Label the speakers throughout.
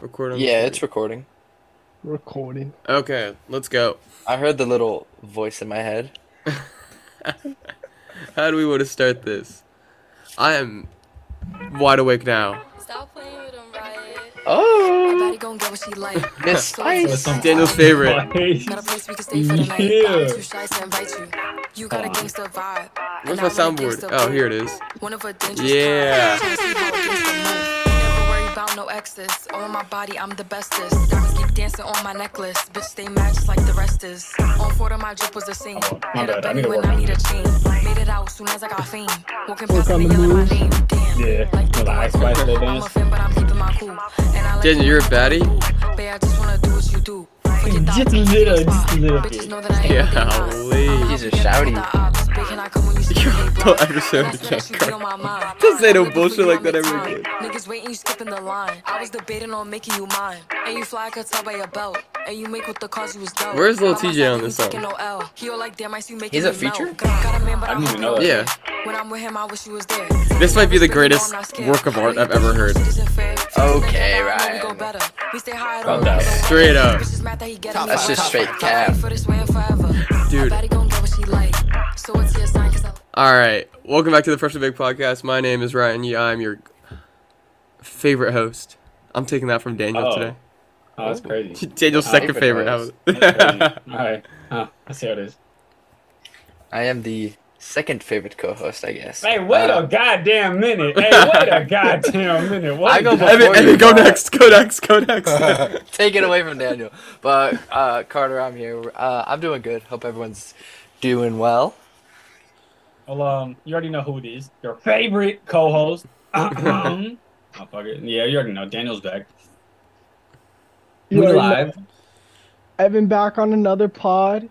Speaker 1: Recording.
Speaker 2: Yeah, it's recording.
Speaker 3: Recording.
Speaker 1: Okay, let's go.
Speaker 2: I heard the little voice in my head.
Speaker 1: How do we want to start this? I am wide awake now.
Speaker 4: Stop playing with them, Riot.
Speaker 2: Oh,
Speaker 4: Everybody gon' get what she like.
Speaker 2: Miss
Speaker 4: So it's
Speaker 2: Spice.
Speaker 4: like-
Speaker 1: Daniel's favorite.
Speaker 4: Got a place we can stay for the night.
Speaker 3: Yeah.
Speaker 4: I'm too shy to invite you. You got a gangsta vibe.
Speaker 1: Where's
Speaker 4: and
Speaker 1: my
Speaker 4: I want a
Speaker 1: soundboard?
Speaker 4: gangsta
Speaker 1: Oh,
Speaker 4: boo.
Speaker 1: here it is.
Speaker 4: One of a dangerous
Speaker 1: Yeah.
Speaker 4: kind. Tryna see how a gangsta move. Never worry about no exes. On my body, I'm the bestest. Diamonds keep dancing on my necklace. Bitch, they match like the rest is. On four of my drip was a scene.
Speaker 5: my
Speaker 4: Had a
Speaker 5: bad. I
Speaker 4: Benny
Speaker 5: need to
Speaker 4: when
Speaker 5: work
Speaker 4: I
Speaker 5: on
Speaker 4: need a chain. Made it out soon as I got fame. Walking
Speaker 3: Work
Speaker 4: past
Speaker 3: on
Speaker 4: me,
Speaker 3: the
Speaker 4: yelling my
Speaker 3: moves.
Speaker 4: name. Damn.
Speaker 5: Yeah,
Speaker 4: Like
Speaker 5: the Ice Spice little dance.
Speaker 4: I'm a fan, but I'm keeping my cool. And I like
Speaker 1: Daniel, you're a baddie?
Speaker 4: Babe, I just wanna do what you do.
Speaker 3: Just a little, just a little
Speaker 5: Oh,
Speaker 4: Bitches
Speaker 3: bit.
Speaker 4: know that I ain't
Speaker 1: Yeah,
Speaker 4: nothing
Speaker 1: Lee.
Speaker 4: nice.
Speaker 2: He's just shouting.
Speaker 1: Don't ever show it again, Carl. Don't say no bullshit like that ever again.
Speaker 4: Niggas waiting, you skipping the line. I was debating on making you mine. And you fly, I could tell by your belt. And you make with the cause you was dealt.
Speaker 1: Where's Lil
Speaker 4: By my
Speaker 1: TJ
Speaker 4: side,
Speaker 1: on
Speaker 4: you
Speaker 1: this song?
Speaker 4: taking no L. He all like, damn, I see you making
Speaker 2: He's a
Speaker 4: me melt.
Speaker 2: feature?
Speaker 4: Got a man, but
Speaker 5: I didn't even know that.
Speaker 1: Yeah.
Speaker 4: When I'm with him, I wish you was there.
Speaker 1: This might be the greatest work of art I've ever heard.
Speaker 2: Okay, Ryan.
Speaker 5: Calm down.
Speaker 1: Straight up.
Speaker 2: That's just straight cap.
Speaker 1: Dude.
Speaker 4: Dude.
Speaker 1: All right, welcome back to the Freshly Big Podcast. My name is Ryan Yee. I'm your favorite host. I'm taking that from Daniel
Speaker 5: Oh.
Speaker 1: today.
Speaker 5: Oh, that's crazy.
Speaker 1: Daniel's second favorite.
Speaker 2: Favorite
Speaker 5: That's crazy.
Speaker 1: host.
Speaker 5: All right. Huh. I see how it is.
Speaker 2: I am the second favorite co-host, I guess.
Speaker 5: Hey, wait
Speaker 2: Uh,
Speaker 5: a goddamn minute. Hey, wait a goddamn minute. What?
Speaker 2: I go
Speaker 5: the-
Speaker 2: before
Speaker 1: Evan,
Speaker 2: you,
Speaker 1: Evan, go
Speaker 2: but-
Speaker 1: next. Go next. Go next.
Speaker 2: Take it away from Daniel. But uh, Carter, I'm here. Uh, I'm doing good. Hope everyone's doing well.
Speaker 5: Well, um, you already know who it is. Your favorite co-host. oh, fuck it. Yeah, you already know. Daniel's back.
Speaker 3: You
Speaker 5: We're
Speaker 3: already
Speaker 5: live.
Speaker 3: Evan back on another pod.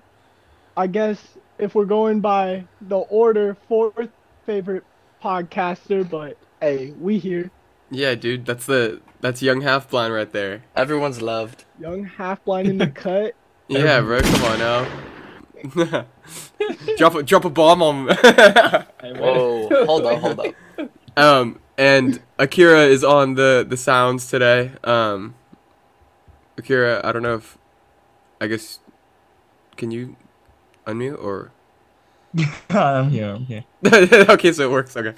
Speaker 3: I guess if we're going by the order, fourth favorite podcaster, but hey, we here.
Speaker 1: yeah, dude, that's the that's young half blind right there.
Speaker 2: Everyone's loved.
Speaker 3: Young half blind in the cut.
Speaker 1: Yeah, bro, come on now. drop a drop a bomb on.
Speaker 5: Hey, wait a-
Speaker 2: Whoa, hold up, hold up.
Speaker 1: um, and Akira is on the the sounds today. Um, Akira, I don't know if, I guess, can you unmute or?
Speaker 6: I'm here. I'm here.
Speaker 1: okay, so it works. Okay,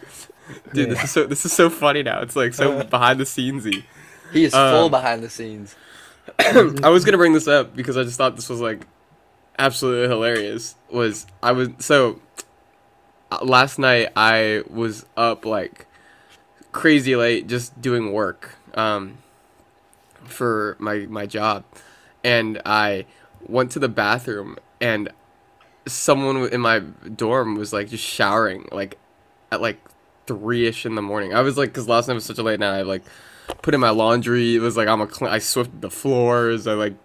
Speaker 1: dude, this is so this is so funny now. It's like so behind the scenesy.
Speaker 2: He is
Speaker 1: Um,
Speaker 2: full behind the scenes.
Speaker 1: I was gonna bring this up because I just thought this was like absolutely hilarious. Was I was so uh, last night I was up like crazy late just doing work um, for my my job, and I went to the bathroom and someone w- in my dorm was like just showering like at like three ish in the morning. I was like, because last night was such a late night. I like put in my laundry. It was like I'm a cl- I swifted the floors. I like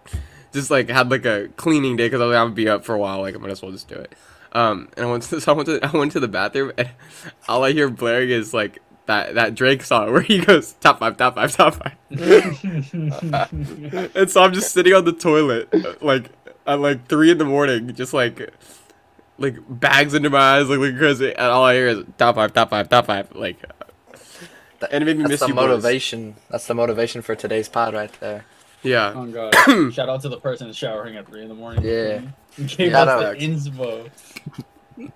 Speaker 1: just like had like a cleaning day because I was like, I'm gonna be up for a while. Like I might as well just do it. Um, and I went to so I went to I went to the bathroom and all I hear blaring is like that that Drake song where he goes top five, top five, top five.
Speaker 2: Oh.
Speaker 1: and so I'm just sitting on the toilet uh, like at like three in the morning, just like like bags under my eyes, like looking crazy, and all I hear is top five, top five, top five. Like,
Speaker 2: That-
Speaker 1: and it made me
Speaker 2: That's
Speaker 1: miss
Speaker 2: the
Speaker 1: you boys.
Speaker 2: motivation. That's the motivation for today's pod right there.
Speaker 1: Yeah.
Speaker 5: Oh, God. Shout out to the person showering at 3 in the morning.
Speaker 2: Yeah.
Speaker 5: Gave
Speaker 2: Shout
Speaker 5: us
Speaker 2: out.
Speaker 5: the inspo.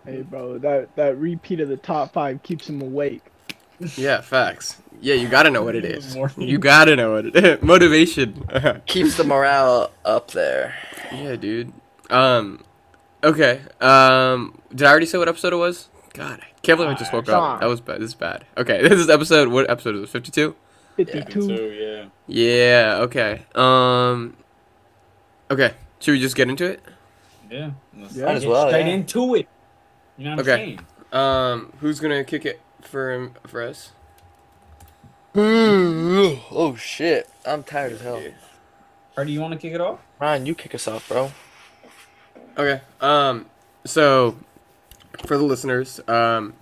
Speaker 3: hey, bro, that that repeat of the top five keeps him awake.
Speaker 1: Yeah, facts. Yeah, you gotta know what it
Speaker 5: Good
Speaker 1: is.
Speaker 5: morning.
Speaker 1: You gotta know what it is. Motivation.
Speaker 2: Keeps the morale up there.
Speaker 1: yeah, dude. Um, okay. Um, did I already say what episode it was? God, I can't believe I just woke up.
Speaker 3: Gosh.
Speaker 1: That was bad. This is bad. Okay, this is episode. What episode is it? Fifty-two.
Speaker 3: Fifty-two.
Speaker 5: So, yeah.
Speaker 1: Yeah. Okay. Um. Okay. Should we just get into it?
Speaker 5: Yeah. Let's
Speaker 3: Yeah. Might
Speaker 2: as
Speaker 5: get
Speaker 2: well,
Speaker 5: Straight
Speaker 2: yeah.
Speaker 5: into it. You know what
Speaker 1: Okay.
Speaker 5: I'm saying?
Speaker 1: Um. Who's gonna kick it for for us?
Speaker 2: oh shit. I'm tired as hell.
Speaker 5: Or do you want to kick it off?
Speaker 2: Ryan, you kick us off, bro.
Speaker 1: Okay. Um. So, for the listeners, um,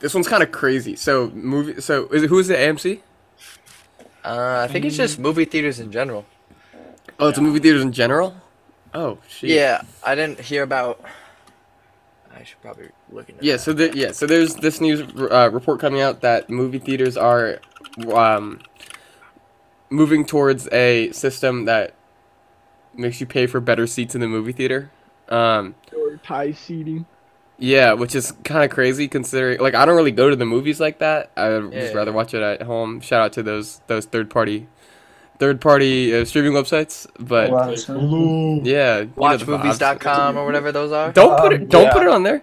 Speaker 1: this one's kind of crazy. So movie. So is it, who is the AMC?
Speaker 2: Uh, I think it's just movie theaters in general.
Speaker 1: Oh, it's movie theaters in general. Oh, shit.
Speaker 2: Yeah, I didn't hear about. I should probably look into.
Speaker 1: Yeah. So the, yeah. So there's this news uh, report coming out that movie theaters are, um, moving towards a system that makes you pay for better seats in the movie theater. Um,
Speaker 3: Or tie seating.
Speaker 1: yeah, which is kind of crazy considering like I don't really go to the movies like that. I would just
Speaker 2: Yeah.
Speaker 1: rather watch it at home. Shout out to those those third party third party uh, streaming websites, but
Speaker 6: Wow,
Speaker 5: Like,
Speaker 6: so-
Speaker 5: blue.
Speaker 1: yeah, you know the vibes.
Speaker 2: Watchmovies.com or whatever those are.
Speaker 1: Don't put it
Speaker 6: Um,
Speaker 1: don't
Speaker 6: yeah.
Speaker 1: put it on there.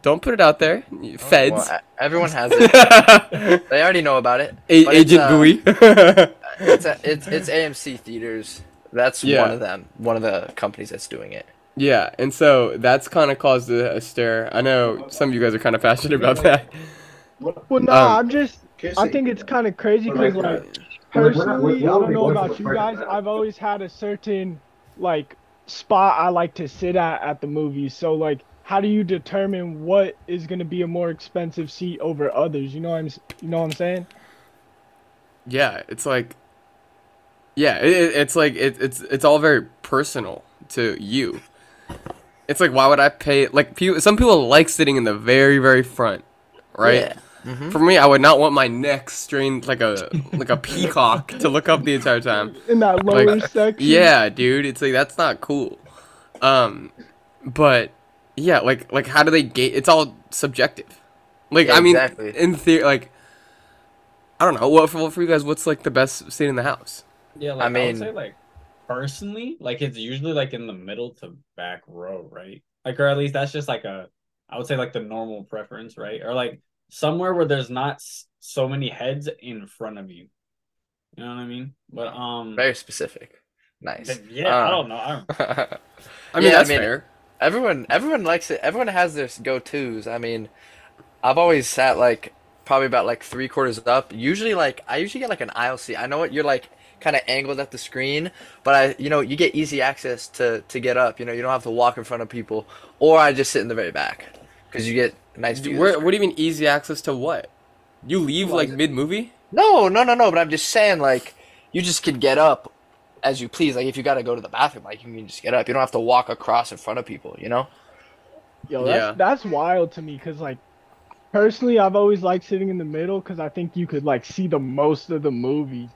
Speaker 1: Don't put it out there. you Feds.
Speaker 2: Well, e- everyone has it. They already know about it.
Speaker 1: A-
Speaker 2: But it's,
Speaker 1: Agent
Speaker 2: uh,
Speaker 1: Gooey.
Speaker 2: It's, a, it's it's AMC theaters. That's
Speaker 1: Yeah.
Speaker 2: one of them. One of the companies that's doing it.
Speaker 1: Yeah, and so that's kind of caused a, a stir. I know some of you guys are kind of passionate about that.
Speaker 3: Well, no,
Speaker 1: Um,
Speaker 3: I'm just. I think it's kind of crazy because, like, personally, I don't know about you guys. I've always had a certain like spot I like to sit at at the movies. So, like, how do you determine what is going to be a more expensive seat over others? You know what I'm s- you know what I'm saying?
Speaker 1: Yeah, it's like, yeah, it, it- it's like it, it's it's all very personal to you. It's like why would I pay? Like people, some people like sitting in the very very front, right?
Speaker 2: Yeah. Mhm.
Speaker 1: For me, I would not want my neck strained like a like a peacock to look up the entire time.
Speaker 3: In that
Speaker 1: Like,
Speaker 3: lower section.
Speaker 1: Yeah, dude, it's like that's not cool. Um, but yeah, like like how do they gate? It's all subjective. Like
Speaker 2: Yeah,
Speaker 1: I mean,
Speaker 2: exactly.
Speaker 1: in theory, like I don't know. What for, for you guys? What's like the best seat in the house?
Speaker 5: Yeah, like, I
Speaker 2: I
Speaker 5: mean,
Speaker 2: mean-
Speaker 5: would say like personally, like it's usually like in the middle to back row, right? Like, or at least that's just like a, I would say like the normal preference, right? Or like somewhere where there's not s- so many heads in front of you. You know what I mean? But um,
Speaker 2: Very specific. Nice.
Speaker 5: th- yeah, I
Speaker 2: Uh,
Speaker 5: don't know. I don't,
Speaker 1: I mean,
Speaker 2: Yeah, I
Speaker 1: that's
Speaker 2: mean-
Speaker 1: fair.
Speaker 2: everyone everyone likes it. Everyone has their go tos. I mean, I've always sat like probably about like three quarters up. Usually, like I usually get like an aisle seat. I know what you're like kind of angled at the screen, but I you know you get easy access to to get up. You know you don't have to walk in front of people, or I just sit in the very back because you get nice views.
Speaker 1: Where, what do you mean easy access to what? You leave like mid movie?
Speaker 2: No, no, no, no. But I'm just saying, like, you just could get up as you please. Like, if you got to go to the bathroom, like, you can just get up. You don't have to walk across in front of people. You know?
Speaker 3: Yo, that's,
Speaker 1: Yeah.
Speaker 3: that's wild to me because, like, personally, I've always liked sitting in the middle because I think you could, like, see the most of the movie.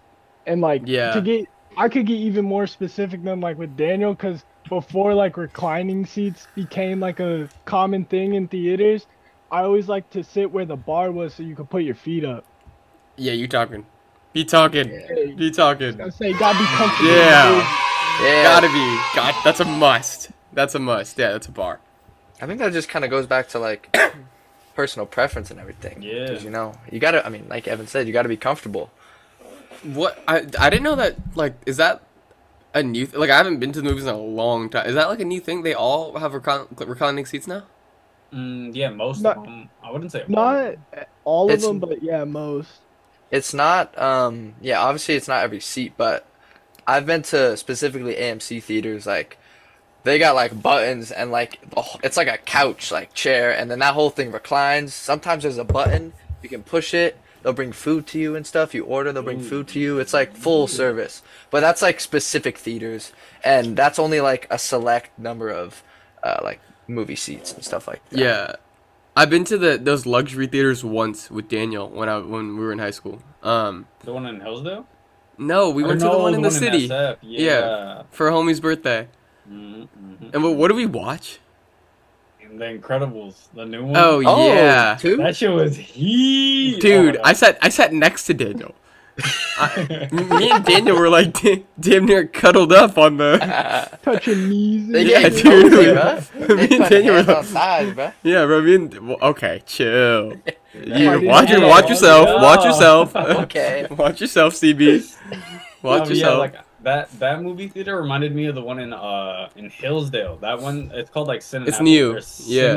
Speaker 3: And, like,
Speaker 1: Yeah.
Speaker 3: to get, I could get even more specific than, like, with Daniel because before, like, reclining seats became, like, a common thing in theaters, I always like to sit where the bar was so you could put your feet up.
Speaker 1: Yeah, you talking? Be talking.
Speaker 3: Hey,
Speaker 1: Be talking.
Speaker 3: I say, you gotta be comfortable.
Speaker 1: Yeah,
Speaker 2: Yeah.
Speaker 1: gotta be. God, that's a must. That's a must. Yeah, that's a bar.
Speaker 2: I think that just kind of goes back to like personal preference and everything.
Speaker 5: Yeah.
Speaker 2: 'Cause, you know, you gotta. I mean, like Evan said, you gotta be comfortable.
Speaker 1: What I I didn't know that like is that a new th- like I haven't been to the movies in a long time. Is that like a new thing? They all have reclin- reclining seats now.
Speaker 5: mm, yeah, most
Speaker 3: Not-
Speaker 5: of them. I wouldn't say all of
Speaker 3: Not
Speaker 5: them.
Speaker 3: all of
Speaker 2: It's-
Speaker 3: them, but, yeah, most.
Speaker 2: It's not. Um. Yeah. Obviously, it's not every seat, but I've been to specifically AMC theaters. Like, they got like buttons and like the wh- it's like a couch like chair, and then that whole thing reclines. Sometimes there's a button you can push it. They'll bring food to you and stuff. You order, they'll bring food to you. It's like full
Speaker 1: Mm-hmm.
Speaker 2: service, but that's like specific theaters, and that's only like a select number of uh, like movie seats and stuff like that.
Speaker 1: Yeah, I've been to the those luxury theaters once with Daniel when I when we were in high school. Um,
Speaker 5: the one in Hillsdale.
Speaker 1: no, we
Speaker 5: Or
Speaker 1: went to the
Speaker 5: no,
Speaker 1: one in the city
Speaker 5: SF, Yeah.
Speaker 1: Yeah. for homie's birthday.
Speaker 5: Mm, mhm.
Speaker 1: And what what did we watch?
Speaker 5: And the Incredibles, the new one.
Speaker 1: Oh,
Speaker 2: Oh,
Speaker 1: yeah,
Speaker 2: two?
Speaker 5: That shit was heat.
Speaker 1: dude,
Speaker 5: Oh my
Speaker 1: I sat I sat next to Daniel. I, me and Daniel were like da- damn near cuddled up on the.
Speaker 3: Touch your knees. and
Speaker 2: They
Speaker 1: Yeah,
Speaker 2: get
Speaker 3: shit.
Speaker 1: dude.
Speaker 2: cozy, bruh.
Speaker 1: Me
Speaker 2: They
Speaker 1: and
Speaker 2: put
Speaker 1: Daniel were
Speaker 2: hands
Speaker 1: like-
Speaker 2: on thighs, bruh.
Speaker 1: Yeah, bro. I mean, well, okay, chill. You
Speaker 3: dude,
Speaker 1: watch
Speaker 3: yeah,
Speaker 1: your, watch
Speaker 3: watch
Speaker 1: yourself.
Speaker 5: it
Speaker 1: Watch
Speaker 5: out.
Speaker 1: yourself.
Speaker 2: Okay.
Speaker 1: watch yourself, CB. Watch
Speaker 5: Um,
Speaker 1: yourself.
Speaker 5: like that that movie theater reminded me of the one in uh in Hillsdale. That one it's called like Cineapolis.
Speaker 1: It's new.
Speaker 5: or
Speaker 1: Yeah. The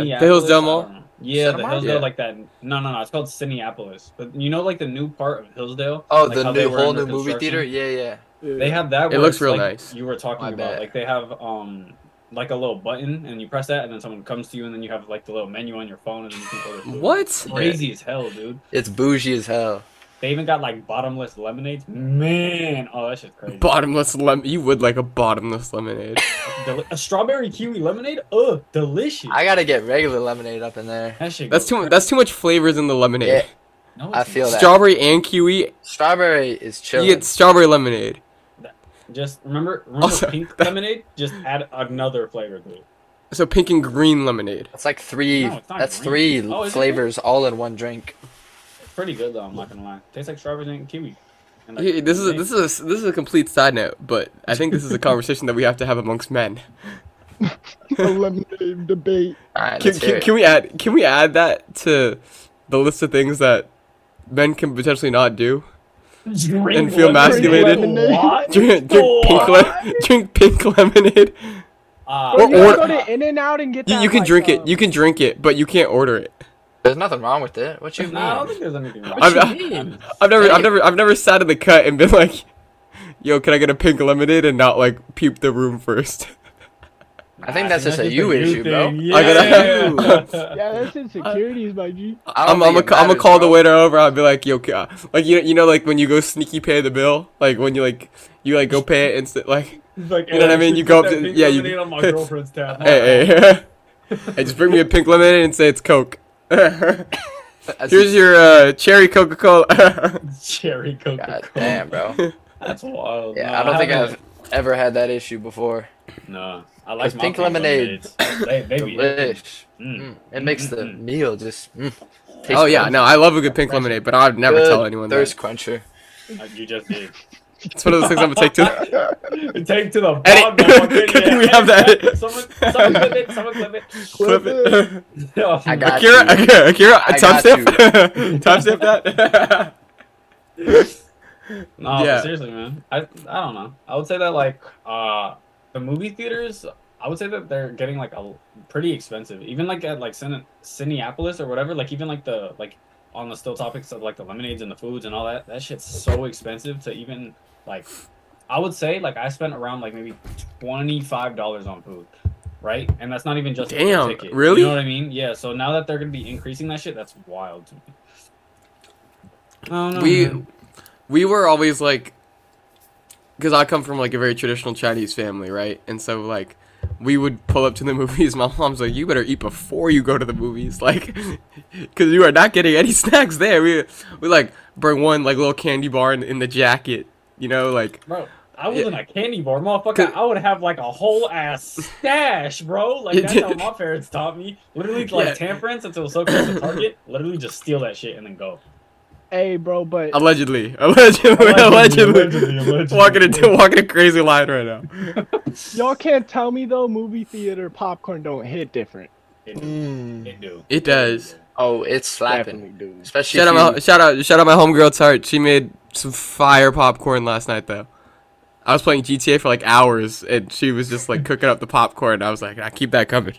Speaker 5: Cineapolis,
Speaker 1: Hillsdale
Speaker 5: I
Speaker 1: Mall?
Speaker 5: don't know. Yeah, the
Speaker 2: Cinemark?
Speaker 5: Hillsdale
Speaker 1: Yeah.
Speaker 5: like that. No, no, no. It's called Cineapolis. But you know, like the new part of Hillsdale.
Speaker 2: Oh,
Speaker 5: like
Speaker 2: the
Speaker 5: how they
Speaker 2: new
Speaker 5: were
Speaker 2: whole
Speaker 5: under
Speaker 2: new movie
Speaker 5: construction?
Speaker 2: theater. Yeah, yeah.
Speaker 5: They have that.
Speaker 1: It
Speaker 5: where
Speaker 1: looks
Speaker 5: it's,
Speaker 1: real
Speaker 5: like
Speaker 1: nice.
Speaker 5: You were talking
Speaker 2: My
Speaker 5: about
Speaker 2: bad.
Speaker 5: like they have um like a little button and you press that and then someone comes to you and then you have like the little menu on your phone and then you can order food.
Speaker 1: What?
Speaker 5: Crazy as hell, dude.
Speaker 2: It's bougie as hell.
Speaker 5: They even got like bottomless lemonades. Man, oh that shit's crazy.
Speaker 1: Bottomless lemon. You would like a bottomless lemonade.
Speaker 5: Deli- a strawberry kiwi lemonade? Ugh, delicious.
Speaker 2: I gotta get regular lemonade up in there.
Speaker 5: that shit
Speaker 1: That's
Speaker 5: goes
Speaker 1: too. That's too much flavors in the lemonade.
Speaker 2: Yeah.
Speaker 5: No,
Speaker 2: I
Speaker 5: it's
Speaker 2: feel that.
Speaker 1: Strawberry and kiwi.
Speaker 2: Strawberry is
Speaker 1: You
Speaker 2: chilling.
Speaker 1: get strawberry lemonade.
Speaker 5: Just remember, remember
Speaker 1: Also,
Speaker 5: pink
Speaker 1: that-
Speaker 5: lemonade. Just add another flavor to it.
Speaker 1: So pink and green lemonade.
Speaker 2: That's like three.
Speaker 5: No, it's not
Speaker 2: that's
Speaker 5: green.
Speaker 2: three
Speaker 5: Oh, is it
Speaker 2: flavors all in one drink.
Speaker 5: It's pretty good though. I'm not gonna lie. Tastes like strawberries and kiwi. And
Speaker 1: Hey, this is a, this is a, this is a complete side note, but I think this is a conversation that we have to have amongst men.
Speaker 3: The lemonade debate.
Speaker 2: All right,
Speaker 1: Can,
Speaker 2: let's
Speaker 1: can,
Speaker 2: hear it.
Speaker 1: can we add can we add that to the list of things that men can potentially not do?
Speaker 5: drink
Speaker 1: and feel
Speaker 5: lemonade.
Speaker 1: masculated.
Speaker 5: What?
Speaker 1: Drink drink pink le- drink pink lemonade.
Speaker 5: Ah,
Speaker 1: Or-
Speaker 3: Or,
Speaker 1: or-
Speaker 3: go to In and Out and get
Speaker 1: You,
Speaker 3: that.
Speaker 1: you can
Speaker 3: like,
Speaker 1: drink it.
Speaker 3: um,
Speaker 1: You can drink it, but you can't order it.
Speaker 2: There's nothing wrong with it. What you mean?
Speaker 5: no, I don't think there's anything wrong.
Speaker 1: I've, I've, I've never I've
Speaker 2: Hey.
Speaker 1: never I've never sat in the cut and been like, "Yo, can I get a pink lemonade?" and not like peep the room first.
Speaker 2: I think that's just a you issue, bro.
Speaker 5: Yeah.
Speaker 1: I gotta-
Speaker 3: um, Yeah, that's insecurities, my G.
Speaker 2: I don't
Speaker 1: I'm I'm
Speaker 2: think it
Speaker 1: gonna
Speaker 2: matters,
Speaker 1: call the
Speaker 2: bro.
Speaker 1: waiter over. I'll be like, "Yo, ca- like you you know like when you go sneaky pay the bill, like when you like you like go pay it instant like."
Speaker 5: He's like,
Speaker 1: You know what I
Speaker 5: "Hey,
Speaker 1: mean?
Speaker 5: should
Speaker 1: You
Speaker 5: put
Speaker 1: go up
Speaker 5: that
Speaker 1: to-
Speaker 5: pink
Speaker 1: yeah, you-
Speaker 5: lemonade on my girlfriend's tab.
Speaker 3: Uh.
Speaker 1: hey, hey, hey, just bring me a pink lemonade and say it's Coke. Here's
Speaker 2: That's-
Speaker 1: your uh, cherry Coca Cola.
Speaker 5: Cherry Coca Cola.
Speaker 2: God damn, bro.
Speaker 5: That's wild.
Speaker 2: Yeah,
Speaker 5: No,
Speaker 2: I don't think
Speaker 5: haven't-
Speaker 2: I've ever had that issue before.
Speaker 5: No, I like
Speaker 2: Those
Speaker 5: my
Speaker 2: pink lemonades.
Speaker 5: lemonades. They, they be hitting.
Speaker 2: Delish.
Speaker 5: Mm.
Speaker 2: Mm, It makes the
Speaker 5: Mm-mm-mm.
Speaker 2: meal just. Mm, taste
Speaker 1: oh yeah,
Speaker 2: good.
Speaker 1: no, I love a good pink lemonade, but I'd never
Speaker 2: Good
Speaker 1: tell anyone
Speaker 2: Thirst
Speaker 1: that.
Speaker 2: quencher.
Speaker 1: Mm.
Speaker 5: Uh, You just did.
Speaker 1: It's one of those things I'm gonna take to.
Speaker 5: Take to the bomb.
Speaker 1: Edit.
Speaker 5: motherfucker.
Speaker 1: Good thing we
Speaker 5: Yeah,
Speaker 1: have that.
Speaker 5: edit. Someone, someone clip it. Someone clip it.
Speaker 1: Flip it.
Speaker 5: Oh,
Speaker 2: I got
Speaker 1: Akira,
Speaker 2: you.
Speaker 1: Akira, Akira,
Speaker 2: I
Speaker 1: top
Speaker 2: got
Speaker 1: step, top step that.
Speaker 5: No, but
Speaker 1: Yeah.
Speaker 5: seriously, man. I I don't know. I would say that like uh the movie theaters. I would say that they're getting like a pretty expensive. Even like at like Cine- Cineapolis or whatever. Like even like the like on the still topics of like the lemonades and the foods and all that. That shit's so expensive to even like. I would say like I spent around like maybe twenty five dollars on food, right? And that's not even just for the
Speaker 1: Damn,
Speaker 5: ticket.
Speaker 1: really?
Speaker 5: You know what I mean? Yeah. So now that they're gonna be increasing that shit, that's wild to me. I don't know,
Speaker 1: we
Speaker 5: man.
Speaker 1: we were always like because i come from like a very traditional chinese family right and so like we would pull up to the movies my mom's like you better eat before you go to the movies like because you are not getting any snacks there we we like bring one like little candy bar in, in the jacket you know like
Speaker 5: Bro, I was in a candy bar, motherfucker. I would have like a whole ass stash, bro. Like that's how my parents taught me. Literally, like
Speaker 1: Yeah.
Speaker 5: tamperance until it was so close to target. Literally, just steal that shit and then go.
Speaker 3: Hey, bro, but
Speaker 1: allegedly allegedly
Speaker 5: Allegedly,
Speaker 1: allegedly,
Speaker 5: allegedly, allegedly.
Speaker 1: walking a walking a crazy line right now
Speaker 3: y'all can't tell me though. Movie theater popcorn don't hit different.
Speaker 5: It do.
Speaker 2: Mm.
Speaker 5: It do.
Speaker 1: it does
Speaker 2: Oh, it's slapping,
Speaker 3: Definitely, dude.
Speaker 2: especially.
Speaker 1: shout
Speaker 2: if
Speaker 1: out,
Speaker 2: you-
Speaker 1: my, shout out, shout out my homegirl Tart. She made some fire popcorn last night though. I was playing GTA for like hours, and she was just like cooking up the popcorn. I was like, I keep that coming.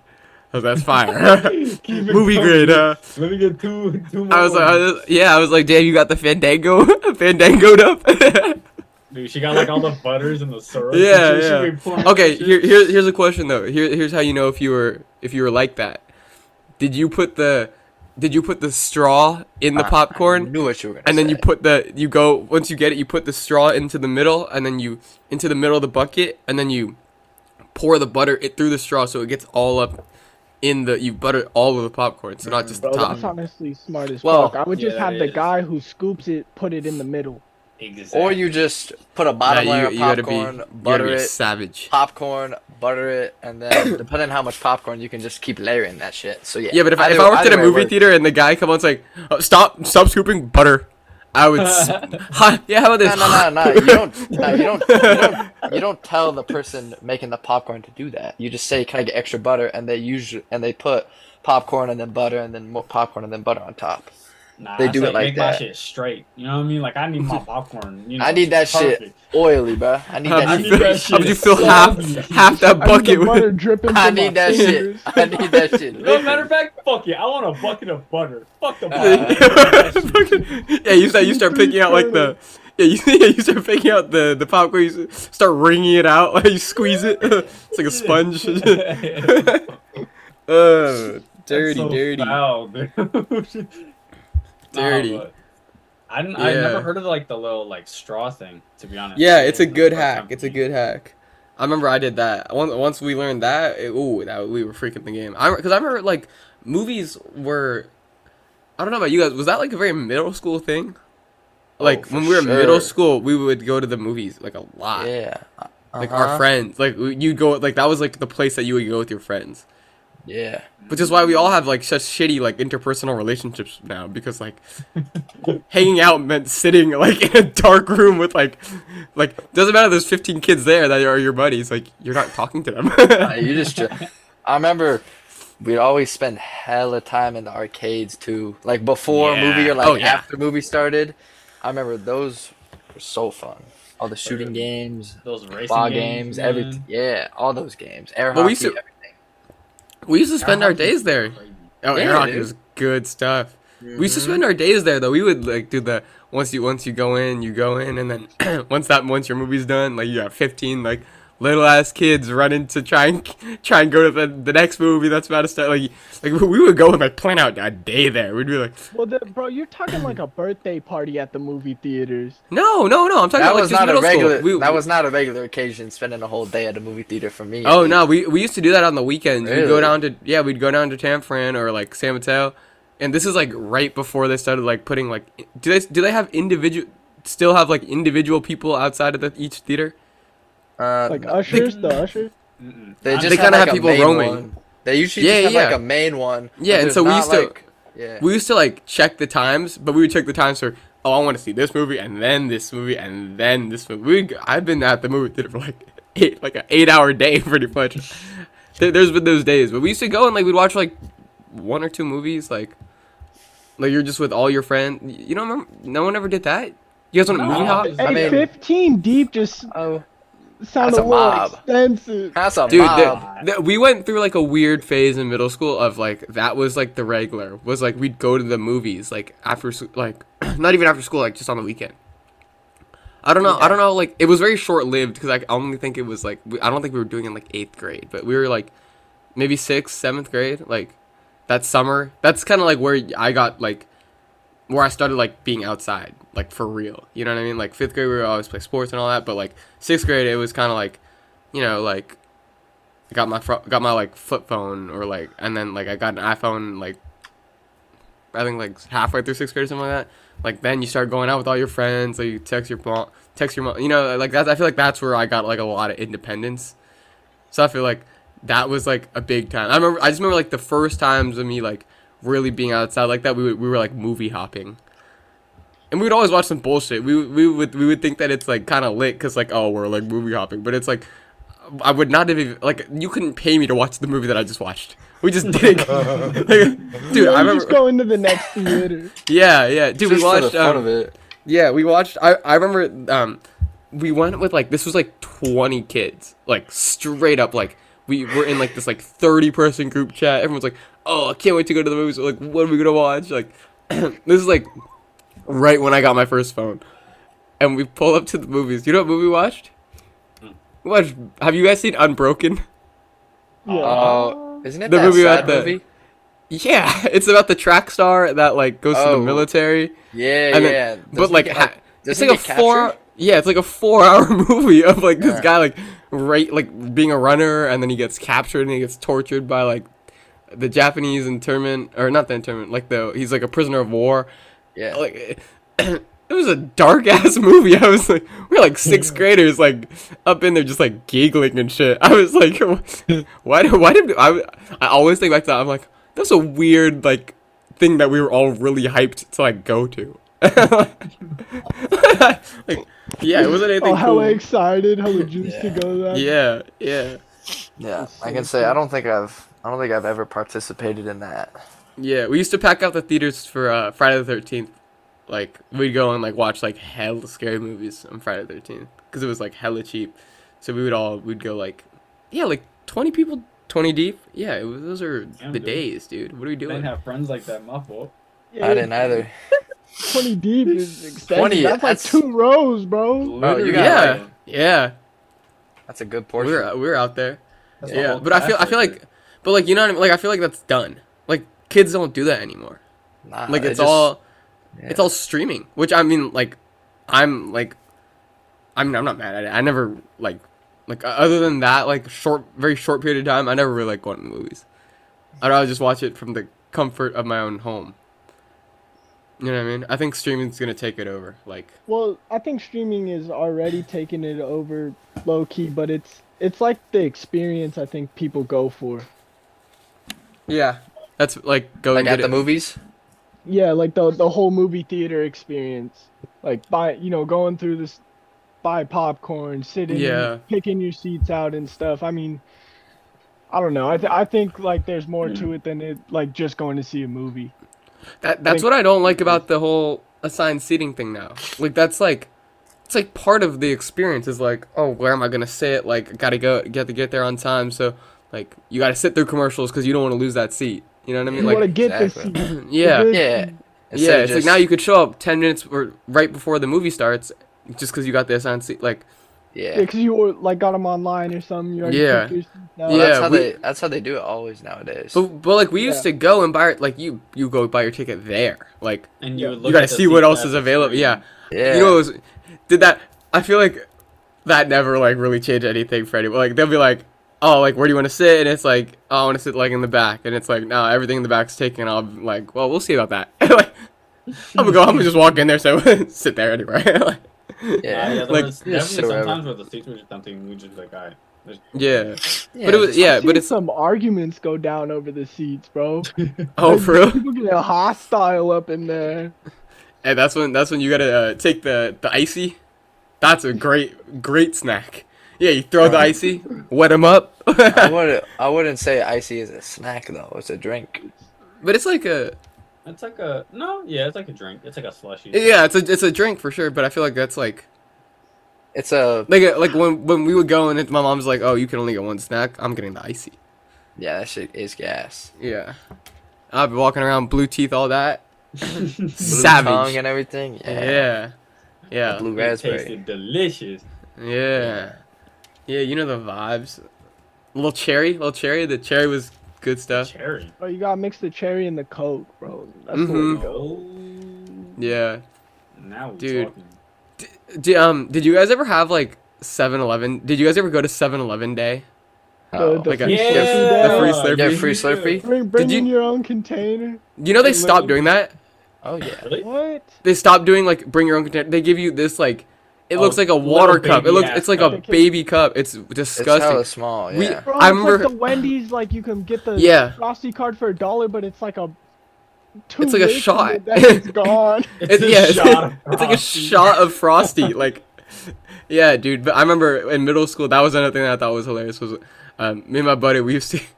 Speaker 1: I was like, that's fire.
Speaker 5: Keep it
Speaker 1: Movie
Speaker 5: coming.
Speaker 1: grade. Uh,
Speaker 5: Let me get two, two more.
Speaker 1: I was like, I
Speaker 5: ones.
Speaker 1: was, yeah, I was like, damn, you got the Fandango, Fandangoed up.
Speaker 5: dude, she got like all the butters and the syrup. and shit. She
Speaker 1: yeah,
Speaker 5: be pouring
Speaker 1: yeah.
Speaker 5: that
Speaker 1: Okay,
Speaker 5: shit.
Speaker 1: here, here, here's a question though. Here, here's how you know if you were if you were like that. Did you put the did you put the straw in the
Speaker 2: I- I
Speaker 1: popcorn
Speaker 2: knew what you were gonna
Speaker 1: and then you
Speaker 2: say.
Speaker 1: put the you go once you get it you put the straw into the middle and then you into the middle of the bucket and then you pour the butter it through the straw so it gets all up in the you butter all of the popcorn so not just the
Speaker 3: Bro, that's
Speaker 1: top
Speaker 3: honestly smart as
Speaker 2: Well,
Speaker 3: fuck. I would
Speaker 5: yeah,
Speaker 3: just
Speaker 5: that
Speaker 3: have the
Speaker 5: is.
Speaker 3: guy who scoops it put it in the middle.
Speaker 5: Exactly.
Speaker 2: Or you just put a bottom
Speaker 1: Yeah,
Speaker 2: layer
Speaker 1: Uh, you, you
Speaker 2: of
Speaker 1: gotta be,
Speaker 2: popcorn,
Speaker 1: you gotta
Speaker 2: butter
Speaker 1: be a
Speaker 2: it,
Speaker 1: savage
Speaker 2: popcorn, butter it, and then depending on how much popcorn, you can just keep layering that shit. So yeah.
Speaker 1: yeah but if, I- if
Speaker 2: either-
Speaker 1: i worked at
Speaker 2: either
Speaker 1: a
Speaker 2: way
Speaker 1: movie
Speaker 2: works.
Speaker 1: theater and the guy come on's like "Oh, stop stop scooping butter i would s- ha, yeah how about
Speaker 2: No,
Speaker 1: this
Speaker 2: no, no, no. You don't, no, you don't, you don't, you don't tell the person making the popcorn to do that. You just say, "Can I get extra butter?" And they usually and they put popcorn and then butter and then more popcorn and then butter on top.
Speaker 5: Nah,
Speaker 2: they
Speaker 5: I
Speaker 2: do it
Speaker 5: say
Speaker 2: like
Speaker 5: make
Speaker 2: that.
Speaker 5: my shit straight. You know what I mean? Like I need my popcorn. You know,
Speaker 2: I need that shit
Speaker 5: perfect.
Speaker 2: oily, bro. I need
Speaker 1: how
Speaker 2: that
Speaker 5: I
Speaker 1: would
Speaker 5: need
Speaker 1: you
Speaker 2: shit.
Speaker 1: feel,
Speaker 5: that shit
Speaker 1: how would you feel
Speaker 5: so
Speaker 1: half
Speaker 5: good.
Speaker 1: half that
Speaker 3: I need
Speaker 1: bucket
Speaker 3: the butter
Speaker 1: with,
Speaker 3: dripping
Speaker 2: I
Speaker 3: from my
Speaker 2: need that shit.
Speaker 3: fingers.
Speaker 2: I need that shit.
Speaker 5: No, matter of fact, fuck it. I want a bucket of butter. Fuck the butter.
Speaker 1: Fucking- yeah, you start you start picking out like the yeah you, yeah, you start picking out the the popcorn. You s- start wringing it out like you squeeze it. It's like a sponge. Uh, oh, dirty,
Speaker 5: That's so
Speaker 1: dirty.
Speaker 5: Foul, dude.
Speaker 1: Dirty.
Speaker 5: Nah, but I didn't. I
Speaker 1: Yeah.
Speaker 5: never heard of like the little like straw thing. To be honest.
Speaker 1: Yeah, it's a
Speaker 5: the
Speaker 1: good
Speaker 5: first
Speaker 1: hack.
Speaker 5: time
Speaker 1: It's a
Speaker 5: for me.
Speaker 1: good hack. I remember I did that. Once once we learned that, it, ooh, that we were freaking the game. I because I remember like movies were I don't know about you guys. Was that like a very middle school thing? Like
Speaker 2: Oh, for
Speaker 1: when we were in middle
Speaker 2: sure.
Speaker 1: school, we would go to the movies like a lot.
Speaker 2: Yeah.
Speaker 1: Like our
Speaker 2: Uh-huh.
Speaker 1: friends, like you go, like that was like the place that you would go with your friends.
Speaker 2: Yeah.
Speaker 1: Which is why we all have like such shitty like interpersonal relationships now because like hanging out meant sitting like in a dark room with like like doesn't matter if there's 15 kids there that are your buddies like you're not talking to them.
Speaker 2: Uh, you just. chill. I remember we'd always spend hella time in the arcades too. Like before a movie
Speaker 1: Yeah.
Speaker 2: or like
Speaker 1: Oh, yeah.
Speaker 2: after movie started. I remember those were so fun. All the shooting games,
Speaker 5: Those racing
Speaker 2: ball games,
Speaker 5: games, man.
Speaker 2: everything. Yeah, all those games. Air
Speaker 1: Well, we
Speaker 2: hockey.
Speaker 1: used to-
Speaker 2: everything.
Speaker 1: we used to spend
Speaker 5: Air
Speaker 1: our
Speaker 5: hockey
Speaker 1: days
Speaker 5: is
Speaker 1: there.
Speaker 5: crazy.
Speaker 1: Oh, air
Speaker 2: Yeah,
Speaker 1: hockey
Speaker 2: dude.
Speaker 1: was good stuff. We used to spend our days there though. We would like do the once you once you go in, you go in, and then once that once your movie's done, like you got 15 like little ass kids running to try and try and go to the, the next movie that's about to start. Like like we would go and like plan out a day there. We'd be like,
Speaker 3: Well, the, bro, you're talking like a birthday party at the movie theaters.
Speaker 1: no, no, no. I'm talking
Speaker 2: That
Speaker 1: about like,
Speaker 2: was
Speaker 1: just
Speaker 2: not a
Speaker 1: middle school.
Speaker 2: regular.
Speaker 1: We-
Speaker 2: that was not a regular occasion spending a whole day at a movie theater for me.
Speaker 1: Oh no, we we used to do that on the weekends. We'd go
Speaker 2: Really?
Speaker 1: down to yeah, we'd go down to Tamfran or like San Mateo, and this is like right before they started like putting like i- do they do they have individual still have like individual people outside of the, each theater?
Speaker 2: Uh,
Speaker 3: Like
Speaker 2: no.
Speaker 3: ushers, the ushers.
Speaker 5: Mm-mm.
Speaker 2: They
Speaker 5: I'm
Speaker 2: just
Speaker 1: They
Speaker 2: kind
Speaker 1: kinda
Speaker 2: of
Speaker 1: have
Speaker 2: have
Speaker 1: people
Speaker 2: people
Speaker 1: roaming.
Speaker 2: roaming. They usually
Speaker 1: Yeah,
Speaker 2: just have like
Speaker 1: yeah.
Speaker 2: a main one. but
Speaker 1: Yeah, and
Speaker 2: there's
Speaker 1: so we
Speaker 2: not,
Speaker 1: used to-
Speaker 2: like- yeah.
Speaker 1: We used to like check the times, but we would check the times for oh I want to see this movie and then this movie and then this movie. We'd go- I've been at the movie theater for like eight like an eight hour day pretty much. there, there's been those days, but we used to go and like we'd watch like one or two movies like like you're just with all your friends. You don't remember? No one ever did that. You guys want to
Speaker 5: No.
Speaker 1: movie hop?
Speaker 3: Hey,
Speaker 2: I mean-
Speaker 3: 15 deep just
Speaker 2: oh,
Speaker 3: sounded
Speaker 2: a
Speaker 3: a little
Speaker 2: mob.
Speaker 3: expensive.
Speaker 2: that's a
Speaker 1: Dude,
Speaker 2: mob.
Speaker 1: the, the, we went through like a weird phase in middle school of like that was like the regular was like we'd go to the movies like after s- like not even after school like just on the weekend. I don't know. I don't know. Like it was very short lived because I only think it was like we, I don't think we were doing it in like eighth grade, but we were like maybe sixth, seventh grade. Like that summer. That's kind of like where I got like where I started like being outside like for real. You know what I mean? Like fifth grade we would always play sports and all that, but like sixth grade it was kind of like you know like got my fro- got my like flip phone or like and then like I got an iPhone like I think like halfway through sixth grade or something like that. Like then you start going out with all your friends, like you text your mom, text your mom, you know, like that. I feel like that's where I got like a lot of independence. So I feel like that was like a big time. I remember, I just remember like the first times of me like really being outside like that. We would, we were like movie hopping, and we would always watch some bullshit. We would- we would we would think that it's like kind of lit because like oh we're like movie hopping, but it's like I would not have even like you couldn't pay me to watch the movie that I just watched. We just did it, Like, dude.
Speaker 3: you
Speaker 1: I remember.
Speaker 3: just go into the next theater.
Speaker 1: Yeah, yeah, dude. we
Speaker 2: Just for
Speaker 1: watched.
Speaker 2: the fun
Speaker 1: um,
Speaker 2: of it.
Speaker 1: Yeah, we watched. I I remember. Um, we went with like this was like twenty kids, like straight up. Like we were in like this like thirty person group chat. Everyone's like, "Oh, I can't wait to go to the movies." We're like, what are we gonna watch? Like, this is like right when I got my first phone, and we pull up to the movies. You know what movie we watched?
Speaker 2: Hmm.
Speaker 1: We watched. Have you guys seen Unbroken?
Speaker 3: Yeah.
Speaker 5: Uh,
Speaker 2: Oh, isn't it
Speaker 1: uh, The
Speaker 2: that
Speaker 1: movie
Speaker 2: sad
Speaker 1: about the-
Speaker 2: movie?
Speaker 1: Yeah, it's about the track star that like goes to
Speaker 2: Oh.
Speaker 1: the military.
Speaker 2: Yeah,
Speaker 1: And
Speaker 2: yeah.
Speaker 1: then- but
Speaker 2: Doesn't
Speaker 1: like,
Speaker 2: he get,
Speaker 1: ha- it's
Speaker 2: doesn't
Speaker 1: like a
Speaker 2: he get
Speaker 1: four.
Speaker 2: captured?
Speaker 1: Yeah, it's like a four-hour movie of like this
Speaker 2: Yeah.
Speaker 1: guy like right like being a runner, and then he gets captured and he gets tortured by like the Japanese internment or not the internment, like the he's like a prisoner of war.
Speaker 2: Yeah.
Speaker 1: Like it was a dark ass movie. I was like, we are like sixth graders, like up in there just like giggling and shit. I was like, why? do- Why did I? I always think back to that. I'm like, that's a weird like thing that we were all really hyped to like go to. like, yeah, it wasn't anything
Speaker 3: oh,
Speaker 1: cool.
Speaker 3: hella excited, hella juiced to
Speaker 2: Yeah.
Speaker 3: go to that.
Speaker 1: Yeah, yeah,
Speaker 2: yeah,
Speaker 3: It's
Speaker 2: I
Speaker 3: so
Speaker 2: can say I don't think I've I don't think I've ever participated in that.
Speaker 1: yeah. We used to pack out the theaters for uh, Friday the Thirteenth. Like we'd go and like watch like hell scary movies on Friday the Thirteenth because it was like hella cheap. So we would all we'd go like, yeah, like twenty people, twenty deep. Yeah, it was, those are
Speaker 5: Damn,
Speaker 1: the
Speaker 5: dude.
Speaker 1: days, dude. What are we
Speaker 5: I
Speaker 1: doing?
Speaker 5: didn't have friends like that, muffle.
Speaker 3: Yeah,
Speaker 2: I didn't either.
Speaker 3: 20 deep is extended.
Speaker 2: 20,
Speaker 3: that's like
Speaker 2: that's-
Speaker 3: two rows, bro.
Speaker 2: Oh, you got
Speaker 1: yeah, yeah.
Speaker 2: That's a good
Speaker 1: We
Speaker 2: portion.
Speaker 1: We're we we're out there.
Speaker 5: That's the
Speaker 1: Yeah,
Speaker 5: whole
Speaker 1: but I feel I
Speaker 5: class
Speaker 1: feel
Speaker 5: right
Speaker 1: like, but like you know what I mean. Like I feel like that's done. Like kids don't do that anymore.
Speaker 2: Nah,
Speaker 1: Like
Speaker 2: Uh, it
Speaker 1: it's
Speaker 2: just-
Speaker 1: all,
Speaker 2: yeah.
Speaker 1: it's all streaming. Which I mean, like, I'm like, I mean, I'm not mad at it. I never like, like o- other than that, like short, very short period of time, I never really like going to the movies. I'd rather just watch it from the comfort of my own home. You know what I mean? I think streaming's gonna take it over. Like,
Speaker 3: Well, I think streaming is already taking it over low key, but it's it's like the experience I think people go for.
Speaker 1: yeah, that's like go
Speaker 2: like
Speaker 1: and
Speaker 2: at
Speaker 1: get
Speaker 2: the
Speaker 1: it.
Speaker 2: movies.
Speaker 3: Yeah, like the the whole movie theater experience. Like buy you know, going through this buy popcorn, sitting
Speaker 1: Yeah.
Speaker 3: and picking your seats out and stuff. I mean I don't know. I th- I think like there's more to it than it like just going to see a movie.
Speaker 1: That, that's what I don't like about the whole assigned seating thing now. Like that's like it's like part of the experience is like, oh, where am I gonna sit? Like, gotta go, get to get there on time. So, like, you gotta sit through commercials because you don't want to lose that seat. You know what I mean?
Speaker 3: You want to
Speaker 1: Like,
Speaker 3: get
Speaker 2: exactly.
Speaker 3: the seat.
Speaker 1: yeah,
Speaker 3: good-
Speaker 2: Yeah.
Speaker 1: yeah.
Speaker 2: Instead of
Speaker 1: It's like
Speaker 2: just-
Speaker 1: now you could show up ten minutes or right before the movie starts, just because you got the assigned seat. Like,
Speaker 2: Yeah.
Speaker 3: Yeah, cuz you or- like got them online or something. You already
Speaker 1: Yeah.
Speaker 3: picked your seat now.
Speaker 2: Well,
Speaker 1: Yeah,
Speaker 2: that's how
Speaker 1: we-
Speaker 2: they that's how they do it always nowadays.
Speaker 1: but, but like we used to
Speaker 3: Yeah.
Speaker 1: go and buy like you you go buy your ticket there. Like,
Speaker 5: and you would look
Speaker 1: you gotta
Speaker 5: at the
Speaker 1: see what
Speaker 5: seats
Speaker 1: else
Speaker 5: that
Speaker 1: is
Speaker 5: have a
Speaker 1: available.
Speaker 5: screen.
Speaker 1: Yeah.
Speaker 2: yeah.
Speaker 1: You know, what was, did that? I feel like that never like really changed anything for anyone. Like they'll be like, "Oh, like where do you want to sit?" And it's like, "Oh, I want to sit like in the back." And it's like, "No, everything in the back's taken." I'll be like, "Well, we'll see about that." like, I'm gonna go. I'm gonna just walk in there, so sit there anyway. like,
Speaker 5: Yeah, yeah
Speaker 2: yeah.
Speaker 5: there
Speaker 1: Like-
Speaker 5: was
Speaker 2: Yeah,
Speaker 5: definitely
Speaker 2: so, uh,
Speaker 5: sometimes where the seats were just empty and we just like, alright. there's-
Speaker 1: yeah. but it was
Speaker 2: just-
Speaker 1: yeah,
Speaker 3: I've
Speaker 1: but
Speaker 3: seen
Speaker 1: it's
Speaker 3: some arguments go down over the seats, bro.
Speaker 1: oh for real.
Speaker 3: People get hostile up in there.
Speaker 1: And that's when that's when you gotta uh, take the the icy. That's a great great snack. Yeah, you throw the icy, wet them up.
Speaker 2: I wouldn't I wouldn't say icy is a snack though. It's a drink.
Speaker 1: but it's like a
Speaker 5: It's like a no, yeah, it's like a drink. It's like a slushy.
Speaker 1: yeah, it's a it's a drink for sure. But I feel like that's like
Speaker 2: It's a
Speaker 1: Like uh, like when when we would go and it, my mom's like, "Oh, you can only get one snack." I'm getting the icy.
Speaker 2: yeah. That shit is gas.
Speaker 1: Yeah, I've been walking around blue teeth, all that
Speaker 2: Blue
Speaker 1: savage.
Speaker 2: tongue and everything. Yeah.
Speaker 1: yeah, yeah,
Speaker 2: Blue
Speaker 5: It
Speaker 2: raspberry.
Speaker 5: tasted delicious.
Speaker 1: yeah, yeah. You know the vibes. Little cherry, little cherry. The cherry was good stuff.
Speaker 5: Cherry.
Speaker 3: Bro, you gotta mix the cherry and the coke, bro. That's the way
Speaker 1: Mhm.
Speaker 3: to go.
Speaker 5: Oh,
Speaker 1: Yeah.
Speaker 5: now we're
Speaker 1: Dude.
Speaker 5: talking.
Speaker 1: D- um, did you guys ever have like 7-Eleven? Did you guys ever go to 7-Eleven day?
Speaker 2: Oh.
Speaker 3: The-
Speaker 1: Like a
Speaker 3: free
Speaker 1: yeah,
Speaker 3: Slurpee
Speaker 1: the free
Speaker 5: bar.
Speaker 1: Slurpee.
Speaker 2: yeah. Free
Speaker 5: Yeah.
Speaker 2: Slurpee.
Speaker 3: Bring, bring
Speaker 1: you-
Speaker 3: in your own container.
Speaker 1: You know they stopped
Speaker 5: Slurpee.
Speaker 1: doing that.
Speaker 2: Oh yeah.
Speaker 5: Really?
Speaker 3: What?
Speaker 1: they stop doing like bring your own container. They give you this like it
Speaker 5: Oh,
Speaker 1: looks like a
Speaker 5: little
Speaker 1: water cup. It
Speaker 5: baby
Speaker 1: looks
Speaker 5: ass
Speaker 1: it's like a
Speaker 5: cup.
Speaker 1: baby cup. It's
Speaker 2: It's
Speaker 1: disgusting.
Speaker 2: hella small.
Speaker 1: We-
Speaker 2: Yeah.
Speaker 3: Bro,
Speaker 1: I
Speaker 3: it's
Speaker 1: remember-
Speaker 3: like the Wendy's, like you can get the
Speaker 1: Yeah.
Speaker 3: frosty card for a dollar, but it's like a. Two
Speaker 1: It's like a
Speaker 3: licks and
Speaker 1: shot.
Speaker 3: That is gone.
Speaker 1: It's,
Speaker 5: a
Speaker 1: yeah, it's,
Speaker 5: shot of
Speaker 1: it's like a Oh,
Speaker 5: frosty.
Speaker 1: shot of frosty. like yeah, dude. But I remember in middle school that was another thing that I thought was hilarious was um, me and my buddy we used to.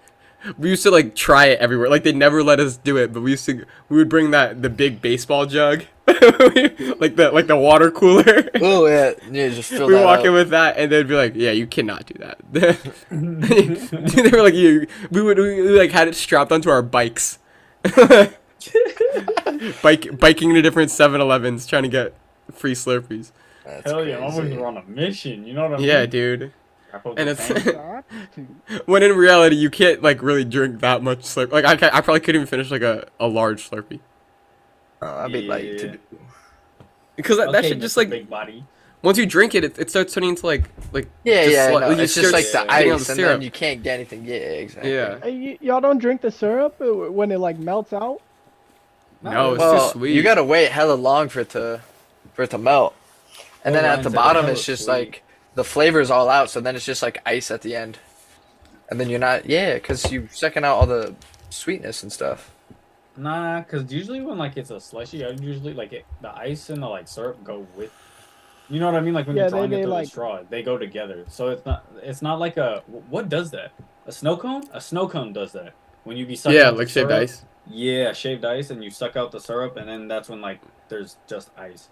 Speaker 1: We used to like try it everywhere. Like they never let us do it, but we used to. We would bring that the big baseball jug, like the like the water cooler.
Speaker 2: Oh yeah. Yeah. Just fill
Speaker 1: we
Speaker 2: that
Speaker 1: walk
Speaker 2: up.
Speaker 1: in with that, and they'd be like, "Yeah, you cannot do that." they were like, "You." We would we, like had it strapped onto our bikes, bike biking to different 7-Elevens trying to get free Slurpees.
Speaker 2: That's
Speaker 5: Hell yeah, my boys
Speaker 2: crazy.
Speaker 5: were on a mission. You know what I mean?
Speaker 1: Yeah, dude.
Speaker 5: I felt
Speaker 1: And
Speaker 5: the
Speaker 1: it's
Speaker 5: same.
Speaker 1: when in reality you can't like really drink that much Slurpee. Like I, ca- I probably couldn't even finish like a, a large Slurpee
Speaker 2: Oh, I'd be
Speaker 5: Yeah,
Speaker 2: like
Speaker 5: yeah,
Speaker 2: to
Speaker 5: yeah.
Speaker 2: do.
Speaker 1: because that, that
Speaker 5: Okay,
Speaker 1: shit just
Speaker 5: Mr.
Speaker 1: like
Speaker 5: big body.
Speaker 1: once you drink it, it, it starts turning into like like
Speaker 2: Yeah,
Speaker 1: just
Speaker 2: yeah,
Speaker 1: sli-
Speaker 2: no,
Speaker 1: you
Speaker 2: it's just
Speaker 1: start
Speaker 2: like the
Speaker 1: spitting out
Speaker 2: ice,
Speaker 1: the
Speaker 2: and then
Speaker 1: syrup.
Speaker 2: you can't get anything. Yeah, exactly.
Speaker 1: Yeah.
Speaker 3: y- y'all don't drink the syrup uh, when it like melts out.
Speaker 1: No, it's
Speaker 2: well,
Speaker 1: too sweet.
Speaker 2: you gotta wait hella long for it to, for it to melt, and
Speaker 5: Oh,
Speaker 2: then at
Speaker 5: mine's
Speaker 2: the
Speaker 5: like
Speaker 2: bottom
Speaker 5: hella
Speaker 2: it's just
Speaker 5: sweet.
Speaker 2: like the flavor's all out. So then it's just like ice at the end, and then you're not yeah, because you sucking out all the sweetness and stuff.
Speaker 5: Nah, cause usually when like it's a slushy, I usually like it, the ice and the like syrup go with. You know what I mean? Like when
Speaker 3: Yeah,
Speaker 5: you're
Speaker 3: they-
Speaker 5: drawing
Speaker 3: they,
Speaker 5: it through
Speaker 3: like-
Speaker 5: the straw, they go together. So it's not it's not like a what does that? A snow cone? A snow cone does that when you be sucking
Speaker 1: yeah,
Speaker 5: out the
Speaker 1: like shaved
Speaker 5: syrup-
Speaker 1: ice.
Speaker 5: Yeah, shaved ice, and you suck out the syrup, and then that's when like there's just ice.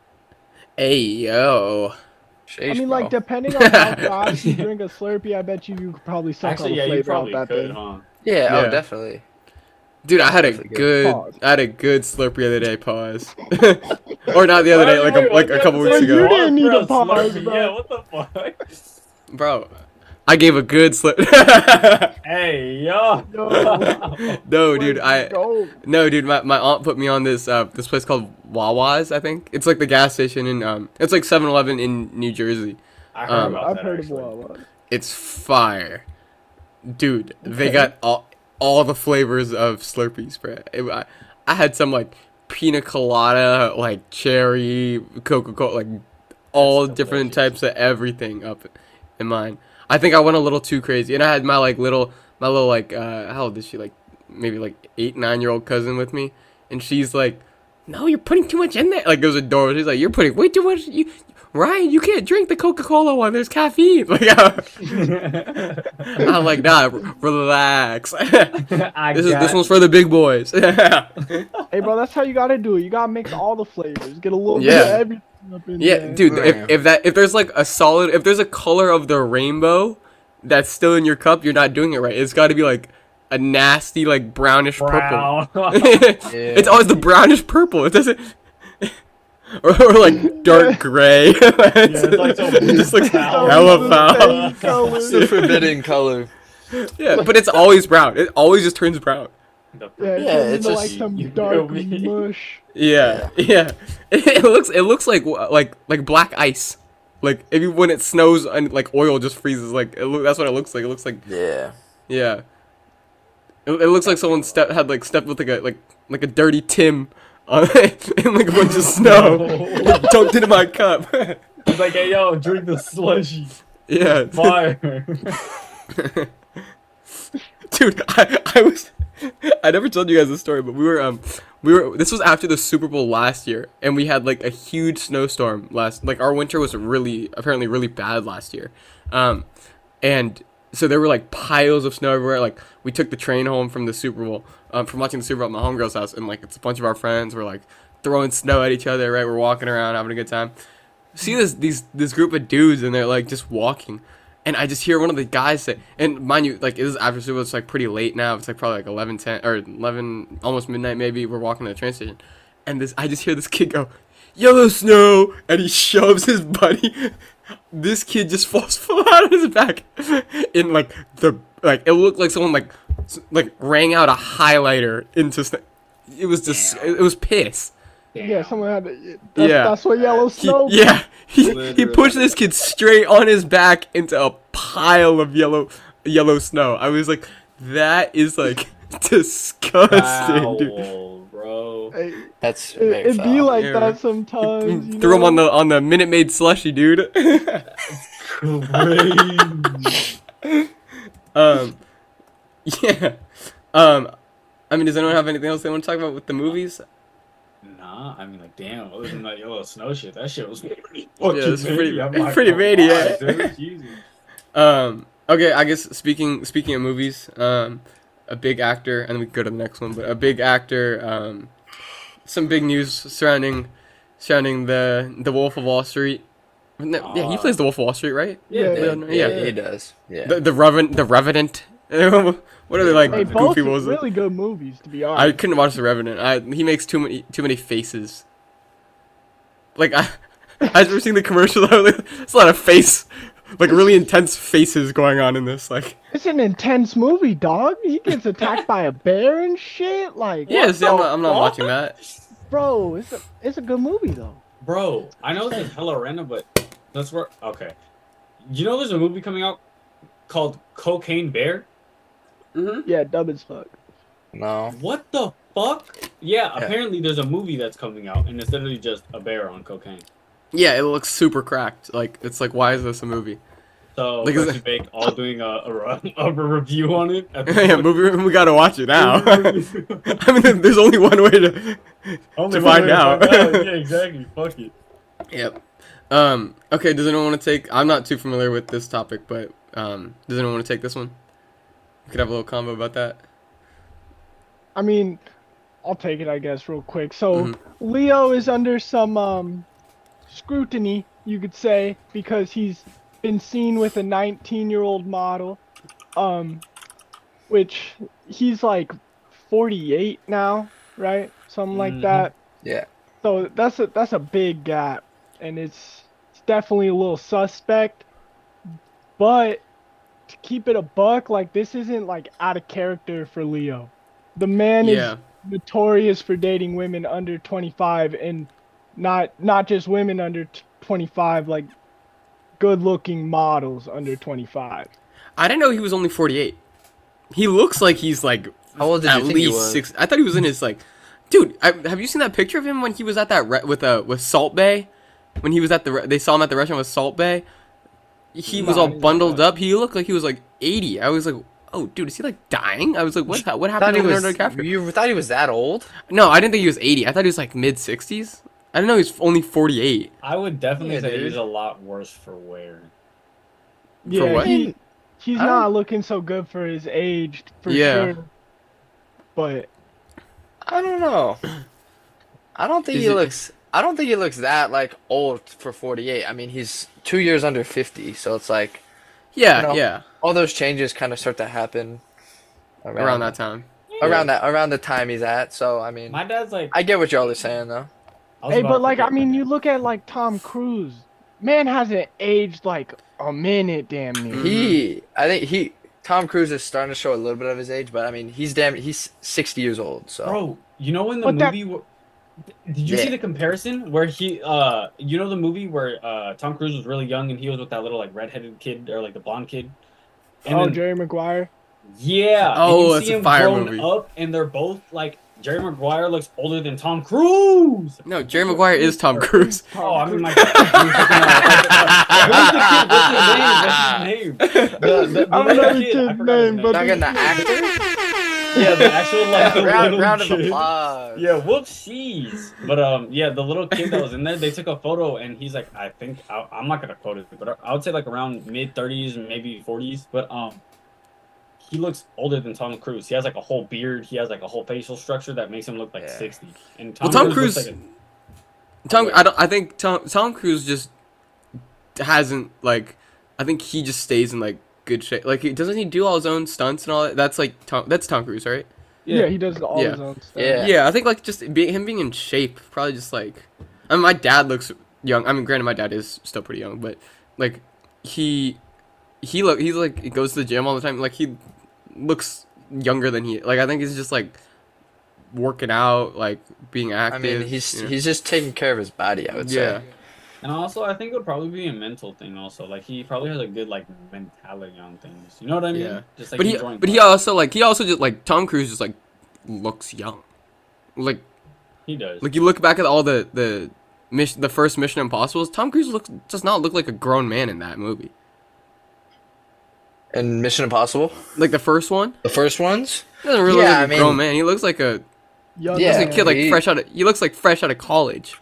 Speaker 1: Hey yo.
Speaker 2: Sheesh,
Speaker 3: I mean,
Speaker 2: bro.
Speaker 3: like depending on how fast you drink a Slurpee, I bet you you could probably suck all
Speaker 5: Actually,
Speaker 3: the
Speaker 5: yeah, you
Speaker 3: flavor out
Speaker 5: probably
Speaker 3: that
Speaker 5: could,
Speaker 3: thing.
Speaker 5: huh?
Speaker 2: yeah,
Speaker 1: Yeah.
Speaker 2: oh definitely.
Speaker 1: Dude, I had a
Speaker 2: That's a
Speaker 1: good,
Speaker 2: good
Speaker 3: pause.
Speaker 1: I had a good slurp the other day. Pause, or not the other day, like a, like a couple weeks
Speaker 3: say you
Speaker 1: ago,
Speaker 3: didn't need
Speaker 5: Bro,
Speaker 3: a pause,
Speaker 5: Slurpee,
Speaker 3: bro.
Speaker 5: Yeah, what the fuck?
Speaker 1: bro. I gave a good slurp.
Speaker 5: Hey yo.
Speaker 3: Yo.
Speaker 1: no, dude, I
Speaker 3: Go.
Speaker 1: no, dude. My, my aunt put me on this uh this place called Wawa's. I think it's like the gas station in um it's like 7-Eleven in New Jersey.
Speaker 5: I heard
Speaker 1: Um,
Speaker 5: about
Speaker 3: I've
Speaker 5: that,
Speaker 3: heard of
Speaker 5: actually.
Speaker 3: Wawa.
Speaker 1: It's fire, dude. They
Speaker 3: Okay.
Speaker 1: got all all the flavors of Slurpees, bro. It, I, I had some like pina colada, like cherry, Coca Cola, like all
Speaker 5: That's
Speaker 1: different
Speaker 5: delicious.
Speaker 1: types of everything up in mine. I think I went a little too crazy, and I had my like little, my little like, uh, how old is she? Like maybe like eight, nine year old cousin with me, and she's like, "No, you're putting too much in there." Like it was adorable. She's like, "You're putting way too much." You, Ryan, you can't drink the Coca Cola one. There's caffeine. Like I, am like, nah, r- relax. this
Speaker 5: I
Speaker 1: is
Speaker 5: got
Speaker 1: this one's for the big boys.
Speaker 3: Hey, bro, that's how you gotta do it. You gotta mix all the flavors. Get a little bit
Speaker 1: Yeah.
Speaker 3: of everything up in
Speaker 1: Yeah,
Speaker 3: there.
Speaker 1: dude.
Speaker 2: Yeah.
Speaker 1: If, if that if there's like a solid if there's a color of the rainbow that's still in your cup, you're not doing it right. It's got to be like a nasty like brownish purple.
Speaker 5: brown.
Speaker 1: It's always the brownish purple. It doesn't. Or, or like dark gray.
Speaker 5: it's like so
Speaker 1: it just looks
Speaker 5: foul.
Speaker 1: hella foul.
Speaker 3: Same colors.
Speaker 2: It's a forbidden color.
Speaker 1: Yeah, but it's always brown. It always just turns brown.
Speaker 2: Yeah,
Speaker 3: Yeah,
Speaker 2: it's
Speaker 3: it's into,
Speaker 2: just-
Speaker 3: like some
Speaker 5: you
Speaker 3: dark
Speaker 5: know me.
Speaker 3: mush.
Speaker 1: Yeah, yeah. It, looks it looks like like like black ice. Like if you, when it snows and like oil just freezes. Like it loo- that's what it looks like. It looks like
Speaker 2: Yeah.
Speaker 1: Yeah. It, it looks like someone stepped had like stepped with like a like like a dirty Tim on it and like a bunch of snow and dumped it in my cup.
Speaker 5: It's like, hey, yo, drink the slushy.
Speaker 1: yeah.
Speaker 5: Fire.
Speaker 1: Dude, I, I was I never told you guys this story, but we were um we were this was after the Super Bowl last year and we had like a huge snowstorm last like our winter was really apparently really bad last year. Um and so there were like piles of snow everywhere. Like we took the train home from the Super Bowl, um, from watching the Super Bowl at my homegirl's house, and like it's a bunch of our friends. We're like throwing snow at each other, right? We're walking around having a good time. See this these this group of dudes, and they're like just walking, and I just hear one of the guys say, and mind you, like it is after Super Bowl, it's like pretty late now. It's like probably like eleven ten or eleven, almost midnight maybe. We're walking to the train station, and this I just hear this kid go, "Yellow snow," and he shoves his buddy this kid just falls flat on his back in like the like it looked like someone like s- like rang out a highlighter into sn- it was just it was piss
Speaker 3: Yeah, someone had. To, that's,
Speaker 1: Yeah.
Speaker 3: that's what yellow
Speaker 1: he,
Speaker 3: snow.
Speaker 1: yeah he, he
Speaker 5: Literally.
Speaker 1: pushed this kid straight on his back into a pile of yellow yellow snow i was like that is like disgusting dude
Speaker 5: Foul, bro.
Speaker 3: Hey,
Speaker 2: That's
Speaker 3: it,
Speaker 2: very
Speaker 3: it'd be
Speaker 2: foul.
Speaker 3: like
Speaker 1: Yeah.
Speaker 3: that sometimes. You
Speaker 1: threw him
Speaker 3: know?
Speaker 1: on the on the minute made slushy dude
Speaker 5: Crazy.
Speaker 1: um, yeah. Um, I mean, does anyone have anything else they want to talk about with the movies?
Speaker 5: Nah, I mean, like, damn, other than that yellow snow shit, that shit was pretty
Speaker 1: Yeah,
Speaker 5: fucking
Speaker 1: it's pretty-
Speaker 5: meaty. I'm
Speaker 1: it's
Speaker 5: not
Speaker 1: pretty
Speaker 5: gonna
Speaker 1: meaty,
Speaker 5: lie,
Speaker 1: yeah.
Speaker 5: dude. Jesus.
Speaker 1: Um, okay, I guess speaking speaking of movies, um, a big actor, and then we can go to the next one, but a big actor, um, some big news surrounding surrounding the the Wolf of Wall Street. No, yeah, he
Speaker 5: Ah.
Speaker 1: plays the Wolf of Wall Street, right?
Speaker 3: Yeah.
Speaker 5: Yeah, dude.
Speaker 2: Yeah,
Speaker 1: Yeah.
Speaker 2: he does. Yeah.
Speaker 1: The the Revenant, the Revenant. what are they like?
Speaker 3: Hey, both
Speaker 1: goofy
Speaker 3: are
Speaker 1: wolves?
Speaker 3: really good movies, to be
Speaker 1: I
Speaker 3: honest.
Speaker 1: couldn't watch The Revenant. I, he makes too many too many faces. Like I, I've never seen the commercial. I was like, It's a lot of face, like really intense faces going on in this. Like
Speaker 3: it's an intense movie, dog. He gets attacked by a bear and shit. Like,
Speaker 1: yeah, see, I'm not, I'm not watching that.
Speaker 3: bro, it's a, it's a good movie though.
Speaker 5: Bro, I know this is hella random, but that's where. Okay. You know, there's a movie coming out called Cocaine Bear?
Speaker 3: Yeah, dumb as fuck.
Speaker 2: No.
Speaker 5: What the fuck?
Speaker 2: Yeah.
Speaker 5: Yeah, apparently there's a movie that's coming out, and it's literally just a bear on cocaine.
Speaker 1: Yeah, it looks super cracked. Like it's like why is this a movie?
Speaker 5: So,
Speaker 1: Like,
Speaker 5: like,
Speaker 1: is
Speaker 5: Percy
Speaker 1: it-
Speaker 5: Bake all doing a, a, re- a review on it. At
Speaker 1: yeah, movie. We gotta watch it now.
Speaker 5: Only
Speaker 1: I mean, there's only one way to. To
Speaker 5: one
Speaker 1: find
Speaker 5: way to
Speaker 1: out.
Speaker 5: Yeah, exactly. Fuck it.
Speaker 1: Yep. Um. Okay. Does anyone want to take? I'm not too familiar with this topic, but um, does anyone want to take this one? We could have a little combo about that.
Speaker 3: I mean, I'll take it, I guess, real quick. So
Speaker 1: Mhm.
Speaker 3: Leo is under some um, scrutiny, you could say, because he's been seen with a 19-year-old model, um, which he's like 48 now, right? Something like
Speaker 5: Mhm.
Speaker 3: that.
Speaker 2: Yeah.
Speaker 3: So that's a that's a big gap, and it's it's definitely a little suspect. But to keep it a buck, like this isn't like out of character for Leo. The man is
Speaker 1: yeah.
Speaker 3: notorious for dating women under 25 and not not just women under t- 25 like good looking models under 25
Speaker 1: I didn't know he was only 48. He looks like he's like
Speaker 2: How old did
Speaker 1: at
Speaker 2: you think he
Speaker 1: least
Speaker 2: was?
Speaker 1: six. I thought he was in his like Dude, I, have you seen that picture of him when he was at that re- with uh with Salt Bay? When he was at the re- they saw him at the restaurant with Salt Bay. He was
Speaker 5: No, I
Speaker 1: all
Speaker 5: didn't see
Speaker 1: bundled
Speaker 5: that.
Speaker 1: up. He looked like he was like 80. I was like, "Oh, dude, is he like dying?" I was like, "What ha- what
Speaker 2: Thought
Speaker 1: happened
Speaker 2: he
Speaker 1: to
Speaker 2: was,
Speaker 1: Leonardo DiCaprio?"
Speaker 2: you thought he was that old?
Speaker 1: No, I didn't think he was 80. I thought he was like mid 60s. I didn't know he was only 48.
Speaker 5: I would definitely
Speaker 2: Yeah,
Speaker 5: say he's
Speaker 2: dude.
Speaker 5: a lot worse for wear.
Speaker 3: Yeah,
Speaker 1: what?
Speaker 3: He, he's
Speaker 2: I don't-
Speaker 3: not looking so good for his age, for
Speaker 1: Yeah.
Speaker 3: sure. But
Speaker 2: I don't know. I don't think
Speaker 1: Is
Speaker 2: he
Speaker 1: it-
Speaker 2: looks. I don't think he looks that like old for 48. I mean, he's two years under 50, so it's like
Speaker 1: Yeah,
Speaker 2: No.
Speaker 1: yeah,
Speaker 2: all those changes kind of start to happen around,
Speaker 1: around that time.
Speaker 2: around that around the time he's at. So I mean,
Speaker 5: My dad's like.
Speaker 2: I get what y'all are saying though.
Speaker 5: I was
Speaker 3: hey,
Speaker 5: about
Speaker 3: but
Speaker 5: to
Speaker 3: like I
Speaker 5: forget
Speaker 3: mean,
Speaker 5: that.
Speaker 3: you look at like Tom Cruise. Man hasn't aged like a minute, damn near.
Speaker 1: Mm-hmm.
Speaker 2: Mm-hmm. He, I think he, Tom Cruise is starting to show a little bit of his age, but I mean, he's damn, he's 60 years old. So
Speaker 5: Bro, you know in the
Speaker 3: But that-
Speaker 5: movie wh- did you see
Speaker 2: Yeah.
Speaker 5: the comparison where he uh you know the movie where uh Tom Cruise was really young and he was with that little like redheaded kid or like the blonde kid? And
Speaker 3: oh,
Speaker 5: then-
Speaker 3: Jerry Maguire.
Speaker 5: yeah. and
Speaker 1: Oh,
Speaker 5: you
Speaker 1: that's
Speaker 5: see
Speaker 1: a
Speaker 5: him
Speaker 1: fire
Speaker 5: grown
Speaker 1: movie.
Speaker 5: up and they're both like Jerry Maguire looks older than Tom Cruise.
Speaker 1: No, Jerry Maguire is Tom Cruise.
Speaker 5: Oh, I mean, my God. Who's the kid? What's his name? What's his name? The- the-
Speaker 3: I don't know the
Speaker 5: kid, I
Speaker 3: kid's
Speaker 5: forgot his
Speaker 3: name, but
Speaker 2: not getting the actor.
Speaker 5: yeah, the actual like the
Speaker 2: round
Speaker 5: little
Speaker 2: round of
Speaker 5: kid.
Speaker 2: applause.
Speaker 5: Yeah, whoopsies. But um, yeah, the little kid that was in there, they took a photo, and he's like, I think I, I'm not gonna quote it, but I would say like around mid 30s, maybe 40s. But um, he looks older than Tom Cruise. He has like a whole beard. He has like a whole facial structure that makes him look like
Speaker 2: Yeah.
Speaker 5: 60. And Tom,
Speaker 1: Well, Tom
Speaker 5: Cruise,
Speaker 1: Cruise,
Speaker 5: looks like
Speaker 1: Tom, I don't. I think Tom Tom Cruise just hasn't like. I think he just stays in like good shape. Like, he- doesn't he do all his own stunts and all that? That's like Tom. That's Tom Cruise, right?
Speaker 5: Yeah.
Speaker 3: Yeah, he does all
Speaker 1: Yeah.
Speaker 3: his own stuff.
Speaker 2: Yeah.
Speaker 1: Yeah, I think like just be, him being in shape probably just like. I mean, my dad looks young. I mean, granted, my dad is still pretty young, but like he he look he's like he goes to the gym all the time. Like he looks younger than he. Like I think he's just like working out, like being
Speaker 2: I
Speaker 1: active.
Speaker 2: mean, he's
Speaker 1: you know?
Speaker 2: he's just taking care of his body. I would say.
Speaker 1: yeah.
Speaker 5: And also, I think it would probably be a mental thing. Also, like he probably has a good like mentality on things. You know what I mean?
Speaker 1: Yeah.
Speaker 5: Just like
Speaker 1: but he
Speaker 5: enjoying
Speaker 1: but he
Speaker 5: life.
Speaker 1: also like he also just like Tom Cruise just like looks young. Like
Speaker 5: he does.
Speaker 1: like you look back at all the the mission the first Mission Impossible's Tom Cruise looks does not look like a grown man in that movie.
Speaker 2: And Mission Impossible,
Speaker 1: Like the first one.
Speaker 2: the first ones.
Speaker 1: He doesn't really
Speaker 2: Yeah,
Speaker 1: look like
Speaker 2: I
Speaker 1: a
Speaker 2: mean-
Speaker 1: grown man. He looks like a
Speaker 3: Young
Speaker 2: Yeah.
Speaker 1: he's
Speaker 3: man.
Speaker 1: a kid like
Speaker 2: he-
Speaker 1: fresh out of he looks like fresh out of college.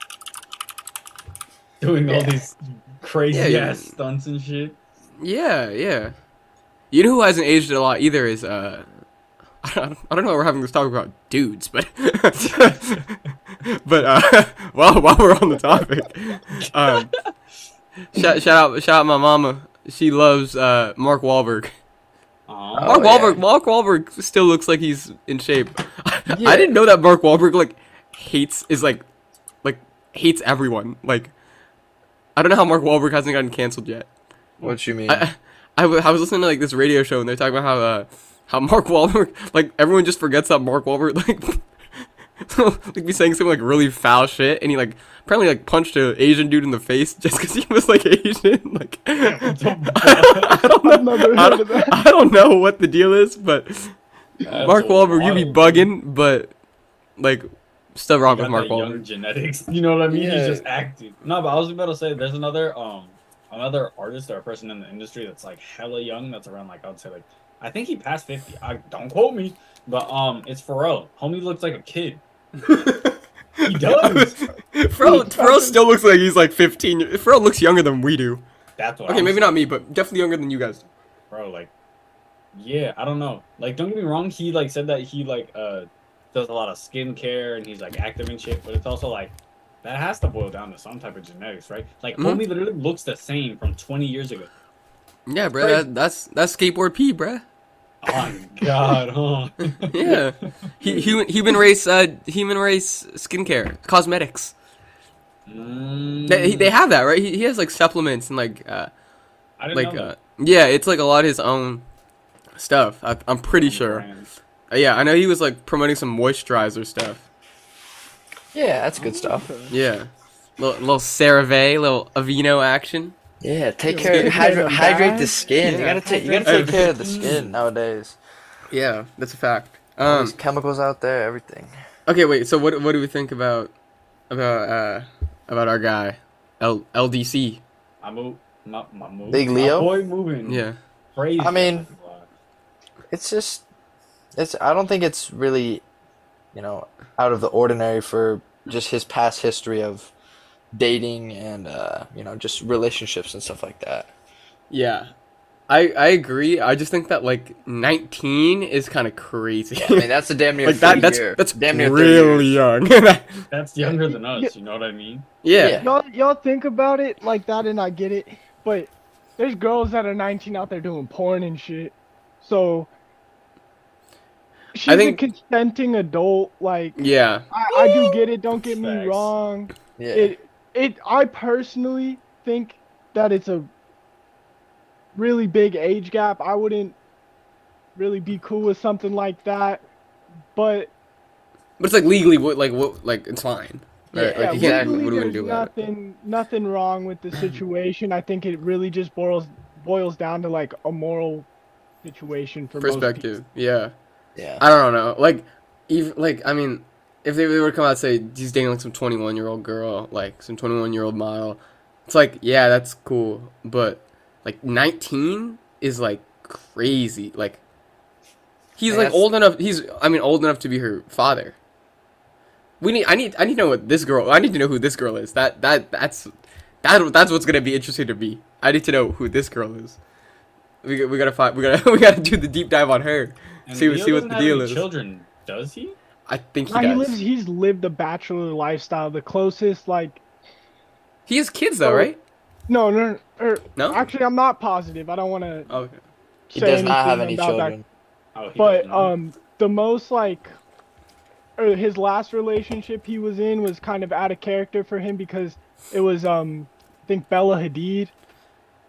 Speaker 5: doing all
Speaker 2: Yeah.
Speaker 5: these crazy
Speaker 1: Yeah, yeah.
Speaker 5: ass stunts and shit.
Speaker 1: Yeah, yeah. You know who hasn't aged a lot either is uh I don't, I don't know why we're having this talk about dudes, but but uh while while we're on the topic, um, shout, shout out shout out my mama. She loves uh Mark Wahlberg.
Speaker 5: Aw.
Speaker 2: Oh,
Speaker 1: Mark
Speaker 2: yeah.
Speaker 1: Wahlberg Mark Wahlberg still looks like he's in shape.
Speaker 2: Yeah.
Speaker 1: I didn't know that Mark Wahlberg like hates is like like hates everyone. Like I don't know how Mark Wahlberg hasn't gotten canceled yet.
Speaker 2: What you mean?
Speaker 1: I, I, w- I was listening to like this radio show and they're talking about how uh, how Mark Wahlberg like everyone just forgets that Mark Wahlberg like like be saying some like really foul shit and he like apparently like punched an Asian dude in the face just because he was like Asian like I don't
Speaker 3: I've
Speaker 1: know
Speaker 3: never
Speaker 1: I
Speaker 3: heard
Speaker 1: don't,
Speaker 3: of that.
Speaker 1: I don't know what the deal is but
Speaker 5: That's
Speaker 1: Mark
Speaker 5: a
Speaker 1: Wahlberg you be
Speaker 5: wild-
Speaker 1: bugging but like stuff wrong
Speaker 5: got
Speaker 1: with Mark
Speaker 5: that young
Speaker 1: Wahlberg
Speaker 5: genetics. You know what I mean? He's
Speaker 2: Yeah.
Speaker 5: just active. No, but I was about to say there's another um another artist or person in the industry that's like hella young. That's around like I would say like I think he passed fifty. I don't quote me, but um it's Pharrell. Homie looks like a kid. he does.
Speaker 1: Pharrell, Pharrell still looks like he's like 15 Pharrell looks younger than we do
Speaker 5: That's what.
Speaker 1: okay
Speaker 5: I'm
Speaker 1: maybe
Speaker 5: saying,
Speaker 1: not me but definitely younger than you guys
Speaker 5: bro. Like, yeah, I don't know. Like, don't get me wrong. He like said that he like uh does a lot of skincare and he's like active and shit, but it's also like. That has to boil down to some type of genetics, right? Like,
Speaker 1: Mhm.
Speaker 5: homie literally looks the same from 20 years ago.
Speaker 1: Yeah, bro,
Speaker 5: Like-
Speaker 1: that, that's that's skateboard P, bruh.
Speaker 5: Oh my god, huh?
Speaker 1: Yeah, he, human human race uh human race skincare cosmetics.
Speaker 5: Mm,
Speaker 1: They, he- they have that right. He, he has like supplements and like uh
Speaker 5: I didn't
Speaker 1: like
Speaker 5: know
Speaker 1: uh
Speaker 5: that.
Speaker 1: yeah, it's like a lot of his own stuff. I, I'm pretty sure.
Speaker 5: Brands.
Speaker 1: Uh, Yeah, I know he was like promoting some moisturizer stuff.
Speaker 2: yeah, that's good stuff.
Speaker 1: Yeah, little little CeraVe, little Aveeno action.
Speaker 2: Yeah, take care.
Speaker 3: Yeah.
Speaker 2: Hydra- hydrate the skin.
Speaker 1: Yeah.
Speaker 2: You gotta take. You gotta take care of the skin nowadays.
Speaker 1: Yeah, that's a fact.
Speaker 2: All these
Speaker 1: Um,
Speaker 2: chemicals out there, everything.
Speaker 1: Okay, wait. So what what do we think about about uh about our guy L- LDC?
Speaker 5: I move my, my move.
Speaker 2: Big
Speaker 5: my
Speaker 2: Leo?
Speaker 5: boy moving.
Speaker 1: Yeah.
Speaker 5: Crazy.
Speaker 2: I mean- It's just, it's. I don't think it's really, you know, out of the ordinary for just his past history of dating and uh, you know just relationships and stuff like that.
Speaker 1: Yeah. I I agree. I just think that like 19 is kind of crazy.
Speaker 2: I mean, that's a damn near
Speaker 1: like that
Speaker 2: thirty
Speaker 1: that's
Speaker 2: year-
Speaker 1: that's
Speaker 2: damn near thirty
Speaker 1: really
Speaker 2: years.
Speaker 1: young.
Speaker 5: that's younger than us. You know what I mean?
Speaker 1: yeah.
Speaker 2: Yeah.
Speaker 3: Y'all, y'all think about it like that, and I get it. But there's girls that are 19 out there doing porn and shit. So she's
Speaker 1: think-
Speaker 3: a consenting adult. Like
Speaker 1: Yeah.
Speaker 3: I, I do get it. Don't get me
Speaker 5: Facts.
Speaker 3: wrong.
Speaker 2: Yeah,
Speaker 3: It, it. I personally think that it's a really big age gap. I wouldn't really be cool with something like that. But
Speaker 1: But it's like legally what like what like it's fine. Right?
Speaker 2: Yeah,
Speaker 1: like you can't
Speaker 3: legally
Speaker 1: what are we gonna
Speaker 3: there's
Speaker 1: do about it?
Speaker 3: nothing, nothing wrong with the situation. I think it really just boils boils down to like a moral situation for most
Speaker 1: Perspective. Yeah.
Speaker 2: yeah.
Speaker 1: I don't know. Like even like I mean if they were to come out and say he's dating like some 21 year old girl, like some 21 year old model, it's like yeah, that's cool. But like 19 is like crazy. Like he's
Speaker 2: Yeah,
Speaker 1: like
Speaker 2: that's-
Speaker 1: old enough. He's I mean old enough to be her father. We need. I need. I need to know what this girl. I need to know who this girl is. That that that's that that's what's gonna be interesting to me. I need to know who this girl is. We got- we gotta find. We gotta we gotta do the deep dive on her.
Speaker 5: And
Speaker 1: see
Speaker 5: Leo
Speaker 1: see what
Speaker 5: doesn't
Speaker 1: the
Speaker 5: have
Speaker 1: deal
Speaker 5: any
Speaker 1: is.
Speaker 5: Children? Does he?
Speaker 1: I think he
Speaker 3: people. Nah, he
Speaker 1: does.
Speaker 3: lives. He's lived the bachelor lifestyle. The closest, like,
Speaker 1: He has kids though,
Speaker 3: Oh.
Speaker 1: right?
Speaker 3: no, no, or,
Speaker 1: No.
Speaker 3: actually, I'm not positive. I don't want to.
Speaker 1: Oh, okay.
Speaker 2: he does not have any
Speaker 3: about that
Speaker 2: children.
Speaker 5: Oh, he
Speaker 3: But
Speaker 5: doesn't.
Speaker 3: um, the most like, or his last relationship he was in was kind of out of character for him because it was um, I think Bella Hadid,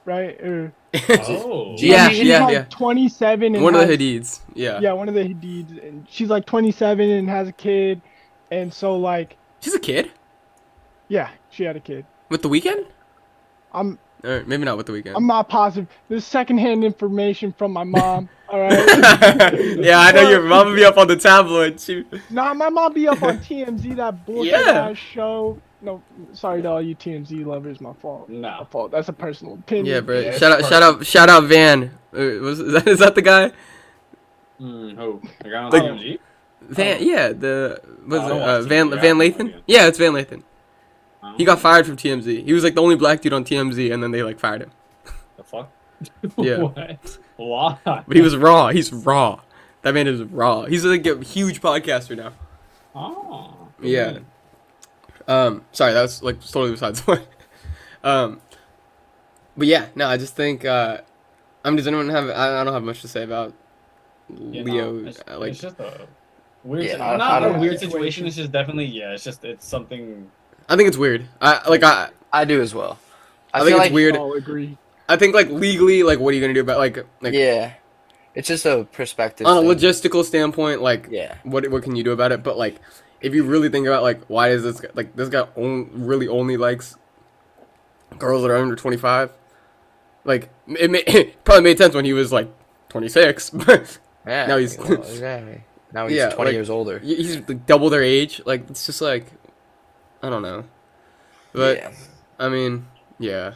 Speaker 3: right? Or
Speaker 5: oh,
Speaker 1: G- Yeah,
Speaker 3: I mean, she's
Speaker 1: yeah,
Speaker 3: like
Speaker 1: yeah.
Speaker 3: Twenty-seven and
Speaker 1: One of
Speaker 3: has-
Speaker 1: the Hadids. Yeah.
Speaker 3: Yeah, one of the Hadids, and she's like twenty-seven and has a kid, and so like,
Speaker 1: She's a kid
Speaker 3: yeah, she had a kid.
Speaker 1: with the weekend.
Speaker 3: I'm
Speaker 1: Or maybe not with the weekend.
Speaker 3: I'm not positive. This is secondhand information from my mom. all right.
Speaker 1: yeah, I know your mom will be up on the tabloid. She,
Speaker 3: Nah, my mom be up on TMZ that bullshit
Speaker 1: Yeah.
Speaker 3: ass show. No, sorry to all you TMZ lovers, my fault.
Speaker 5: Nah.
Speaker 3: My fault. That's a personal opinion.
Speaker 1: yeah, bro.
Speaker 5: it's
Speaker 1: shout out, shout out, shout out, Van. Uh, was, is, that, is that the guy?
Speaker 5: Mm, who? The guy on
Speaker 1: Like-
Speaker 5: TMZ?
Speaker 1: Van,
Speaker 5: Oh.
Speaker 1: yeah, the was
Speaker 5: I
Speaker 1: it,
Speaker 5: don't
Speaker 1: uh,
Speaker 5: watch
Speaker 1: Van
Speaker 5: TV, I
Speaker 1: Van
Speaker 5: have no
Speaker 1: Lathan?
Speaker 5: idea.
Speaker 1: Yeah, it's Van Lathan.
Speaker 5: Um,
Speaker 1: He got fired from TMZ. He was like the only black dude on TMZ, and then they like fired him.
Speaker 5: The fuck?
Speaker 1: Yeah.
Speaker 5: what? Why?
Speaker 1: But he was raw. He's raw. That man is raw. He's like a huge podcaster now.
Speaker 5: Oh.
Speaker 1: Yeah. Um, sorry, that was like totally besides the point. Um, but yeah, no, I just think uh, I mean, does anyone have? I, I don't have much to say about
Speaker 5: You know,
Speaker 1: Leo.
Speaker 5: it's,
Speaker 1: uh, like,
Speaker 5: it's just a weird.
Speaker 2: Yeah,
Speaker 5: si-
Speaker 2: I don't- I
Speaker 5: not
Speaker 2: don't
Speaker 5: a
Speaker 2: know.
Speaker 5: weird situation. It's just definitely yeah. It's just it's something.
Speaker 1: I think it's weird. I like I.
Speaker 2: I do as well. I,
Speaker 1: I,
Speaker 2: feel
Speaker 1: think it's
Speaker 2: like,
Speaker 1: weird.
Speaker 3: I'll agree.
Speaker 1: I think like legally, like, what are you gonna do about like like
Speaker 2: Yeah, it's just a perspective.
Speaker 1: on a
Speaker 2: thing.
Speaker 1: logistical standpoint, like,
Speaker 2: Yeah.
Speaker 1: what what can you do about it? But like, if you really think about like, why is this guy, like this guy on, really only likes girls that are under twenty five? Like, it, ma- it probably made sense when he was like twenty six, but
Speaker 2: Yeah.
Speaker 1: Now he's-
Speaker 2: well, exactly. Now he's
Speaker 1: Yeah,
Speaker 2: twenty
Speaker 1: like-
Speaker 2: years older.
Speaker 1: he- he's like, double their age. Like, it's just like, I don't know. But
Speaker 2: yeah.
Speaker 1: I mean, yeah,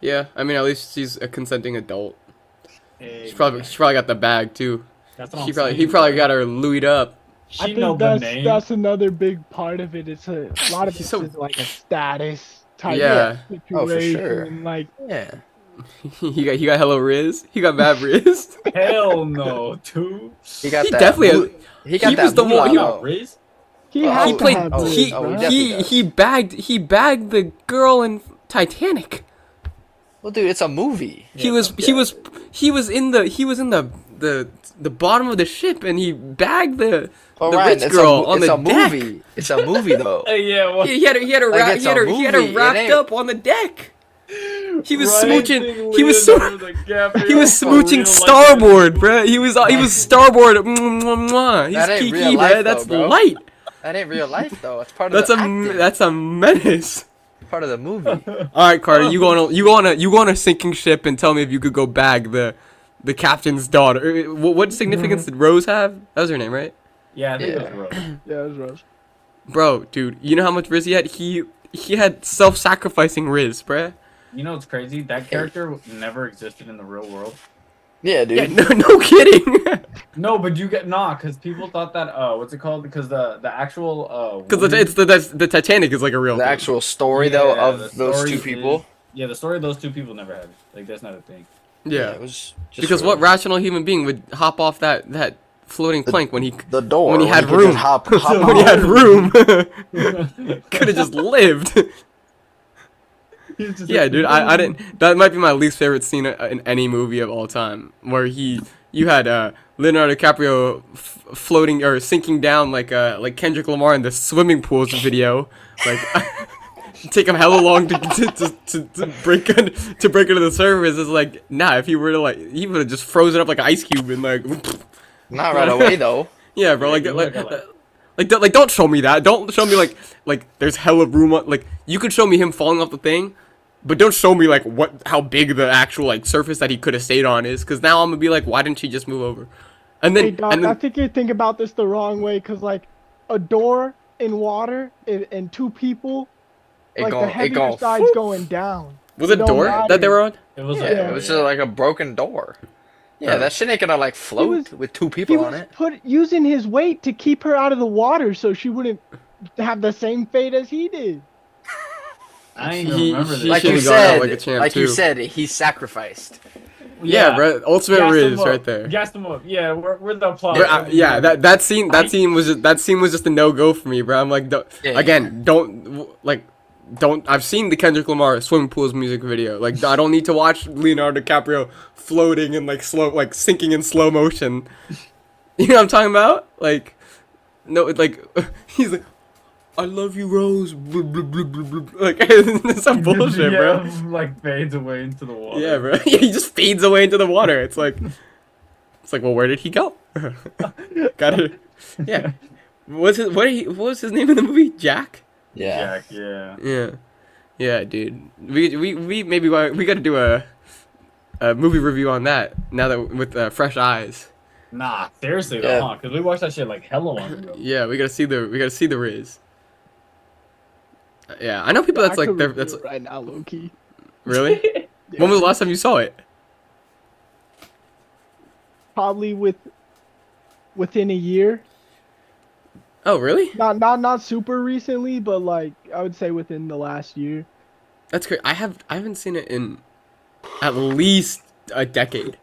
Speaker 1: yeah. I mean, at least she's a consenting adult. She probably she probably got the bag too.
Speaker 5: That's eh, what
Speaker 1: She
Speaker 5: I'm
Speaker 1: probably he
Speaker 5: saying,
Speaker 1: probably
Speaker 5: bro.
Speaker 1: got her looed up.
Speaker 5: She
Speaker 3: I
Speaker 5: know
Speaker 3: think
Speaker 5: the
Speaker 3: that's
Speaker 5: name.
Speaker 3: that's another big part of it. It's a a lot of
Speaker 1: He's
Speaker 3: it's
Speaker 1: so-
Speaker 3: like a status type
Speaker 1: Yeah.
Speaker 3: of situation.
Speaker 2: Oh, for sure.
Speaker 3: and, Like
Speaker 2: Yeah.
Speaker 1: He got he got hello Riz. He got bad Riz.
Speaker 5: Hell no, dude.
Speaker 2: He got
Speaker 1: he
Speaker 2: that.
Speaker 1: definitely.
Speaker 2: blue-
Speaker 1: had-
Speaker 2: he got
Speaker 1: he
Speaker 2: that.
Speaker 1: was the
Speaker 2: blue
Speaker 1: one-
Speaker 5: He
Speaker 1: he-
Speaker 2: eye.
Speaker 5: got raised.
Speaker 3: he
Speaker 2: Oh,
Speaker 3: has
Speaker 1: he
Speaker 3: to
Speaker 1: played.
Speaker 3: have
Speaker 2: oh,
Speaker 3: this,
Speaker 1: he
Speaker 2: oh,
Speaker 3: bro.
Speaker 2: definitely
Speaker 1: he,
Speaker 2: does.
Speaker 1: he bagged he bagged the girl in Titanic.
Speaker 2: Well, dude, it's a movie.
Speaker 1: he was he was he was in the he was in the the the bottom of the ship and he bagged the
Speaker 2: Oh,
Speaker 1: the
Speaker 2: Ryan,
Speaker 1: rich girl on
Speaker 2: it's
Speaker 1: the
Speaker 2: a
Speaker 1: deck.
Speaker 2: movie. It's a movie though.
Speaker 5: Hey, yeah. What?
Speaker 1: He, he had her, he had her,
Speaker 2: Like,
Speaker 1: wra-
Speaker 2: it's
Speaker 1: he had
Speaker 2: a
Speaker 1: her, he had her
Speaker 2: movie, it
Speaker 1: wrapped
Speaker 2: ain't-
Speaker 1: up on the deck. He was
Speaker 5: Ryan
Speaker 1: smooching.
Speaker 5: Thing
Speaker 1: He was
Speaker 5: living
Speaker 1: so.
Speaker 5: under the gap,
Speaker 1: He
Speaker 5: yo,
Speaker 1: was
Speaker 5: for
Speaker 1: smooching
Speaker 5: real, like,
Speaker 1: starboard, bruh. He was he was starboard. Mwah, mwah, mwah.
Speaker 2: That ain't
Speaker 1: He's
Speaker 2: real
Speaker 1: kiki,
Speaker 2: life,
Speaker 1: bruh. That's
Speaker 2: though, bro.
Speaker 1: light.
Speaker 2: That ain't real life though. It's part of
Speaker 1: That's
Speaker 2: the
Speaker 1: a
Speaker 2: acting.
Speaker 1: that's a menace.
Speaker 2: part of the movie.
Speaker 1: All right, Carter, you go on a you go on a you go on a sinking ship and tell me if you could go Uh,
Speaker 2: Mm-hmm.
Speaker 1: bag the the captain's daughter. Er, What, what significance did Rose have? That was her name, right?
Speaker 5: Yeah, I think it was
Speaker 2: Yeah.
Speaker 5: row.
Speaker 3: Yeah, it was rough.
Speaker 1: Bro, dude, you know how much Riz he had? He he had self-sacrificing Riz, bruh.
Speaker 5: You know what's crazy? That character never existed in the real world.
Speaker 2: Yeah, dude.
Speaker 1: Yeah, no, no kidding.
Speaker 5: No, but you get nah, because people thought that uh, what's it called? Because the the actual uh,
Speaker 1: Because
Speaker 5: woman-
Speaker 1: it's the that's, the Titanic is like a real.
Speaker 2: Mm-hmm. the
Speaker 1: thing.
Speaker 2: actual story though
Speaker 5: Yeah,
Speaker 2: of
Speaker 5: the
Speaker 2: those
Speaker 5: story
Speaker 2: two
Speaker 5: is-
Speaker 2: people.
Speaker 5: yeah, the story of those two people never had. Like that's not a thing.
Speaker 1: Yeah.
Speaker 2: it was just
Speaker 1: Because
Speaker 2: for
Speaker 1: what rational human being would hop off that that floating plank when he
Speaker 2: the door
Speaker 1: when he had
Speaker 2: could
Speaker 1: room.
Speaker 2: just Hop, hop
Speaker 1: when he had
Speaker 2: out.
Speaker 1: room? Could have just lived. yeah, dude, I, I didn't. That might be my least favorite scene uh, in any movie of all time, where he you had uh, Leonardo DiCaprio f- floating or sinking down like uh, like Kendrick Lamar in the swimming pools video, like. Take him hella long to to, to, to, to break un- to break into the surface. It's like nah. If he were to like, he would have just frozen up like an ice cube and like,
Speaker 2: Not right away though.
Speaker 1: yeah, bro.
Speaker 5: Yeah,
Speaker 1: Like,
Speaker 5: you
Speaker 1: like,
Speaker 5: look
Speaker 1: like,
Speaker 5: alike.
Speaker 1: like, don't- like, don't show me that. Don't show me like, like, there's hella room. On, like, you could show me him falling off the thing, but don't show me like what, how big the actual like surface that he could have stayed on is. Because now I'm gonna be like, why didn't she just move over? And then,
Speaker 3: Hey, Doc,
Speaker 1: and
Speaker 3: I
Speaker 1: then,
Speaker 3: think you're thinking about this the wrong way because, like, a door in water and, and two people,
Speaker 2: It
Speaker 3: like,
Speaker 2: gon-
Speaker 3: the
Speaker 2: it
Speaker 3: heavier
Speaker 2: gon-
Speaker 3: side's going down.
Speaker 1: was it
Speaker 3: don't
Speaker 1: door
Speaker 3: matter.
Speaker 1: that they were on?
Speaker 5: It was
Speaker 2: Yeah,
Speaker 5: a,
Speaker 2: it was just like a broken door. Yeah,
Speaker 1: Yeah.
Speaker 2: that shit ain't gonna like float
Speaker 3: was-
Speaker 2: with two
Speaker 3: He
Speaker 2: people on
Speaker 3: was
Speaker 2: it.
Speaker 3: put using his weight to keep her out of the water so she wouldn't have the same fate as he did.
Speaker 5: I ain't
Speaker 1: He-
Speaker 5: remember
Speaker 1: he
Speaker 5: this.
Speaker 2: Like
Speaker 1: should've
Speaker 2: you
Speaker 1: gone out
Speaker 2: said,
Speaker 1: like
Speaker 2: like,
Speaker 1: a champ,
Speaker 2: you
Speaker 1: too.
Speaker 2: said, he sacrificed.
Speaker 1: Yeah, bro. Ultimate
Speaker 5: Gas them
Speaker 1: Riz
Speaker 5: up.
Speaker 1: right there.
Speaker 5: Gas them up. Yeah, we're, we're the applause.
Speaker 1: Bro, I- yeah, that that scene that scene was just that scene was just a no go for me, bro. I'm like, don't,
Speaker 2: Yeah.
Speaker 1: again, don't w- like, don't. I've seen the Kendrick Lamar swimming pools music video. Like, I don't need to watch Leonardo DiCaprio floating and like slow, like sinking in slow motion. You know what I'm talking about? Like, no, it, like he's like, I love you, Rose. Blah, blah, blah, blah, blah, blah. Like, it's some bullshit,
Speaker 5: yeah,
Speaker 1: bro.
Speaker 5: Like fades away into the water.
Speaker 1: Yeah, bro. Yeah, he just fades away into the water. It's like, it's like, well, where did he go? Got it. Yeah. What's his what? He, what was his name in the movie? Jack.
Speaker 2: Yeah.
Speaker 5: Jack, yeah.
Speaker 1: Yeah. Yeah, dude. We we we maybe wa- we got to do a a movie review on that now that with uh, fresh eyes.
Speaker 5: Nah, seriously
Speaker 2: Yeah.
Speaker 5: though, huh? Because we watched that shit like hella long ago.
Speaker 1: Yeah, we got to see the we got to see the Riz. Uh, Yeah, I know people that's
Speaker 3: I
Speaker 1: like
Speaker 3: could
Speaker 1: their,
Speaker 3: review
Speaker 1: that's
Speaker 3: it right now, Loki.
Speaker 1: really. When was the last time you saw it?
Speaker 3: Probably with within a year.
Speaker 1: Oh, really?
Speaker 3: Not not not super recently, but like I would say within the last year.
Speaker 1: That's great. I have I haven't seen it in at least a decade.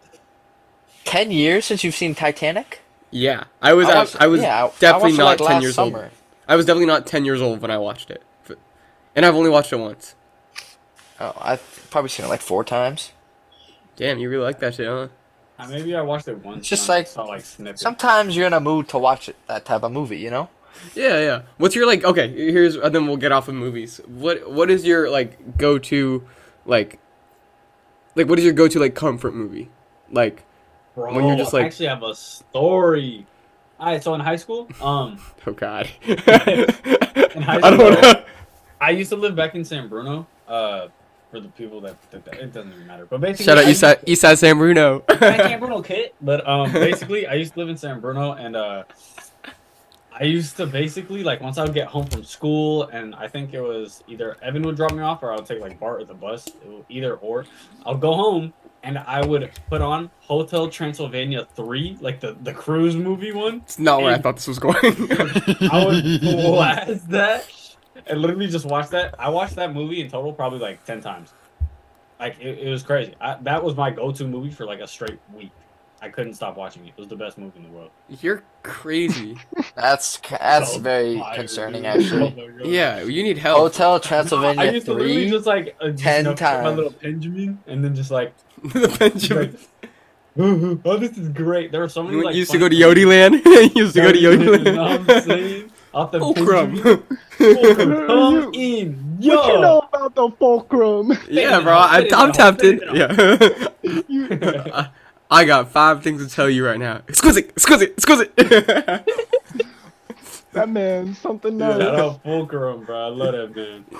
Speaker 2: Ten years since you've seen Titanic.
Speaker 1: Yeah, I was I,
Speaker 2: watched-
Speaker 1: I was
Speaker 2: yeah, I- I
Speaker 1: definitely
Speaker 2: watched it,
Speaker 1: not
Speaker 2: like,
Speaker 1: ten
Speaker 2: last
Speaker 1: years old.
Speaker 2: summer.
Speaker 1: I was definitely not ten years old when I watched it, F- and I've only watched it once.
Speaker 2: Oh, I've probably seen it like four times.
Speaker 1: Damn, you really like that shit, huh?
Speaker 5: Uh, Maybe I watched it once.
Speaker 2: Just
Speaker 5: and I
Speaker 2: like-
Speaker 5: saw like snippets.
Speaker 2: Sometimes you're in a mood to watch it, that type of movie, you know?
Speaker 1: Yeah, yeah. What's your like? Okay, here's and then we'll get off of movies. What What is your like go to, like, like what is your go to like comfort movie? Like,
Speaker 5: Bro,
Speaker 1: when you're just, like-
Speaker 5: I actually have a story. All right, so in high school, um,
Speaker 1: oh god,
Speaker 5: high
Speaker 1: I don't
Speaker 5: school-
Speaker 1: wanna.
Speaker 5: I used to live back in San Bruno. Uh, for the people that, that, that- it doesn't even matter. But basically,
Speaker 1: Shout out
Speaker 5: I used-
Speaker 1: Eastside Eastside San Bruno.
Speaker 5: I can't Bruno kid. But um, basically, I used to live in San Bruno, and uh, I used to basically like once I would get home from school, and I think it was either Evan would drop me off, or I would take like Bart or the bus, it was either or. I'll go home, and I would put on Hotel Transylvania three, like the the cruise movie one.
Speaker 1: it's not where I thought this was going.
Speaker 5: I would blast that and literally just watch that. I watched that movie in total probably like ten times. Like it, it was crazy. I, that was my go-to movie for like a straight week. I couldn't stop watching it. It was the best movie in the world.
Speaker 1: You're crazy.
Speaker 2: That's ca- that's
Speaker 5: So
Speaker 2: very
Speaker 5: tired,
Speaker 2: concerning,
Speaker 5: dude.
Speaker 2: actually.
Speaker 5: Oh my God.
Speaker 1: Yeah, you need help.
Speaker 2: Hotel
Speaker 5: I
Speaker 2: Transylvania
Speaker 5: used to literally
Speaker 2: 3.
Speaker 5: just like uh, just,
Speaker 2: 10
Speaker 5: you know, put my
Speaker 2: times.
Speaker 5: little Benjamin and then just like,
Speaker 1: the Benjamin.
Speaker 5: like, oh this is great. There were so many
Speaker 1: You
Speaker 5: like
Speaker 1: used to
Speaker 5: fun-
Speaker 1: go to Yodi Land. you used to go to
Speaker 5: You
Speaker 1: Yodi
Speaker 5: know what I'm
Speaker 1: Land.
Speaker 5: saying? Off the
Speaker 1: Oh,
Speaker 5: Benjamin.
Speaker 1: crumb.
Speaker 5: Fulcrum, come in, yo.
Speaker 3: What you know about the fulcrum?
Speaker 1: yeah, bro. I,
Speaker 5: Spit it
Speaker 1: I'm
Speaker 5: out, spit
Speaker 1: tempted.
Speaker 5: it
Speaker 1: Yeah.
Speaker 3: you,
Speaker 1: I- I got five things to tell you right now. Exquisite, exquisite, exquisite.
Speaker 3: that man, something
Speaker 5: Shout
Speaker 3: else.
Speaker 5: out Fulcrum, bro. I love that man.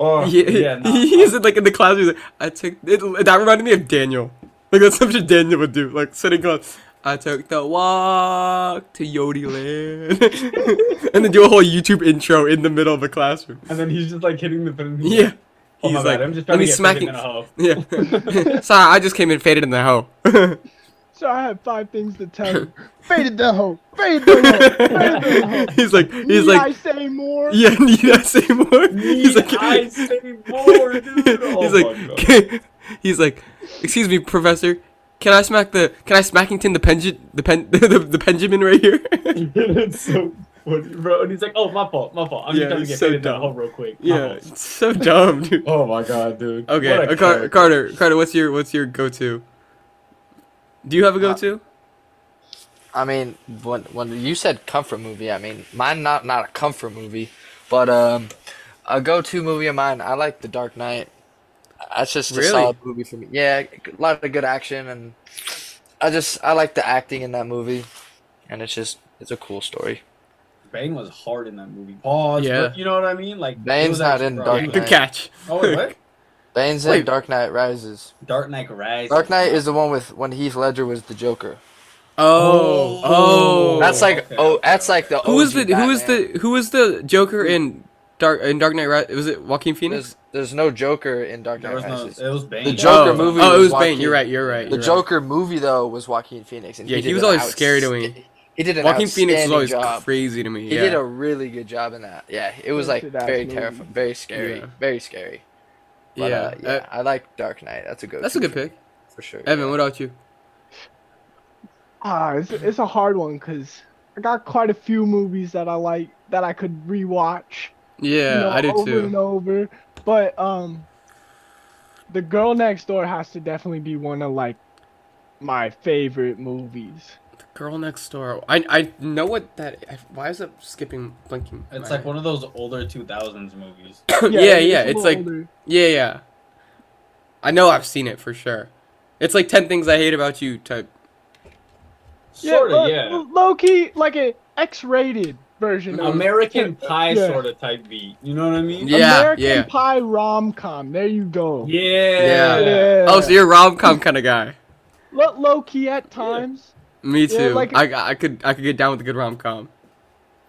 Speaker 5: Oh,
Speaker 1: he,
Speaker 5: yeah, nah.
Speaker 1: he's like in the class. He's like, I took it, that reminded me of Daniel. Like that's something Daniel would do. Like sitting on, I took the walk to Yodi Land. and then do a whole YouTube intro in the middle of a classroom.
Speaker 5: And then he's just like hitting the pin.
Speaker 1: Yeah.
Speaker 5: Oh
Speaker 1: He's
Speaker 5: my
Speaker 1: like,
Speaker 5: god, I'm just
Speaker 1: let
Speaker 5: trying
Speaker 1: me
Speaker 5: to get
Speaker 1: smack
Speaker 5: smacking in
Speaker 1: it.
Speaker 5: a hole.
Speaker 1: Yeah. Sorry, I just came in faded in the hoe.
Speaker 3: So I have five things to tell you. Faded the hoe. Faded the hoe. Faded the hoe.
Speaker 1: he's like, he's
Speaker 3: Need I
Speaker 1: like,
Speaker 3: say more?
Speaker 1: yeah, need I say more? He's like,
Speaker 5: I say more, dude. Oh
Speaker 1: he's
Speaker 5: my
Speaker 1: like,
Speaker 5: God.
Speaker 1: "Can- he's like, excuse me, professor, can I smack the, can I smackington the penjin, the pen, the, the, Benjamin right here?
Speaker 5: it's so funny, bro. And he's like, "Oh, my fault, my fault. I'm
Speaker 1: Yeah,
Speaker 5: just trying to
Speaker 1: it's
Speaker 5: get
Speaker 1: so
Speaker 5: faded in the
Speaker 1: dumb.
Speaker 5: hole real quick." My
Speaker 1: yeah,
Speaker 5: fault.
Speaker 1: it's so dumb, dude.
Speaker 5: Oh my god, dude.
Speaker 1: Okay,
Speaker 5: What a
Speaker 1: uh, Car-
Speaker 5: character.
Speaker 1: Carter, Carter, what's your what's your go-to? Do you have
Speaker 2: Uh,
Speaker 1: a go-to?
Speaker 2: I mean, when when you said comfort movie, I mean mine not not a comfort movie, but um, a go-to movie of mine. I like The Dark Knight. That's just a
Speaker 1: Really?
Speaker 2: solid movie for me. Yeah, a lot of good action, and I just I like the acting in that movie, and it's just it's a cool story.
Speaker 5: Bane was hard in that movie. Pause.
Speaker 1: Yeah.
Speaker 5: but You know what I mean? Like
Speaker 2: Bane's
Speaker 5: it was
Speaker 2: not
Speaker 5: actually
Speaker 2: in
Speaker 5: rough.
Speaker 2: Dark
Speaker 1: Good
Speaker 2: Knight.
Speaker 1: catch.
Speaker 5: Oh wait, what?
Speaker 2: Bane's
Speaker 1: Wait.
Speaker 2: in Dark Knight Rises.
Speaker 5: Dark Knight Rises.
Speaker 2: Dark Knight is the one with when Heath Ledger was the Joker.
Speaker 1: Oh, oh.
Speaker 5: Oh.
Speaker 2: That's like
Speaker 5: okay,
Speaker 2: oh,
Speaker 5: okay,
Speaker 2: that's like the
Speaker 1: who was the
Speaker 2: OG
Speaker 1: who was
Speaker 2: Batman.
Speaker 1: the who was the Joker in Dark in Dark Knight? Ri- Was it Joaquin Phoenix?
Speaker 2: There's, there's no Joker in Dark
Speaker 5: There
Speaker 2: Knight
Speaker 5: was no.
Speaker 2: Rises.
Speaker 5: It was Bane.
Speaker 2: The Joker
Speaker 1: oh.
Speaker 2: movie
Speaker 1: Oh, it
Speaker 2: was
Speaker 1: was Bane.
Speaker 2: Joaquin.
Speaker 1: You're right. You're right.
Speaker 2: The
Speaker 1: you're right.
Speaker 2: Joker movie though was Joaquin Phoenix, and
Speaker 1: Yeah,
Speaker 2: he,
Speaker 1: he
Speaker 2: did
Speaker 1: was
Speaker 2: an
Speaker 1: always scary to
Speaker 2: outsta-
Speaker 1: me.
Speaker 2: He did an
Speaker 1: Joaquin Phoenix was always
Speaker 2: job.
Speaker 1: crazy to me.
Speaker 2: He
Speaker 1: Yeah.
Speaker 2: did a really good job in that. Yeah, it was like
Speaker 3: Good-ass
Speaker 2: very
Speaker 3: movie.
Speaker 2: terrifying, very scary,
Speaker 1: Yeah.
Speaker 2: very scary.
Speaker 1: yeah.
Speaker 2: But, uh, yeah,
Speaker 1: Uh,
Speaker 2: I like Dark Knight. That's a good.
Speaker 1: that's a good pick.
Speaker 2: for sure.
Speaker 1: Evan, what about you?
Speaker 3: Ah, it's, it's a hard one because I got quite a few movies that I like that I could rewatch.
Speaker 1: Yeah,
Speaker 3: you know,
Speaker 1: I do
Speaker 3: over
Speaker 1: too.
Speaker 3: and over. But um, the girl next door has to definitely be one of like my favorite movies.
Speaker 1: Girl next door. I I know what that. I, why is it skipping blinking?
Speaker 5: It's like one of those older 2000s movies.
Speaker 1: yeah, yeah.
Speaker 3: a
Speaker 1: It's
Speaker 3: little
Speaker 1: like
Speaker 3: older.
Speaker 1: Yeah, yeah. I know I've seen it for sure. It's like 10 things I hate about you type.
Speaker 5: Sort of, yeah.
Speaker 3: lo- Low key, like a X-rated version. of
Speaker 5: American Pie
Speaker 3: Yeah.
Speaker 5: sort of type beat. You know what I mean?
Speaker 1: Yeah,
Speaker 3: American
Speaker 1: yeah.
Speaker 3: Pie rom com. There you go.
Speaker 5: Yeah.
Speaker 3: Yeah.
Speaker 1: Oh, so you're a rom-com kind of guy.
Speaker 3: Lo- low key at times.
Speaker 1: Me too.
Speaker 3: Yeah, like-
Speaker 1: I, I could I could get down with a good rom-com.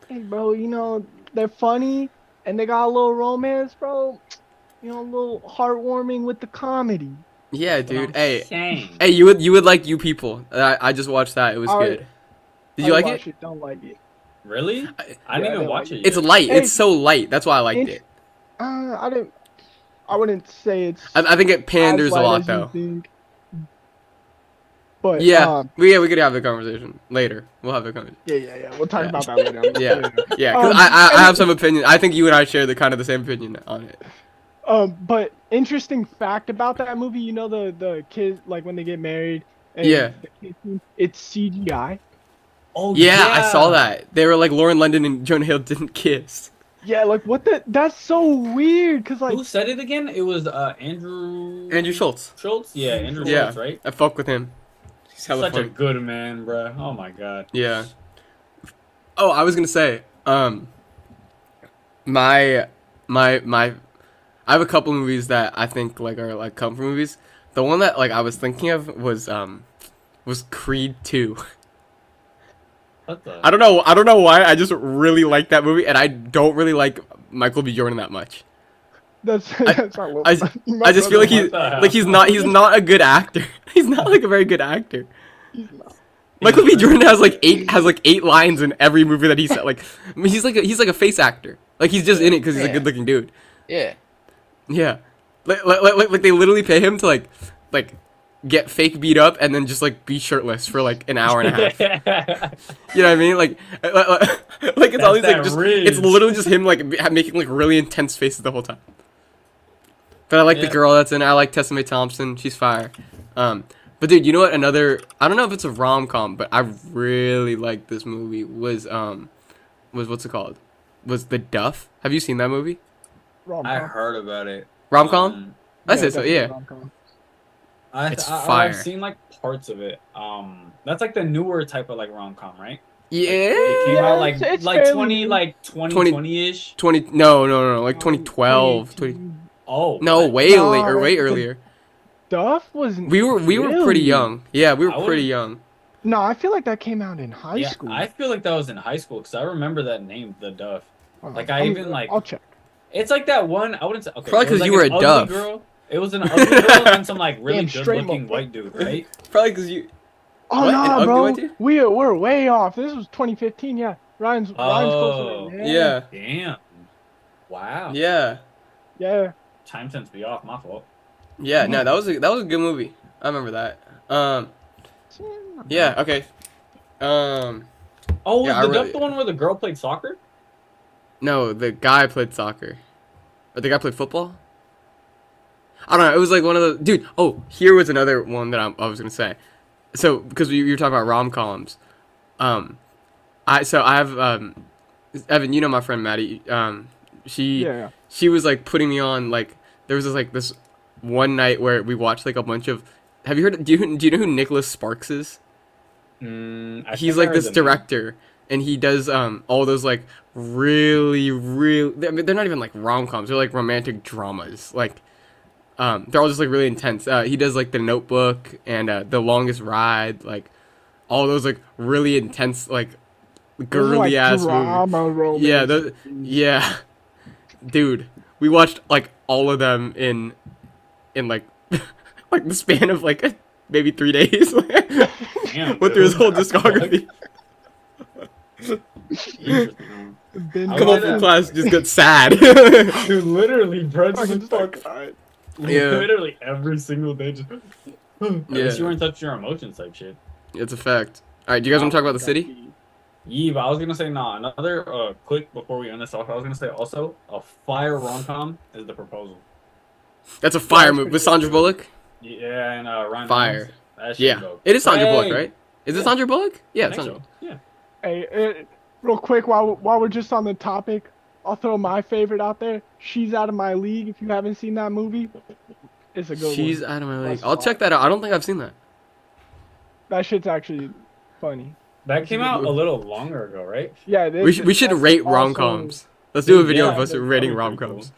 Speaker 3: Hey, bro, you know they're funny and they got a little romance, bro. You know, a little heartwarming with the comedy.
Speaker 1: Yeah,
Speaker 5: That's what
Speaker 1: dude.
Speaker 5: I'm
Speaker 1: Hey.
Speaker 5: saying.
Speaker 1: Hey, you would you would like you people. I, I just watched that. It was
Speaker 3: Alright.
Speaker 1: good. Did you
Speaker 3: I
Speaker 1: like
Speaker 3: watch
Speaker 1: it?
Speaker 3: it? Don't like it.
Speaker 5: Really?
Speaker 1: I-
Speaker 5: I didn't
Speaker 3: Yeah,
Speaker 5: even
Speaker 3: I
Speaker 5: watch it.
Speaker 1: It's
Speaker 5: yet.
Speaker 1: light.
Speaker 3: Hey.
Speaker 1: It's so light. That's why I liked
Speaker 3: Int-
Speaker 1: it.
Speaker 3: Uh, I didn't. I wouldn't say it's.
Speaker 1: I, I think it panders
Speaker 3: as
Speaker 1: a
Speaker 3: light
Speaker 1: lot
Speaker 3: as you
Speaker 1: though.
Speaker 3: think. But
Speaker 1: Yeah.
Speaker 3: um,
Speaker 1: we, yeah, we could have the conversation later. We'll have the conversation.
Speaker 3: yeah, yeah, yeah. We'll talk
Speaker 1: Yeah.
Speaker 3: about that later. I'm-
Speaker 1: Yeah. Yeah, 'cause
Speaker 3: Um,
Speaker 1: I, I, I have some opinion. I think you and I share the kind of the same opinion on it.
Speaker 3: Um, but interesting fact about that movie, you know the the kid like when they get married. And
Speaker 1: Yeah.
Speaker 3: the kid- It's CGI.
Speaker 5: Oh,
Speaker 1: Yeah, I saw that. They were like Lauren London and Jonah Hill didn't kiss.
Speaker 3: Yeah, like what the? That's so weird. Cause like
Speaker 5: Who said it again? It was uh, Andrew.
Speaker 1: Andrew Schultz.
Speaker 5: Schultz. Yeah, Andrew
Speaker 1: Yeah.
Speaker 5: Schultz, right?
Speaker 1: I fuck with him. He's hella
Speaker 5: Such a
Speaker 1: funny.
Speaker 5: good man, bro. Oh my god.
Speaker 1: Yeah. Oh, I was gonna say, um, my, my, my, I have a couple movies that I think like are like comfort movies. The one that like I was thinking of was um, was Creed Two.
Speaker 5: What the?
Speaker 1: I don't know. I don't know why. I just really like that movie, and I don't really like Michael B. Jordan that much.
Speaker 3: that's that's not what
Speaker 1: I- I just feel like
Speaker 5: what
Speaker 1: he's
Speaker 5: the hell?
Speaker 1: like he's not he's not a good actor. He's not like a very good actor. Michael B. Jordan has like eight has like eight lines in every movie that he's like. I mean, he's like a, he's like a face actor. Like he's just in it because he's a
Speaker 2: Yeah.
Speaker 1: good looking dude.
Speaker 2: Yeah,
Speaker 1: Yeah, like like, like like- like they literally pay him to like like get fake beat up and then just like be shirtless for like an hour and a half. You know what I mean? Like uh, like, like, like it's all these
Speaker 5: That's
Speaker 1: like
Speaker 5: that
Speaker 1: just
Speaker 5: ridge.
Speaker 1: it's literally just him like b- making like really intense faces the whole time. But I like the
Speaker 5: Yeah.
Speaker 1: girl that's in. it. I like Tessa Mae Thompson. She's fire. Um, but dude, you know what? Another I don't know if it's a rom com, but I really liked this movie. Was um, was what's it called? Was the Duff? Have you seen that movie?
Speaker 5: I heard about it.
Speaker 1: Rom com?
Speaker 5: Um,
Speaker 1: I said so. Yeah.
Speaker 5: I,
Speaker 1: It's
Speaker 5: I, I-
Speaker 1: fire.
Speaker 5: I've seen like parts of it. Um, that's like the newer type of like rom com, right? It
Speaker 1: Yeah.
Speaker 5: came
Speaker 3: Yeah,
Speaker 5: out like
Speaker 3: it's- it's
Speaker 5: like
Speaker 3: fairly
Speaker 5: twenty
Speaker 3: new.
Speaker 5: like
Speaker 1: 20
Speaker 5: 20, 20 ish.
Speaker 1: Twenty? No, no, no, no. Like 2012. 20,
Speaker 5: Oh
Speaker 1: no,
Speaker 5: what?
Speaker 1: way
Speaker 3: No,
Speaker 1: later. Way
Speaker 3: it's a-
Speaker 1: earlier.
Speaker 3: Duff was
Speaker 1: We were we were pretty
Speaker 3: Really?
Speaker 1: young. Yeah, we
Speaker 5: I
Speaker 1: were
Speaker 5: would've-
Speaker 1: pretty young.
Speaker 3: No, I feel like that came out in high
Speaker 5: yeah,
Speaker 3: school.
Speaker 5: I feel like that was in high school because I remember that name, the Duff.
Speaker 3: Hold on,
Speaker 5: like, I
Speaker 3: I'm-
Speaker 5: even, like-
Speaker 3: I'll check.
Speaker 5: It's like that one. I wouldn't say. Okay,
Speaker 1: Probably
Speaker 5: it was
Speaker 1: 'cause you were
Speaker 5: like an
Speaker 1: a
Speaker 5: ugly
Speaker 1: Duff.
Speaker 5: Girl. It was an ugly girl and some like really
Speaker 3: Damn
Speaker 5: good
Speaker 3: straight
Speaker 5: looking
Speaker 3: mo-
Speaker 5: white dude, right?
Speaker 1: Probably because you.
Speaker 3: Oh
Speaker 1: What? An
Speaker 3: nah,
Speaker 1: ugly
Speaker 3: bro,
Speaker 1: white dude?
Speaker 3: we are, we're way off. This was 2015. Yeah, Ryan's Ryan's
Speaker 5: Oh.
Speaker 3: closer. than-
Speaker 1: Yeah.
Speaker 5: Damn. Wow.
Speaker 1: Yeah.
Speaker 3: yeah.
Speaker 5: Time sense be off. My fault.
Speaker 1: Yeah. No, that was a that was a good movie. I remember that. Um. Yeah. Okay. Um.
Speaker 5: Oh, was
Speaker 1: Yeah, I
Speaker 5: the
Speaker 1: really-
Speaker 5: Duff the one where the girl played soccer?
Speaker 1: No, the guy played soccer. Or the guy played football? I don't know. It was like one of the dude. Oh, here was another one that I, I was gonna say. So because you, you were talking about rom coms, um, I so I have um, Evan. You know my friend Maddie. Um, she
Speaker 3: Yeah, yeah.
Speaker 1: she was like putting me on like there was this like this one night where we watched like a bunch of. Have you heard? Do you do you know who Nicholas Sparks is?
Speaker 5: Mm, I think
Speaker 1: he's
Speaker 5: I
Speaker 1: like
Speaker 5: heard
Speaker 1: this
Speaker 5: the name.
Speaker 1: director and he does um all those like really really I mean, they're not even like rom-coms they're like romantic dramas like um they're all just like really intense uh he does like the notebook and uh the longest ride like all those like really intense like
Speaker 3: This is,
Speaker 1: girly
Speaker 3: like,
Speaker 1: ass movies.
Speaker 3: drama romance.
Speaker 1: yeah those, yeah dude we watched like all of them in in like like the span of like maybe three days
Speaker 5: Damn,
Speaker 1: went through his
Speaker 5: dude.
Speaker 1: whole discography
Speaker 5: Interesting.
Speaker 3: Been
Speaker 5: I
Speaker 1: Come
Speaker 5: wanna-
Speaker 1: on
Speaker 3: there.
Speaker 1: from class just got sad.
Speaker 5: Dude, literally, bro,
Speaker 3: Fucking
Speaker 5: just
Speaker 3: stuck.
Speaker 5: fuck.
Speaker 1: Yeah.
Speaker 5: Literally every single day. Just, At least you weren't touching your emotions type shit.
Speaker 1: it's a fact. All right, do you guys want to talk about the city?
Speaker 5: Yeah, but I was gonna say nah. Another uh, quick before we end this off, I was gonna say also a fire rom com is the proposal.
Speaker 1: That's a fire move with Sandra Bullock.
Speaker 5: Yeah, and uh, Ryan.
Speaker 1: Fire.
Speaker 5: Reynolds, That shit
Speaker 1: Yeah,
Speaker 5: go
Speaker 1: it is Sandra Bullock,
Speaker 5: crazy.
Speaker 1: right? Is it Sandra Bullock? Yeah,
Speaker 5: I
Speaker 1: it's
Speaker 5: think
Speaker 1: Sandra.
Speaker 5: so. Yeah.
Speaker 3: Hey, eh, real quick, while while we're just on the topic, I'll throw my favorite out there. She's out of my league. If you haven't seen that movie, it's a good
Speaker 1: She's
Speaker 3: one.
Speaker 1: out of my league.
Speaker 3: That's
Speaker 1: I'll check that out. I don't think I've seen that.
Speaker 3: That shit's actually funny.
Speaker 5: That came out a little longer ago, right?
Speaker 3: Yeah, it is.
Speaker 1: We should we should
Speaker 3: That's
Speaker 1: rate
Speaker 3: also-
Speaker 1: rom coms. Let's do a
Speaker 5: Dude,
Speaker 1: video
Speaker 5: yeah,
Speaker 1: of us
Speaker 5: that'd
Speaker 1: rating
Speaker 5: probably
Speaker 1: rom
Speaker 5: be
Speaker 1: coms.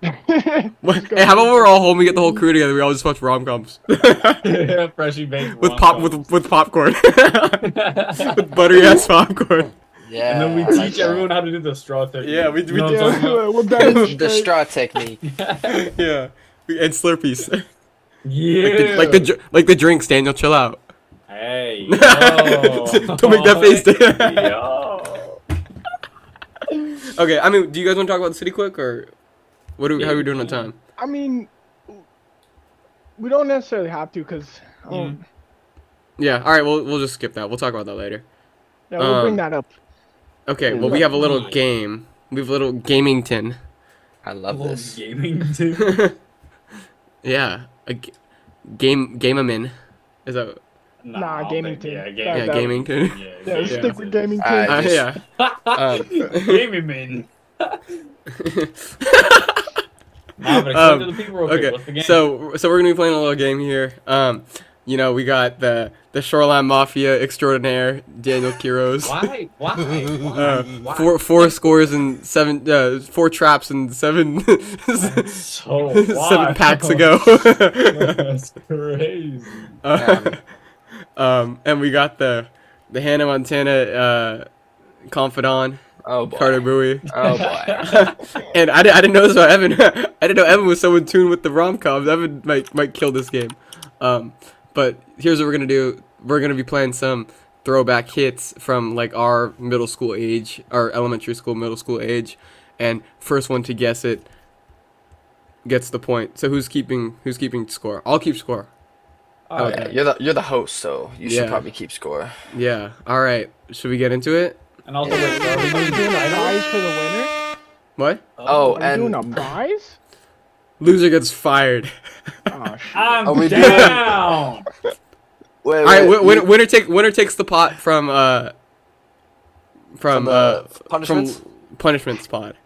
Speaker 3: yeah,
Speaker 1: Hey, how about we're all home? We get the whole crew together. We all just watch rom coms with
Speaker 5: yeah, freshly baked.
Speaker 1: pop
Speaker 5: rom-com.
Speaker 1: with with popcorn, with buttery ass popcorn.
Speaker 2: Yeah.
Speaker 5: and then we
Speaker 2: I like
Speaker 5: teach
Speaker 2: that.
Speaker 5: everyone how to do the straw technique.
Speaker 1: Yeah, we-
Speaker 5: You
Speaker 1: we
Speaker 5: know what I'm talking
Speaker 3: we're better
Speaker 2: the
Speaker 3: straight.
Speaker 2: straw technique.
Speaker 5: about?
Speaker 1: Yeah, and Slurpees.
Speaker 5: yeah.
Speaker 1: Like the, like the dr- like the drinks, Daniel. Chill out.
Speaker 5: Hey. yo.
Speaker 1: Don't make that face, dude.
Speaker 5: Yo.
Speaker 1: Okay, I mean, do you guys want to talk about the city quick, or what? Are we, how are we doing on time?
Speaker 3: I mean, we don't necessarily have to because um,
Speaker 1: Yeah. All right. We'll we'll just skip that. We'll talk about that later.
Speaker 3: yeah, we'll
Speaker 1: Um,
Speaker 3: bring that up.
Speaker 1: Okay. Well, we have a little game. We have a little gamington.
Speaker 2: I love
Speaker 1: Oh,
Speaker 5: Little
Speaker 2: this.
Speaker 5: gaming too.
Speaker 1: Yeah. A g- game gameamin. Is that
Speaker 3: Nah,
Speaker 5: I don't
Speaker 3: gaming
Speaker 5: think-
Speaker 3: team.
Speaker 5: Yeah,
Speaker 1: yeah?
Speaker 5: gaming.
Speaker 3: that-
Speaker 1: Gamington.
Speaker 3: Yeah,
Speaker 5: gaming
Speaker 1: yeah.
Speaker 3: stick with
Speaker 5: team.
Speaker 3: gaming.
Speaker 2: Alright.
Speaker 3: too.
Speaker 1: Uh, yeah. Um,
Speaker 5: gaming man. Nah, but explain
Speaker 1: Um,
Speaker 5: to the people real quick,
Speaker 1: okay.
Speaker 5: what's the game?
Speaker 1: So so we're gonna be playing a little game here. Um, you know we got the the shoreline mafia extraordinaire Daniel Quiros.
Speaker 5: why? Why? Why?
Speaker 1: Uh,
Speaker 5: why?
Speaker 1: four four scores and seven uh, four traps and seven
Speaker 5: so why?
Speaker 1: seven packs ago.
Speaker 5: That's crazy.
Speaker 1: Uh, um, and we got the the Hannah Montana uh, confidant
Speaker 2: Oh boy.
Speaker 1: Carter Bowie.
Speaker 2: Oh boy.
Speaker 1: and I, di- I didn't know this about Evan. I didn't know Evan was so in tune with the rom coms. Evan might might kill this game. Um, but here's what we're gonna do. We're gonna be playing some throwback hits from like our middle school age, our elementary school, middle school age, and first one to guess it gets the point. So who's keeping who's keeping score? I'll keep score.
Speaker 5: All right.
Speaker 2: Oh, Yeah, you're the you're the host, so you
Speaker 1: Yeah.
Speaker 2: should probably keep
Speaker 3: Uh,
Speaker 2: score.
Speaker 1: Yeah. All right. Should we get into it?
Speaker 5: And also, wait, are we doing
Speaker 3: Doing a
Speaker 5: title?
Speaker 3: prize for the winner.
Speaker 1: What?
Speaker 2: Oh,
Speaker 3: Are we
Speaker 2: and
Speaker 3: doing a prize?
Speaker 1: Loser gets fired.
Speaker 3: Oh, shit.
Speaker 5: I'm
Speaker 2: Are we doing-
Speaker 5: down.
Speaker 2: wait,
Speaker 1: All right.
Speaker 2: wait,
Speaker 1: Win- winner,
Speaker 2: you-
Speaker 1: winner take winner takes the pot from uh from,
Speaker 2: the
Speaker 1: uh
Speaker 2: punishments?
Speaker 1: from punishments pod.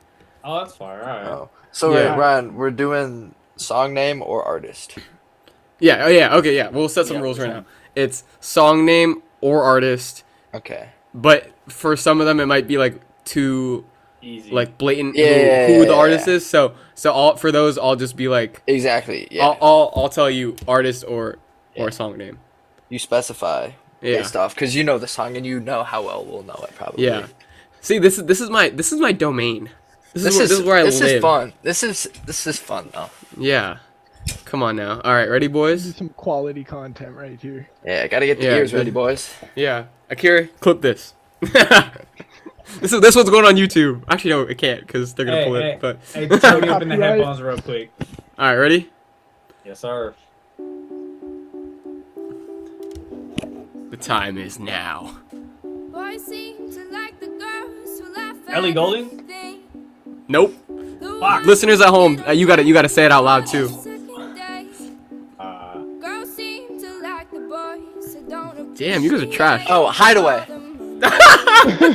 Speaker 5: Oh, that's fire. All right.
Speaker 2: Oh. So wait,
Speaker 1: Yeah.
Speaker 2: Ryan, we're doing song name or artist.
Speaker 1: Yeah. Oh yeah. Okay. Yeah. We'll set some rules right now. It's song name or artist,
Speaker 2: Okay.
Speaker 1: but for some of them it might be like too
Speaker 5: Easy.
Speaker 1: like blatant
Speaker 2: Yeah,
Speaker 1: who,
Speaker 2: yeah,
Speaker 1: who
Speaker 2: yeah,
Speaker 1: the
Speaker 2: yeah,
Speaker 1: artist
Speaker 2: yeah.
Speaker 1: is. So so all for those I'll just be like
Speaker 2: Exactly. Yeah.
Speaker 1: I'll, I'll I'll tell you artist or or
Speaker 2: Yeah.
Speaker 1: song name.
Speaker 2: you specify
Speaker 1: Yeah.
Speaker 2: based off because you know the song and you know how well we'll know it probably.
Speaker 1: Yeah. See, this is this is my this is my domain. This, is, where-
Speaker 2: This is
Speaker 1: this is where I
Speaker 2: this
Speaker 1: live.
Speaker 2: is fun. This is this is fun though.
Speaker 1: Yeah. Come on now. All right, ready,
Speaker 3: This is
Speaker 1: boys?
Speaker 3: some quality content right here.
Speaker 2: Yeah, gotta get the
Speaker 1: Yeah,
Speaker 2: ears ready,
Speaker 1: good.
Speaker 2: boys.
Speaker 1: Yeah. Akira, clip this. this is this one's going on YouTube. Actually, no, it can't because they're gonna
Speaker 5: Hey,
Speaker 1: pull
Speaker 5: hey,
Speaker 1: it. But
Speaker 5: Hey, Tony, open the
Speaker 3: Copyright.
Speaker 5: headphones real quick.
Speaker 1: all right, ready?
Speaker 5: Yes, sir.
Speaker 1: The time is now.
Speaker 7: Boys seem to like the girls who laugh at
Speaker 5: Ellie Goulding?
Speaker 7: everything.
Speaker 1: Nope.
Speaker 7: The
Speaker 5: Fuck.
Speaker 7: ones
Speaker 1: Listeners at home, uh, you gotta you gotta say it out loud
Speaker 7: on the
Speaker 1: too.
Speaker 7: second date.
Speaker 5: Uh,
Speaker 7: Girls seem to like the boys who don't
Speaker 1: Damn, you guys are trash.
Speaker 7: appreciate
Speaker 2: Oh, Hideaway.
Speaker 7: them.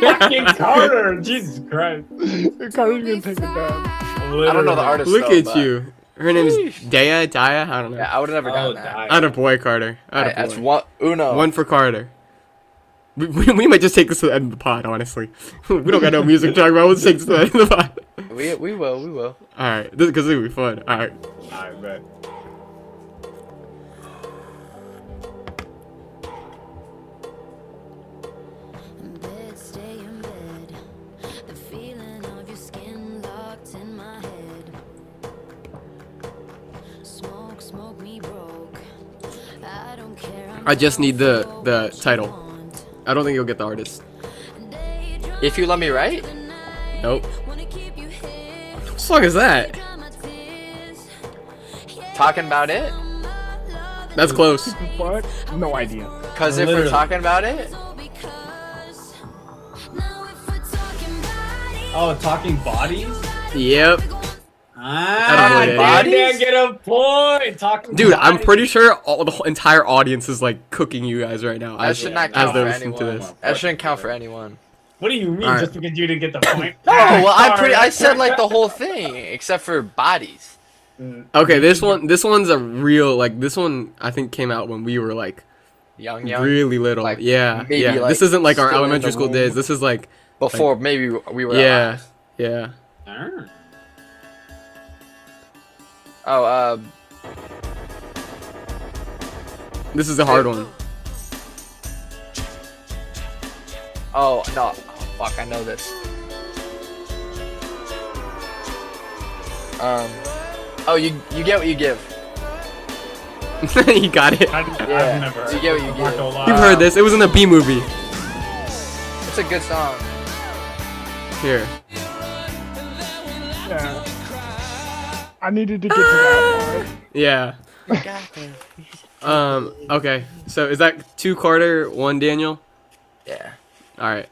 Speaker 5: fucking Carter, Jesus Christ.
Speaker 3: Carter's gonna take it down.
Speaker 2: I don't know the artist.
Speaker 1: Look
Speaker 2: though,
Speaker 1: at
Speaker 2: but-
Speaker 1: you. Her name is Daya. Daya. I don't know.
Speaker 2: Yeah, I would have never
Speaker 5: Oh,
Speaker 2: gotten that.
Speaker 5: die.
Speaker 1: Out of boy, Carter. Out
Speaker 2: I,
Speaker 1: of
Speaker 2: that's
Speaker 1: boy.
Speaker 2: one Uno.
Speaker 1: One for Carter. We, we, we might just take this to the end of the pod, honestly. we don't got no music to talk about. We'll just take this to the end of the pod.
Speaker 2: We we will we will.
Speaker 1: All right, this because this will be fun. All right,
Speaker 5: I bet.
Speaker 7: Bed, stay in bed. The feeling of your skin locked in my head. Smoke, smoke me broke. I don't care. I'm
Speaker 1: I just need the
Speaker 7: down for
Speaker 1: the
Speaker 7: what you
Speaker 1: title.
Speaker 7: want.
Speaker 1: I don't think you'll get the artist.
Speaker 7: Daydream
Speaker 2: If you let me write,
Speaker 7: the night.
Speaker 1: Nope. Eh.
Speaker 7: Wanna keep you here.
Speaker 1: What song is that?
Speaker 7: Dry my tears.
Speaker 2: talking about it,
Speaker 1: That's close.
Speaker 3: What? No idea.
Speaker 2: cause if we're
Speaker 5: Literally.
Speaker 2: talking about it,
Speaker 7: All because now if we're talking about it,
Speaker 5: Oh, talking bodies?
Speaker 1: Yep,
Speaker 5: Ah,
Speaker 1: Talking
Speaker 5: did
Speaker 2: bodies?
Speaker 5: I get a point? Talking
Speaker 1: dude. I'm
Speaker 5: bodies?
Speaker 1: pretty sure all the whole entire audience is like cooking you guys right now.
Speaker 2: That
Speaker 1: as,
Speaker 2: should not
Speaker 1: as
Speaker 2: count
Speaker 1: they're
Speaker 2: for
Speaker 1: listening to
Speaker 5: anyone.
Speaker 1: this.
Speaker 2: that shouldn't count for anyone.
Speaker 5: What do you mean?
Speaker 1: Alright. Oh,
Speaker 5: Just because you didn't get the point?
Speaker 2: No, well I pretty I said like the whole thing except for bodies.
Speaker 1: Okay, this one, this one's a real like. This one I think came out when we were like
Speaker 2: Young young
Speaker 1: really little.
Speaker 2: like,
Speaker 1: yeah,
Speaker 2: maybe,
Speaker 1: yeah.
Speaker 2: like,
Speaker 1: this isn't like our
Speaker 2: still in the
Speaker 1: elementary school
Speaker 2: womb.
Speaker 1: days. This is like
Speaker 2: before maybe we were
Speaker 1: yeah,
Speaker 2: alive.
Speaker 1: yeah.
Speaker 5: Alright.
Speaker 2: Oh uh
Speaker 1: This is a hard one.
Speaker 2: oh no oh, fuck I know this. Um oh you you get what you give.
Speaker 1: you got it.
Speaker 5: I,
Speaker 2: Yeah,
Speaker 5: I've never heard
Speaker 2: you get what you get.
Speaker 5: I'm not gonna lie.
Speaker 1: You've heard this. It was in the B movie.
Speaker 2: It's a good song.
Speaker 1: Here.
Speaker 3: Yeah. I needed to get to
Speaker 2: Ah!
Speaker 3: that part.
Speaker 1: Yeah. um. Okay. So is that two Carter, one Daniel?
Speaker 2: Yeah.
Speaker 1: All right.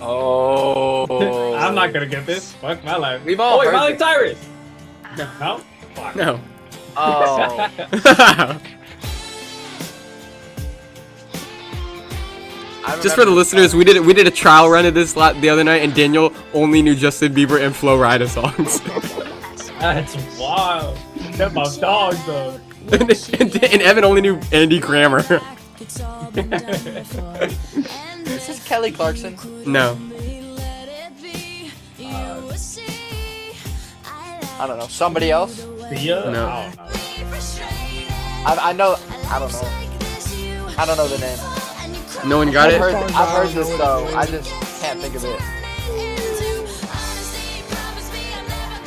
Speaker 2: Oh
Speaker 5: I'm not gonna get this. Fuck my life.
Speaker 2: We've all
Speaker 5: oh, wait,
Speaker 2: heard
Speaker 5: Miley
Speaker 2: this.
Speaker 5: Cyrus. No. No. Fuck.
Speaker 1: No.
Speaker 2: Oh I
Speaker 1: Just for the
Speaker 2: remember-
Speaker 1: listeners, we did we did a trial run of this la- the other night, and Daniel only knew Justin Bieber and Flo Rida songs,
Speaker 5: That's wild. That's my dog though.
Speaker 1: and, and, and Evan only knew Andy Grammer.
Speaker 7: It's all been done before. And
Speaker 2: This is Kelly Clarkson.
Speaker 1: no.
Speaker 7: we let it be. You will see. I like
Speaker 2: I don't know. Somebody else?
Speaker 5: Sia?
Speaker 1: No.
Speaker 5: I don't know.
Speaker 2: I, I know. I don't know. I don't know the name.
Speaker 1: No one got
Speaker 2: I've
Speaker 1: it.
Speaker 2: heard, I've heard this though. I just can't think of it.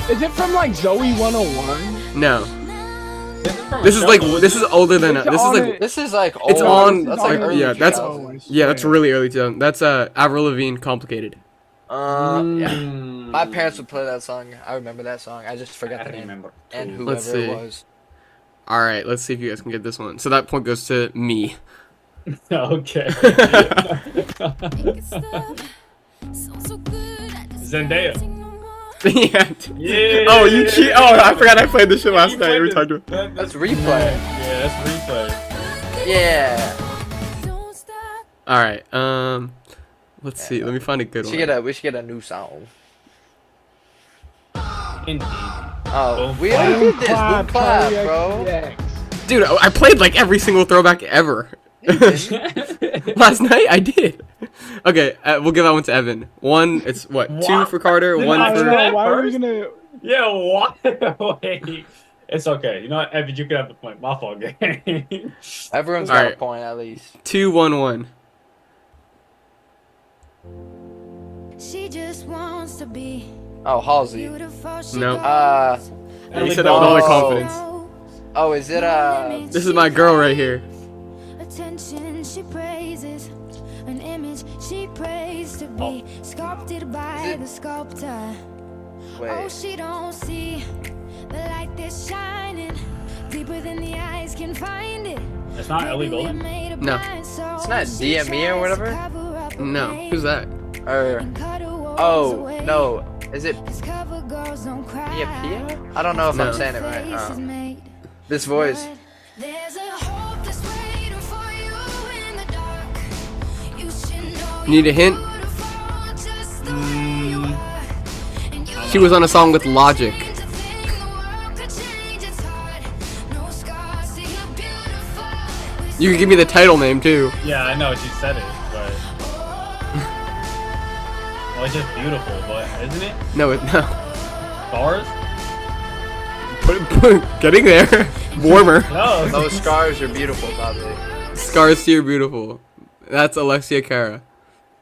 Speaker 3: Is it from like Zoe 101?
Speaker 1: No. This is like this is older than
Speaker 3: It's
Speaker 1: this is
Speaker 3: on
Speaker 1: like
Speaker 3: it.
Speaker 2: This is like old.
Speaker 1: It's on-
Speaker 2: That's
Speaker 1: it's
Speaker 2: like
Speaker 1: on-
Speaker 2: early
Speaker 1: yeah, that's-
Speaker 2: 2000s.
Speaker 1: yeah, that's really early 2000. That's uh Avril Lavigne, complicated.
Speaker 2: Uh, yeah.
Speaker 5: Mm,
Speaker 2: My parents would play that song. I remember that song. I just
Speaker 5: I
Speaker 2: forgot the
Speaker 5: don't
Speaker 2: name
Speaker 5: remember.
Speaker 2: and whoever
Speaker 1: Let's
Speaker 2: it
Speaker 1: see.
Speaker 2: was.
Speaker 1: All right, let's see if you guys can get this one. So that point goes to me.
Speaker 5: Okay. Zendaya.
Speaker 1: yeah.
Speaker 5: Yeah.
Speaker 1: Oh, you cheat! Oh, I forgot I played this shit last night. We were talking about.
Speaker 5: about.
Speaker 2: That's replay.
Speaker 5: Yeah, that's replay.
Speaker 2: Yeah.
Speaker 1: All right. Um, let's see. Let me find a good
Speaker 2: We
Speaker 1: one.
Speaker 2: should get a. We should get a new song.
Speaker 5: Indeed.
Speaker 2: Oh,
Speaker 5: Boom
Speaker 2: we already did
Speaker 3: Boom
Speaker 2: this. Boom clap,
Speaker 3: Cardiac
Speaker 2: bro.
Speaker 3: X.
Speaker 1: Dude, I I played like every single throwback ever. last night I did. Okay, uh, we'll give that one to Evan. One, it's what two
Speaker 5: Wow.
Speaker 1: for Carter,
Speaker 5: Did
Speaker 1: one
Speaker 5: I
Speaker 3: I don't
Speaker 1: for
Speaker 5: that
Speaker 3: know. Why are we
Speaker 5: first?
Speaker 3: gonna?
Speaker 5: yeah, what? Wait. It's okay. You know what, Evan, you could have the point. My fault, game.
Speaker 2: Everyone's
Speaker 1: All
Speaker 2: got a
Speaker 1: right.
Speaker 2: point at least.
Speaker 1: Two one one.
Speaker 7: She just wants to be
Speaker 2: Oh, Halsey.
Speaker 7: beautiful. She
Speaker 1: No.
Speaker 2: Uh,
Speaker 7: goes.
Speaker 1: And he said that with all the
Speaker 2: Oh.
Speaker 1: confidence.
Speaker 2: Oh, is it uh?
Speaker 1: This is my girl right here.
Speaker 7: Attention she praises, an image she prays to be sculpted by the sculptor. Oh,
Speaker 2: Wait.
Speaker 7: she don't see the light that's shining deeper than the eyes can find it.
Speaker 5: It's not Ellie
Speaker 7: Maybe we're
Speaker 5: Golden.
Speaker 7: made of
Speaker 1: No.
Speaker 7: blind, so
Speaker 2: It's not
Speaker 7: she
Speaker 2: DME or
Speaker 7: tries to
Speaker 2: whatever?
Speaker 7: cover up her
Speaker 1: No,
Speaker 7: pain
Speaker 1: who's that?
Speaker 2: Or
Speaker 7: and cut her woes
Speaker 2: oh
Speaker 7: away.
Speaker 2: no, E? is it
Speaker 7: 'Cause cover girls don't cry.
Speaker 2: Pia Pia? I don't know if
Speaker 1: No.
Speaker 2: I'm saying it right.
Speaker 7: Face is
Speaker 2: Uh,
Speaker 7: made
Speaker 2: this voice.
Speaker 7: but There's a hope that's waiting for you in the dark. You should know
Speaker 1: Need a
Speaker 7: you're
Speaker 1: hint? Mm.
Speaker 7: beautiful just the way you are. And you
Speaker 1: She was on a song with Logic.
Speaker 7: don't need to think the world could change its heart. No scars, see, you're beautiful.
Speaker 1: You can give me the title name too.
Speaker 5: Yeah, I know she said it, but well, it's just beautiful, but isn't it
Speaker 1: No, it, no.
Speaker 5: bars?
Speaker 1: Put, put, getting there. Warmer.
Speaker 5: No,
Speaker 2: Those scars are beautiful, probably.
Speaker 1: Scars to your beautiful. That's Alexia Cara.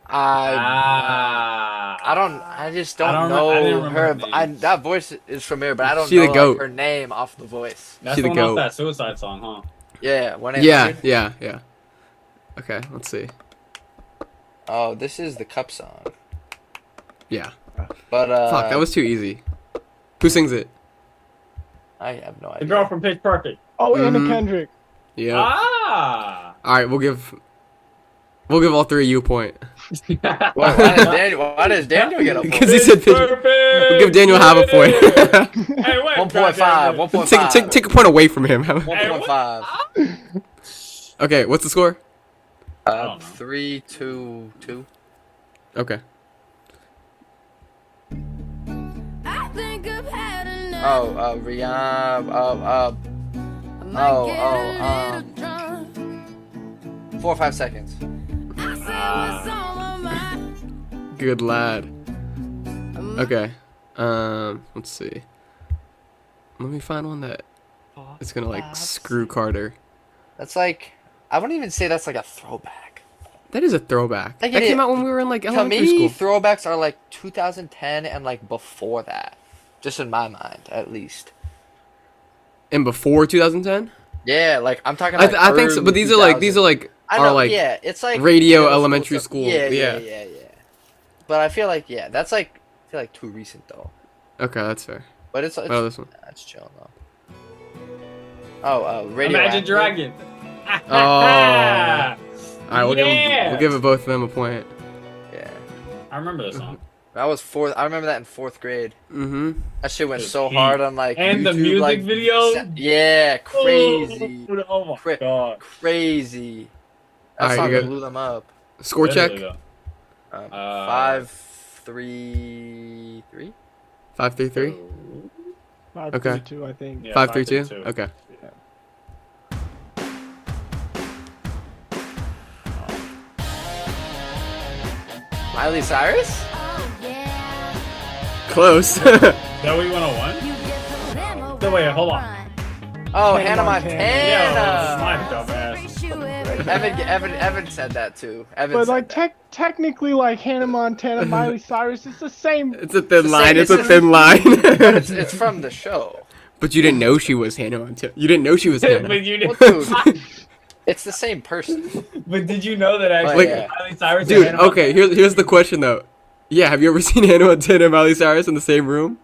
Speaker 2: I
Speaker 5: ah,
Speaker 2: I don't. I just don't,
Speaker 5: I don't know- I didn't
Speaker 2: know her.
Speaker 5: remember
Speaker 2: I,
Speaker 5: names.
Speaker 2: that voice is familiar, but I don't
Speaker 1: She the
Speaker 2: know like,
Speaker 1: goat.
Speaker 2: her name off the voice.
Speaker 5: That's
Speaker 1: She the
Speaker 5: the one
Speaker 1: goat.
Speaker 5: off that suicide song, huh?
Speaker 2: Yeah. One
Speaker 1: Yeah, yeah, yeah. Okay, let's see.
Speaker 2: Oh, this is the cup song.
Speaker 1: Yeah.
Speaker 2: But uh.
Speaker 1: Fuck, that was too easy. Who sings it?
Speaker 2: I have no
Speaker 5: The
Speaker 2: idea.
Speaker 5: girl from Pitch Perfect.
Speaker 3: Oh, Anna
Speaker 1: Mhm.
Speaker 3: Kendrick.
Speaker 1: Yeah.
Speaker 5: Ah.
Speaker 1: All right, we'll give we'll give all three of you a point.
Speaker 2: Why, why, does Daniel, why does Daniel get a
Speaker 1: Because
Speaker 2: point?
Speaker 1: he said
Speaker 5: Pitch
Speaker 1: that- we'll give Daniel half a point.
Speaker 5: hey, wait,
Speaker 2: One point five. One point
Speaker 1: take,
Speaker 2: five.
Speaker 1: take take a point away from him.
Speaker 2: One
Speaker 5: Hey,
Speaker 2: point
Speaker 5: what?
Speaker 2: five.
Speaker 1: okay, what's the score?
Speaker 2: Uh,
Speaker 5: know.
Speaker 2: three, two, two.
Speaker 1: Okay.
Speaker 7: I think I've had enough.
Speaker 2: Oh, uh, Rihanna. Uh,
Speaker 7: I might
Speaker 2: oh,
Speaker 7: get
Speaker 2: oh,
Speaker 7: a
Speaker 2: um,
Speaker 7: little drunk.
Speaker 2: uh, four or five seconds.
Speaker 7: I say what's on my mind.
Speaker 1: Good lad. Okay. Um, let's see. Let me find one that it's gonna like screw Carter.
Speaker 2: That's like, I wouldn't even say that's like a throwback.
Speaker 1: That is a throwback.
Speaker 2: Like
Speaker 1: that
Speaker 2: it-
Speaker 1: came out when we were in like
Speaker 2: To
Speaker 1: elementary
Speaker 2: me,
Speaker 1: school.
Speaker 2: throwbacks are like 2010 and like before that, just in my mind, at least.
Speaker 1: and before 2010,
Speaker 2: Yeah, like I'm talking.
Speaker 1: I,
Speaker 2: Like
Speaker 1: th- I think so. But these are like these are like
Speaker 2: I
Speaker 1: are
Speaker 2: know,
Speaker 1: like
Speaker 2: yeah, it's like
Speaker 1: radio,
Speaker 2: middle
Speaker 1: elementary
Speaker 2: stuff.
Speaker 1: school,
Speaker 2: Yeah, yeah,
Speaker 1: yeah.
Speaker 2: yeah, yeah. But I feel like yeah, that's like I feel like too recent though.
Speaker 1: okay, that's fair.
Speaker 2: But it's it's
Speaker 1: Oh, this one.
Speaker 2: that's chill though. Oh, uh, radio.
Speaker 5: Imagine Dragon.
Speaker 1: Oh. All right, we'll give
Speaker 5: Yeah.
Speaker 1: we'll give it both of them a point.
Speaker 2: Yeah,
Speaker 5: I remember the song.
Speaker 2: that was fourth. I remember that in fourth grade.
Speaker 1: Mm-hmm.
Speaker 2: That shit went
Speaker 5: Dude,
Speaker 2: so
Speaker 5: he-
Speaker 2: hard on like
Speaker 5: and the
Speaker 2: YouTube,
Speaker 5: music
Speaker 2: like,
Speaker 5: video?
Speaker 2: sa- Yeah, crazy,
Speaker 5: Oh, oh my
Speaker 2: Cra-
Speaker 5: god.
Speaker 2: crazy.
Speaker 1: All right,
Speaker 2: That song
Speaker 1: you got-
Speaker 2: blew them up.
Speaker 1: Score check
Speaker 5: Literally, though.
Speaker 2: Um,
Speaker 5: Uh,
Speaker 2: five, three, three.
Speaker 1: five three three.
Speaker 3: Five,
Speaker 1: Okay.
Speaker 3: three, two, I think.
Speaker 5: Yeah,
Speaker 1: Five three two.
Speaker 5: five, three, two.
Speaker 1: Okay.
Speaker 2: Miley Cyrus.
Speaker 7: Oh, yeah.
Speaker 1: Close.
Speaker 5: Zoe 101?
Speaker 7: You give them a
Speaker 5: No, wait, hold on.
Speaker 7: run.
Speaker 2: Oh,
Speaker 3: Hannah
Speaker 2: Hannah
Speaker 3: Montana.
Speaker 5: Yeah,
Speaker 2: Montana.
Speaker 5: my dumbass.
Speaker 7: Treat you every
Speaker 2: Evan, Evan, Evan said that too. Evan.
Speaker 3: But
Speaker 2: said
Speaker 3: like
Speaker 2: that.
Speaker 3: tech technically, like Hannah Montana, Miley Cyrus, it's the same.
Speaker 1: it's a thin
Speaker 2: It's
Speaker 1: line.
Speaker 2: the
Speaker 1: It's
Speaker 2: same-
Speaker 1: a thin
Speaker 2: it's,
Speaker 1: line.
Speaker 2: it's from the show.
Speaker 1: but you didn't know she was Hannah Montana. You didn't know she was
Speaker 5: but,
Speaker 1: Hannah.
Speaker 5: you
Speaker 2: Well,
Speaker 5: did,
Speaker 2: dude, it's the same person.
Speaker 5: but did you know that actually
Speaker 2: Like-
Speaker 5: Miley Cyrus and
Speaker 1: Dude,
Speaker 5: Hannah
Speaker 1: okay.
Speaker 5: Montana-
Speaker 1: Here's here's the question though. Yeah, have you ever seen Hannah Montana and Miley Cyrus in the same room?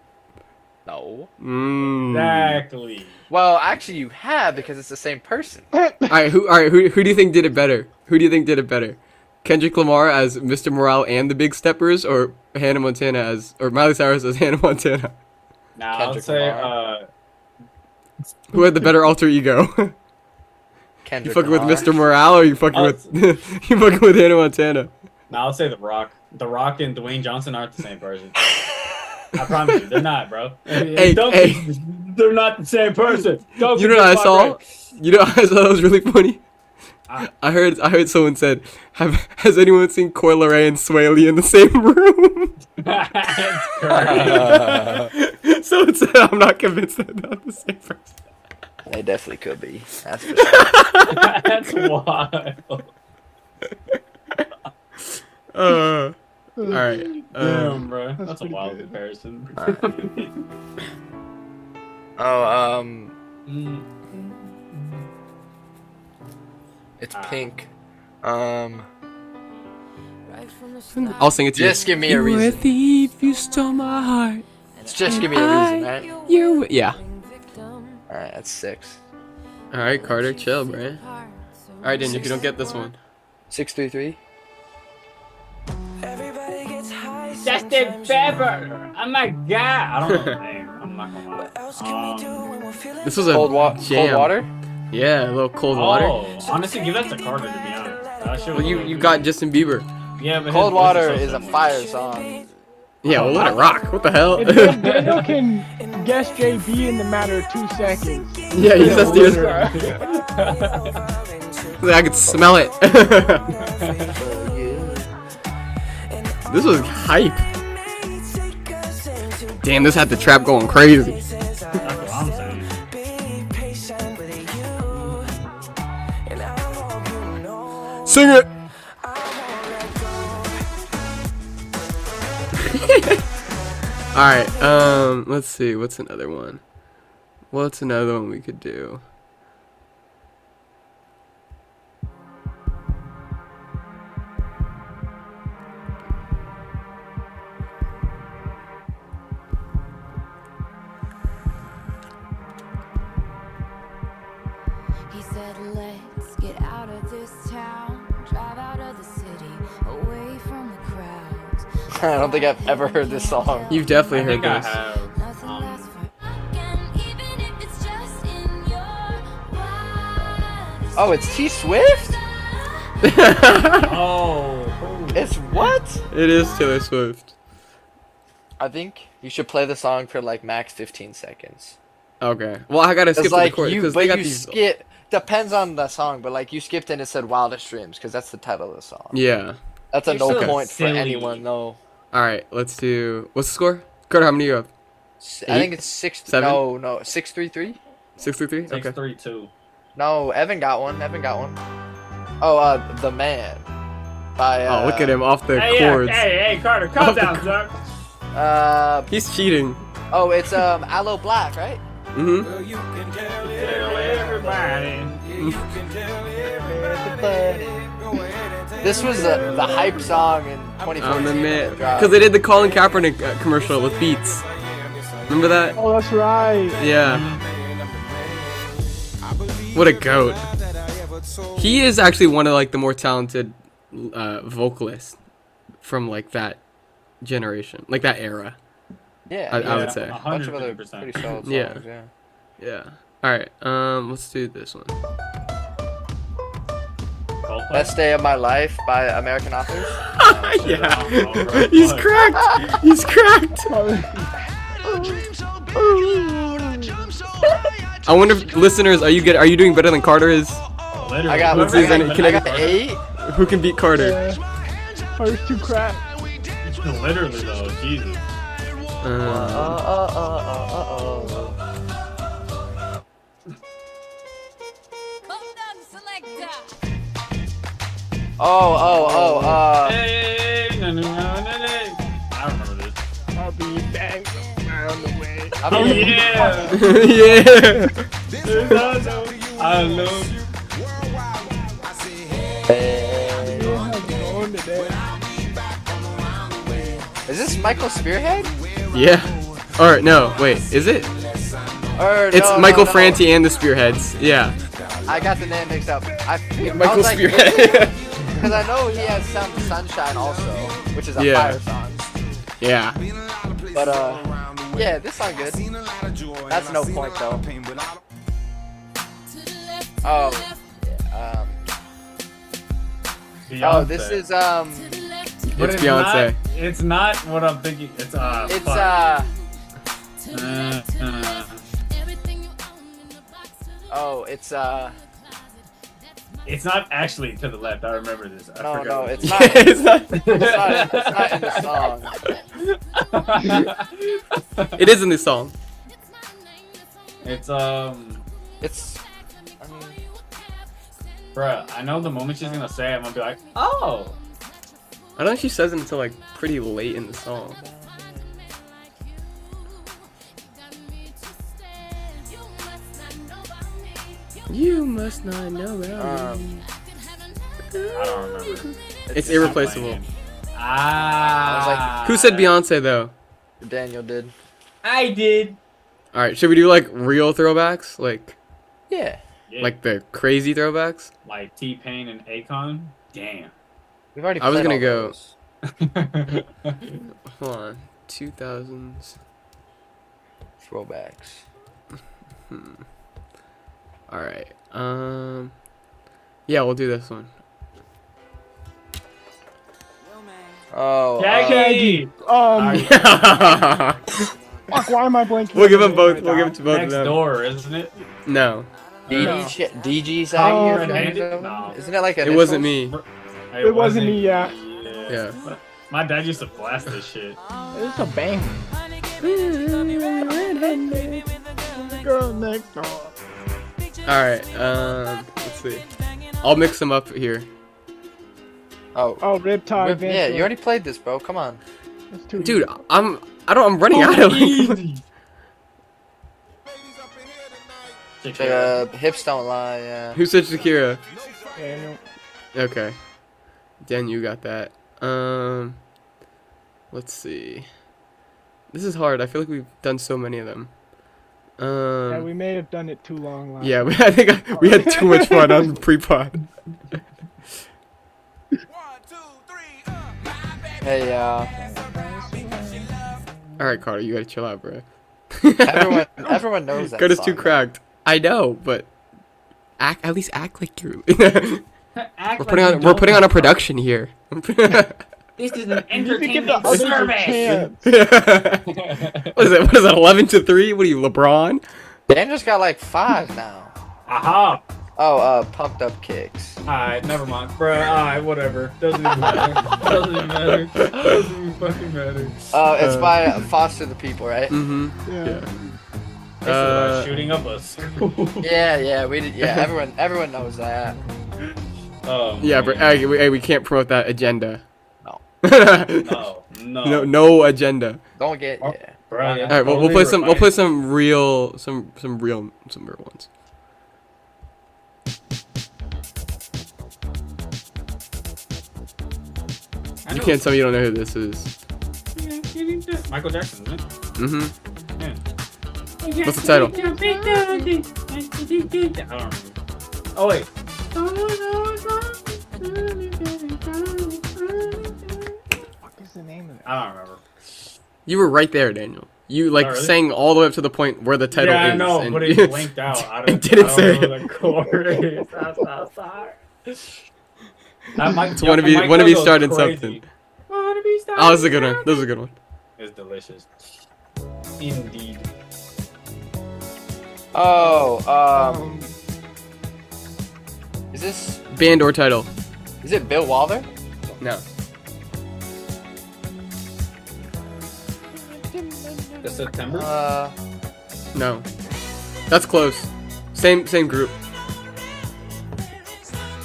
Speaker 2: No.
Speaker 1: Mm.
Speaker 5: Exactly.
Speaker 2: Well, actually, you have because it's the same person.
Speaker 1: All right, who all right who who do you think did it better? Who do you think did it better? Kendrick Lamar as Mr. Morale and the Big Steppers, or Hannah Montana as or Miley Cyrus as Hannah Montana?
Speaker 5: Now I'll
Speaker 2: Kendrick
Speaker 5: say
Speaker 2: Lamar.
Speaker 5: uh,
Speaker 1: Who had the better alter ego? You
Speaker 2: Kendrick
Speaker 1: fucking with
Speaker 2: Lamar.
Speaker 1: Mr. Morale or you fucking
Speaker 5: Oh,
Speaker 1: with you fucking with Hannah Montana?
Speaker 5: now I'll say The Rock. The Rock and Dwayne Johnson aren't the same person. I promise you, they're not, bro.
Speaker 1: Hey,
Speaker 5: Don't-
Speaker 1: hey.
Speaker 5: They're not the same person. Don't
Speaker 1: You know what I
Speaker 5: forget my
Speaker 1: saw?
Speaker 5: rant.
Speaker 1: You know what I saw that was really funny?
Speaker 5: Ah.
Speaker 1: I heard I heard someone said, Have has anyone seen Coil Ray and Swae Lee in the same room?
Speaker 5: it's curvy.
Speaker 2: Uh,
Speaker 1: so it's I'm not convinced that they're the same person.
Speaker 2: they definitely could be. That's for sure.
Speaker 5: That's wild.
Speaker 1: Uh, all right. Uh,
Speaker 5: Damn, bro. That's, a
Speaker 3: pretty
Speaker 5: wild
Speaker 3: good.
Speaker 5: comparison.
Speaker 2: Oh, um,
Speaker 5: Mm,
Speaker 2: it's
Speaker 5: Ah.
Speaker 2: pink. Um,
Speaker 1: I'll sing it to
Speaker 2: just give me a reason.
Speaker 1: thief. You stole my heart.
Speaker 2: Just give me a reason, right?
Speaker 1: You. Yeah.
Speaker 2: All right, that's six.
Speaker 1: All right, Carter, chill, bro. All right, Daniel. If you don't get this one,
Speaker 2: Six three three.
Speaker 8: Everybody gets high.
Speaker 5: Justin
Speaker 8: sometimes, you
Speaker 5: Bieber. Oh my god. I don't know the name. I'm not gonna lie.
Speaker 8: know. What else can we do
Speaker 5: Um,
Speaker 8: when we're feeling
Speaker 1: this was a
Speaker 2: Cold, wa-
Speaker 1: jam.
Speaker 2: cold water.
Speaker 1: Yeah, a little cold water.
Speaker 5: Oh, honestly, give that to Carter. To be honest, that shit
Speaker 1: Well,
Speaker 5: was
Speaker 1: you
Speaker 5: really
Speaker 1: you
Speaker 5: good.
Speaker 1: got Justin Bieber.
Speaker 5: yeah, but his
Speaker 2: Cold
Speaker 5: voice
Speaker 2: water
Speaker 5: so
Speaker 2: is a
Speaker 5: similar.
Speaker 2: fire song.
Speaker 1: Yeah, well, let it rock. What the hell?
Speaker 3: If, if Daniel can guess JB in the matter of two seconds,
Speaker 1: yeah, he says
Speaker 3: Bro.
Speaker 1: dear. I could smell it. this was hype. Damn, this had the trap going crazy.
Speaker 5: That's what I'm saying.
Speaker 1: Sing it. All right. Um. Let's see. What's another one? What's another one we could do?
Speaker 7: He said, let's get out of this town, drive out of the city, away from the crowds.
Speaker 2: I don't think I've ever heard this song.
Speaker 1: You've definitely
Speaker 5: I think I
Speaker 1: heard this.
Speaker 5: have.
Speaker 7: Nothing
Speaker 5: Um,
Speaker 7: lasts forever.
Speaker 2: Oh, it's T Swift.
Speaker 5: oh,
Speaker 2: It's what?
Speaker 1: It is Taylor Swift.
Speaker 2: I think you should play the song for like max 15 seconds.
Speaker 1: Okay. Well, I gotta skip
Speaker 2: It's
Speaker 1: to the
Speaker 2: like
Speaker 1: chorus
Speaker 2: you,
Speaker 1: because
Speaker 2: but
Speaker 1: they got
Speaker 2: you
Speaker 1: these.
Speaker 2: skip. Depends on the song, but like you skipped and it said "Wildest Dreams" because that's the title of the song.
Speaker 1: Yeah.
Speaker 2: That's a
Speaker 5: You're
Speaker 2: no
Speaker 5: so
Speaker 2: point
Speaker 5: silly.
Speaker 2: for anyone. No,
Speaker 1: All right. Let's do. What's the score? Carter, how many you have?
Speaker 2: S- I think it's six.
Speaker 1: Seven?
Speaker 2: No, no, six three three.
Speaker 1: Six through three.
Speaker 5: six
Speaker 1: Okay.
Speaker 5: three two.
Speaker 2: No, Evan got one. Evan got one. Oh, uh, the man. By uh,
Speaker 1: Oh, look at him off the
Speaker 5: Hey, yeah,
Speaker 1: chords.
Speaker 5: hey, hey, Carter, calm
Speaker 1: Off the
Speaker 5: down,
Speaker 1: cor-
Speaker 5: sir.
Speaker 2: Uh,
Speaker 1: He's cheating.
Speaker 2: oh, it's um, Aloe Black, right?
Speaker 1: hmm
Speaker 5: Tell everybody.
Speaker 2: This was uh, the hype song in
Speaker 1: I'm
Speaker 2: 2014.
Speaker 1: the man.
Speaker 2: when dropped.
Speaker 1: Because they did the Colin Kaepernick uh, commercial with Beats. Remember that?
Speaker 3: oh, that's right.
Speaker 1: Yeah. What a goat. He is actually one of like the more talented uh, vocalists from like that generation, like that era.
Speaker 2: yeah,
Speaker 1: I, I
Speaker 5: Yeah.
Speaker 1: would say.
Speaker 2: a bunch of other
Speaker 5: 100%.
Speaker 2: pretty solid songs.
Speaker 1: Yeah.
Speaker 2: Yeah. yeah.
Speaker 1: Yeah. All right. Um, let's do this one.
Speaker 5: Coldplay?
Speaker 2: Best Day of My Life by American authors.
Speaker 1: yeah. He's cracked. He's cracked. I
Speaker 3: Oh,
Speaker 1: wonder if listeners, are you get, are you doing better than Carter is?
Speaker 5: Literally.
Speaker 2: I got,
Speaker 1: Let's
Speaker 5: Whoever
Speaker 1: see if
Speaker 2: I
Speaker 1: any-
Speaker 2: got,
Speaker 1: can
Speaker 2: I
Speaker 1: I-
Speaker 2: got eight.
Speaker 1: Who can beat Carter?
Speaker 3: First two cracks.
Speaker 5: got- Literally though, Jesus.
Speaker 2: Uh,
Speaker 1: Uh,
Speaker 2: uh, uh, uh, uh, uh. Oh, oh, oh, uh.
Speaker 5: Hey, na, na, na, na, na. I remember this.
Speaker 3: I'll be back around the way.
Speaker 2: I
Speaker 5: Oh
Speaker 2: mean,
Speaker 5: yeah.
Speaker 1: yeah.
Speaker 5: There's also- I love
Speaker 2: Oh,
Speaker 5: you.
Speaker 2: eh,
Speaker 3: How's it going today?
Speaker 2: Is this Michael Spearhead?
Speaker 1: Yeah. Or no, wait, is it?
Speaker 2: Or
Speaker 1: It's
Speaker 2: no, no,
Speaker 1: Michael
Speaker 2: no.
Speaker 1: Franti and the Spearheads. Yeah.
Speaker 2: I got the name mixed up. I, I
Speaker 1: Michael
Speaker 2: was like,
Speaker 1: Spearhead.
Speaker 2: Because I know he has some Sunshine also, which is a
Speaker 1: Yeah.
Speaker 2: fire song.
Speaker 1: yeah.
Speaker 2: But, uh, yeah, this song good. That's no point, though. Oh, um, oh, this
Speaker 5: Beyonce.
Speaker 2: is, um,
Speaker 5: But
Speaker 1: It's Beyonce.
Speaker 5: Not, it's not what I'm thinking. It's uh.
Speaker 2: it's,
Speaker 5: fuck.
Speaker 2: uh,
Speaker 5: Uh, uh,
Speaker 2: oh, it's, uh,
Speaker 5: It's not actually to the left. I remember this. I
Speaker 2: No,
Speaker 5: forgot
Speaker 2: no,
Speaker 5: what
Speaker 2: it's
Speaker 5: it
Speaker 2: not.
Speaker 1: It's not-
Speaker 2: It's not, it's not in the song.
Speaker 5: is.
Speaker 1: it is in this song.
Speaker 5: it's um,
Speaker 2: It's. um, I mean,
Speaker 5: bruh. I know the moment she's gonna say, it, I'm gonna be like, oh.
Speaker 1: I don't think she says it until like pretty late in the song. You must not know about me.
Speaker 2: Um,
Speaker 5: I don't remember.
Speaker 1: It's irreplaceable.
Speaker 5: Ah.
Speaker 1: Who said Beyonce though?
Speaker 2: Daniel did.
Speaker 5: I did.
Speaker 1: All right, should we do like real throwbacks, like
Speaker 2: Yeah.
Speaker 5: Yeah,
Speaker 1: like the crazy throwbacks?
Speaker 5: like T Pain and Akon. Damn.
Speaker 2: We've already.
Speaker 1: I was
Speaker 2: played
Speaker 1: gonna
Speaker 2: all
Speaker 1: go-
Speaker 2: those.
Speaker 1: Hold on, two thousands.
Speaker 2: Throwbacks.
Speaker 1: All right. Um. Yeah, we'll do this one.
Speaker 2: Oh. uh,
Speaker 5: Jackie.
Speaker 3: Um,
Speaker 5: Alright,
Speaker 3: fuck, why am I blanking?
Speaker 1: we'll give
Speaker 3: on
Speaker 1: them
Speaker 3: the
Speaker 1: both.
Speaker 3: name
Speaker 1: We'll
Speaker 3: right
Speaker 1: give
Speaker 3: now?
Speaker 1: it to both of
Speaker 5: next
Speaker 1: them.
Speaker 5: door, isn't it?
Speaker 1: No,
Speaker 2: DG, sh- DG's
Speaker 3: Oh,
Speaker 2: out
Speaker 3: okay.
Speaker 2: here.
Speaker 5: No.
Speaker 2: Isn't it like
Speaker 1: it wasn't me.
Speaker 5: It,
Speaker 3: wasn't me, yeah.
Speaker 1: Yeah.
Speaker 5: But My dad used to blast this shit.
Speaker 3: It's a bang. Girl next door.
Speaker 1: All right. Um. Let's see. I'll mix them up here.
Speaker 2: Oh.
Speaker 3: Oh, Riptide. Van
Speaker 2: yeah,
Speaker 3: Gogh.
Speaker 2: you already played this, bro. Come on.
Speaker 3: That's too
Speaker 1: Dude, I'm. I don't. I'm running out of.
Speaker 2: Uh, hips don't lie. Yeah.
Speaker 1: Who said Shakira?
Speaker 3: Daniel.
Speaker 1: Okay. Dan, you got that. Um, let's see. This is hard. I feel like we've done so many of them. Um,
Speaker 3: Yeah, we may have done it too long. Last
Speaker 1: yeah, we, I think I, we had too much fun on pre-pod.
Speaker 2: Hey, uh,
Speaker 1: All right, Carter, you gotta chill out, bro.
Speaker 2: everyone, everyone knows that.
Speaker 1: Carter's
Speaker 2: song.
Speaker 1: too cracked. I know, but act at least act like you're. we're putting on we're putting on a production here.
Speaker 5: This is an
Speaker 3: You should give the
Speaker 5: entertainment
Speaker 3: others a
Speaker 5: service.
Speaker 3: chance.
Speaker 1: what is it? What is it? Eleven to three? What are you, LeBron?
Speaker 2: Daniel's got like five now.
Speaker 5: Aha!
Speaker 2: Oh, uh, pumped up kicks.
Speaker 5: Alright, never mind. Bruh, alright, whatever. Doesn't even matter. Doesn't even matter. Doesn't even fucking matter.
Speaker 2: Oh, it's by uh, Foster the People, right?
Speaker 1: Mm-hmm.
Speaker 3: Yeah.
Speaker 1: Yeah.
Speaker 5: This is about
Speaker 1: Uh,
Speaker 5: shooting up a school.
Speaker 2: Yeah, yeah, we did. Yeah, everyone, everyone knows that.
Speaker 5: Oh,
Speaker 1: Yeah, but
Speaker 5: man.
Speaker 1: hey, we, hey, we can't promote that agenda.
Speaker 2: No.
Speaker 1: no,
Speaker 5: No, oh, no.
Speaker 1: no, no agenda.
Speaker 2: Don't get.
Speaker 5: Oh.
Speaker 2: Yeah.
Speaker 5: Bruh,
Speaker 1: All right, we'll, we'll play some. We'll play some real, some some real, some real ones. You can't tell me you don't know who this is.
Speaker 5: Michael Jackson, isn't it?
Speaker 1: Mm-hmm.
Speaker 5: Yeah.
Speaker 1: What's the title?
Speaker 5: I don't remember. Oh wait.
Speaker 3: What is the name of it?
Speaker 5: I don't remember.
Speaker 1: You were right there, Daniel. You like
Speaker 5: Oh, really?
Speaker 1: sang all the way up to the point where the title
Speaker 5: yeah,
Speaker 1: is.
Speaker 5: I know,
Speaker 1: and
Speaker 5: but
Speaker 1: you-
Speaker 5: it blanked out. I don't,
Speaker 1: It didn't
Speaker 5: I don't
Speaker 1: say
Speaker 5: know
Speaker 1: it.
Speaker 5: the chorus. I'm so sorry. That might,
Speaker 1: It's one of you- one of you started something. Oh, this is a good one. This is a good one.
Speaker 5: It's delicious. Indeed.
Speaker 2: Oh, um,
Speaker 3: Um,
Speaker 2: is this
Speaker 1: Band or title?
Speaker 2: is it Bill Wilder?
Speaker 1: No.
Speaker 5: The September.
Speaker 2: Uh,
Speaker 1: No. That's close. Same same group.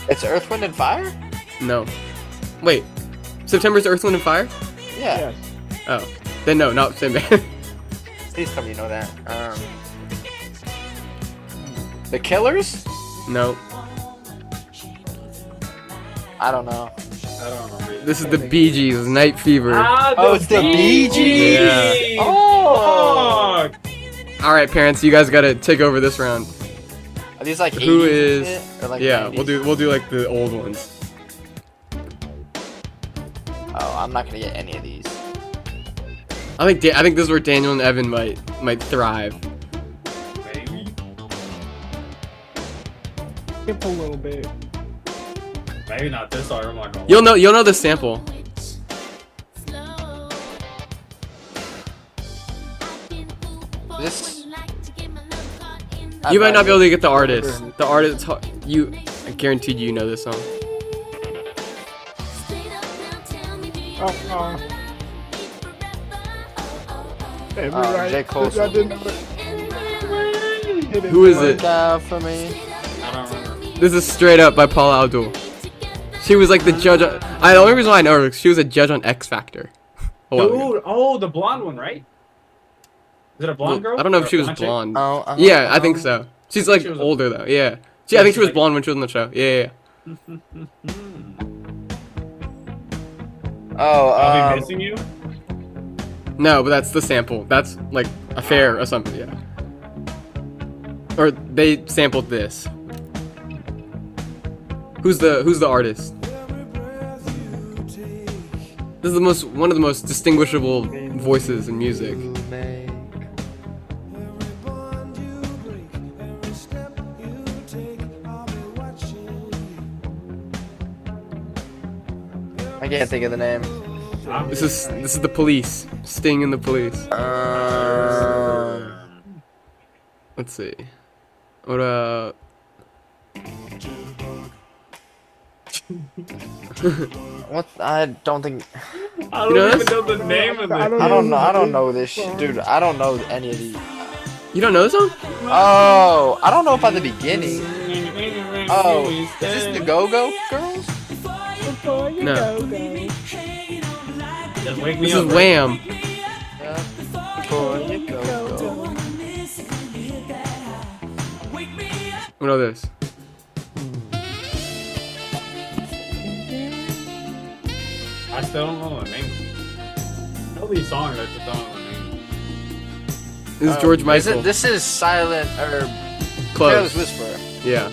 Speaker 2: it's Earth, Wind, and Fire.
Speaker 1: No. Wait. September's Earth, Wind, and Fire?
Speaker 2: Yeah.
Speaker 3: yes.
Speaker 1: Oh. Then no, not same band.
Speaker 2: Please tell me you know that. Um, the Killers?
Speaker 1: no.
Speaker 2: I don't know.
Speaker 5: I don't remember. either.
Speaker 1: This is the Bee Gees, Night Fever.
Speaker 5: Ah,
Speaker 2: Oh, it's the Bee Gees.
Speaker 1: Yeah.
Speaker 2: Oh.
Speaker 5: Fuck.
Speaker 1: Alright, parents, you guys gotta take over this round.
Speaker 2: Are these like 80s
Speaker 1: Who
Speaker 2: and
Speaker 1: is-
Speaker 2: shit? Or, like,
Speaker 1: yeah, we'll
Speaker 2: 90s?
Speaker 1: do we'll do like the old ones.
Speaker 2: Oh, I'm not gonna get any of these.
Speaker 1: I think da- I think this is where Daniel and Evan might might thrive.
Speaker 5: Baby.
Speaker 3: Skip a little bit.
Speaker 2: Uh,
Speaker 5: Maybe not this arm. Like a-
Speaker 1: You'll know you'll know the sample.
Speaker 2: This.
Speaker 1: You
Speaker 2: I've
Speaker 1: might not be able
Speaker 2: never-
Speaker 1: to get the artist. The artist, you I guaranteed you know this song.
Speaker 3: Uh-uh.
Speaker 7: Oh,
Speaker 3: Hey, we
Speaker 2: Uh,
Speaker 3: right.
Speaker 2: J. Cole
Speaker 3: I didn't
Speaker 2: song.
Speaker 3: hit it.
Speaker 1: Who is it?
Speaker 2: Down for me.
Speaker 5: I don't remember.
Speaker 1: This is straight up by Paula Abdul. She was like the judge. On, I the only reason why I know her is she was a judge on X Factor. A while ago.
Speaker 5: Dude, oh, the blonde one, right? Is it a blonde girl?
Speaker 1: I don't know
Speaker 5: Or
Speaker 1: if
Speaker 5: a
Speaker 1: she was
Speaker 5: chick?
Speaker 1: blonde.
Speaker 2: Oh, uh,
Speaker 1: yeah, I think
Speaker 2: um,
Speaker 1: so. She's
Speaker 5: I think
Speaker 1: like
Speaker 5: she was a-
Speaker 1: older though. Yeah. She, I
Speaker 5: Yeah,
Speaker 1: think
Speaker 5: she's
Speaker 1: she was
Speaker 5: like-
Speaker 1: blonde when she was on the show. Yeah, yeah. yeah.
Speaker 2: Oh,
Speaker 5: I'll be
Speaker 2: um,
Speaker 5: missing you.
Speaker 1: No, but that's the sample. That's like a fair or something. Yeah. Or they sampled this. Who's the Who's the artist? This is the most one of the most distinguishable voices in music.
Speaker 2: I can't think of the name.
Speaker 1: This is This is the police. Sting and the police.
Speaker 2: Um,
Speaker 1: Let's see. What uh
Speaker 2: what? I don't think.
Speaker 5: I don't
Speaker 1: You know
Speaker 5: even
Speaker 1: this?
Speaker 5: know the name of
Speaker 3: I
Speaker 5: it.
Speaker 3: don't,
Speaker 2: I don't know. I
Speaker 3: who
Speaker 2: don't
Speaker 3: it
Speaker 2: know this, sh- dude. I don't know any of these.
Speaker 1: you don't know this song?
Speaker 2: Oh, I don't know about the beginning. Oh, is this the Go Go Girls?
Speaker 3: is. Before you
Speaker 1: No.
Speaker 3: go, go.
Speaker 5: Just wake me
Speaker 1: This is
Speaker 5: up. right?
Speaker 1: Wham.
Speaker 2: Yeah. Before you go, go.
Speaker 1: What about this?
Speaker 5: I still don't know the name. I know these songs, I just don't know the name.
Speaker 1: This is
Speaker 2: Oh,
Speaker 1: George
Speaker 2: Is
Speaker 1: Michael.
Speaker 2: it, this is Silent or Taylor's
Speaker 1: Close.
Speaker 2: Whisper.
Speaker 1: Yeah.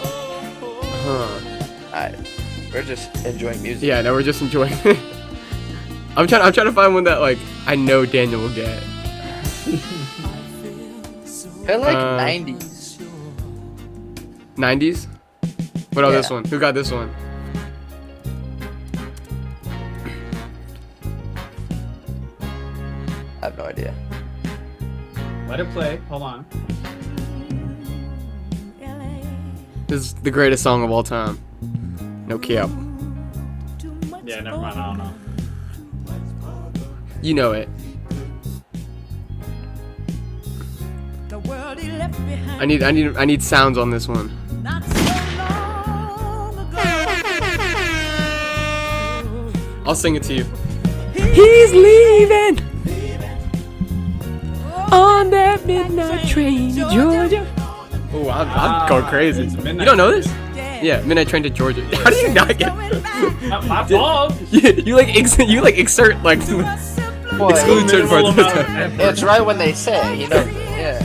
Speaker 1: Uh-huh. Huh.
Speaker 2: Alright, we're just enjoying music.
Speaker 1: Yeah. No, we're just enjoying. I'm trying. I'm trying to find one that like I know Daniel will get.
Speaker 2: They're like
Speaker 1: Uh,
Speaker 2: 90s.
Speaker 1: 90s. What about
Speaker 2: Yeah.
Speaker 1: this one? Who got this one?
Speaker 2: I have no idea.
Speaker 5: Let it play. Hold on.
Speaker 1: This is the greatest song of all time. No cap.
Speaker 5: Yeah, never mind. I don't know.
Speaker 1: You know it. I need. I need. I need sounds on this one. I'll sing it to you.
Speaker 9: He's leaving on that midnight train to Georgia.
Speaker 1: Oh, I'm, I'm going
Speaker 5: Ah,
Speaker 1: crazy.
Speaker 5: it's
Speaker 1: You
Speaker 5: midnight.
Speaker 1: don't know this? Yeah, midnight train to Georgia. How do you not get?
Speaker 5: Not my fault.
Speaker 1: you, you like ex- you like exert like
Speaker 2: Boy,
Speaker 1: exclude certain parts. of
Speaker 5: Minimal amount of
Speaker 1: the
Speaker 5: effort.
Speaker 2: it's right when they say, you know. Yeah.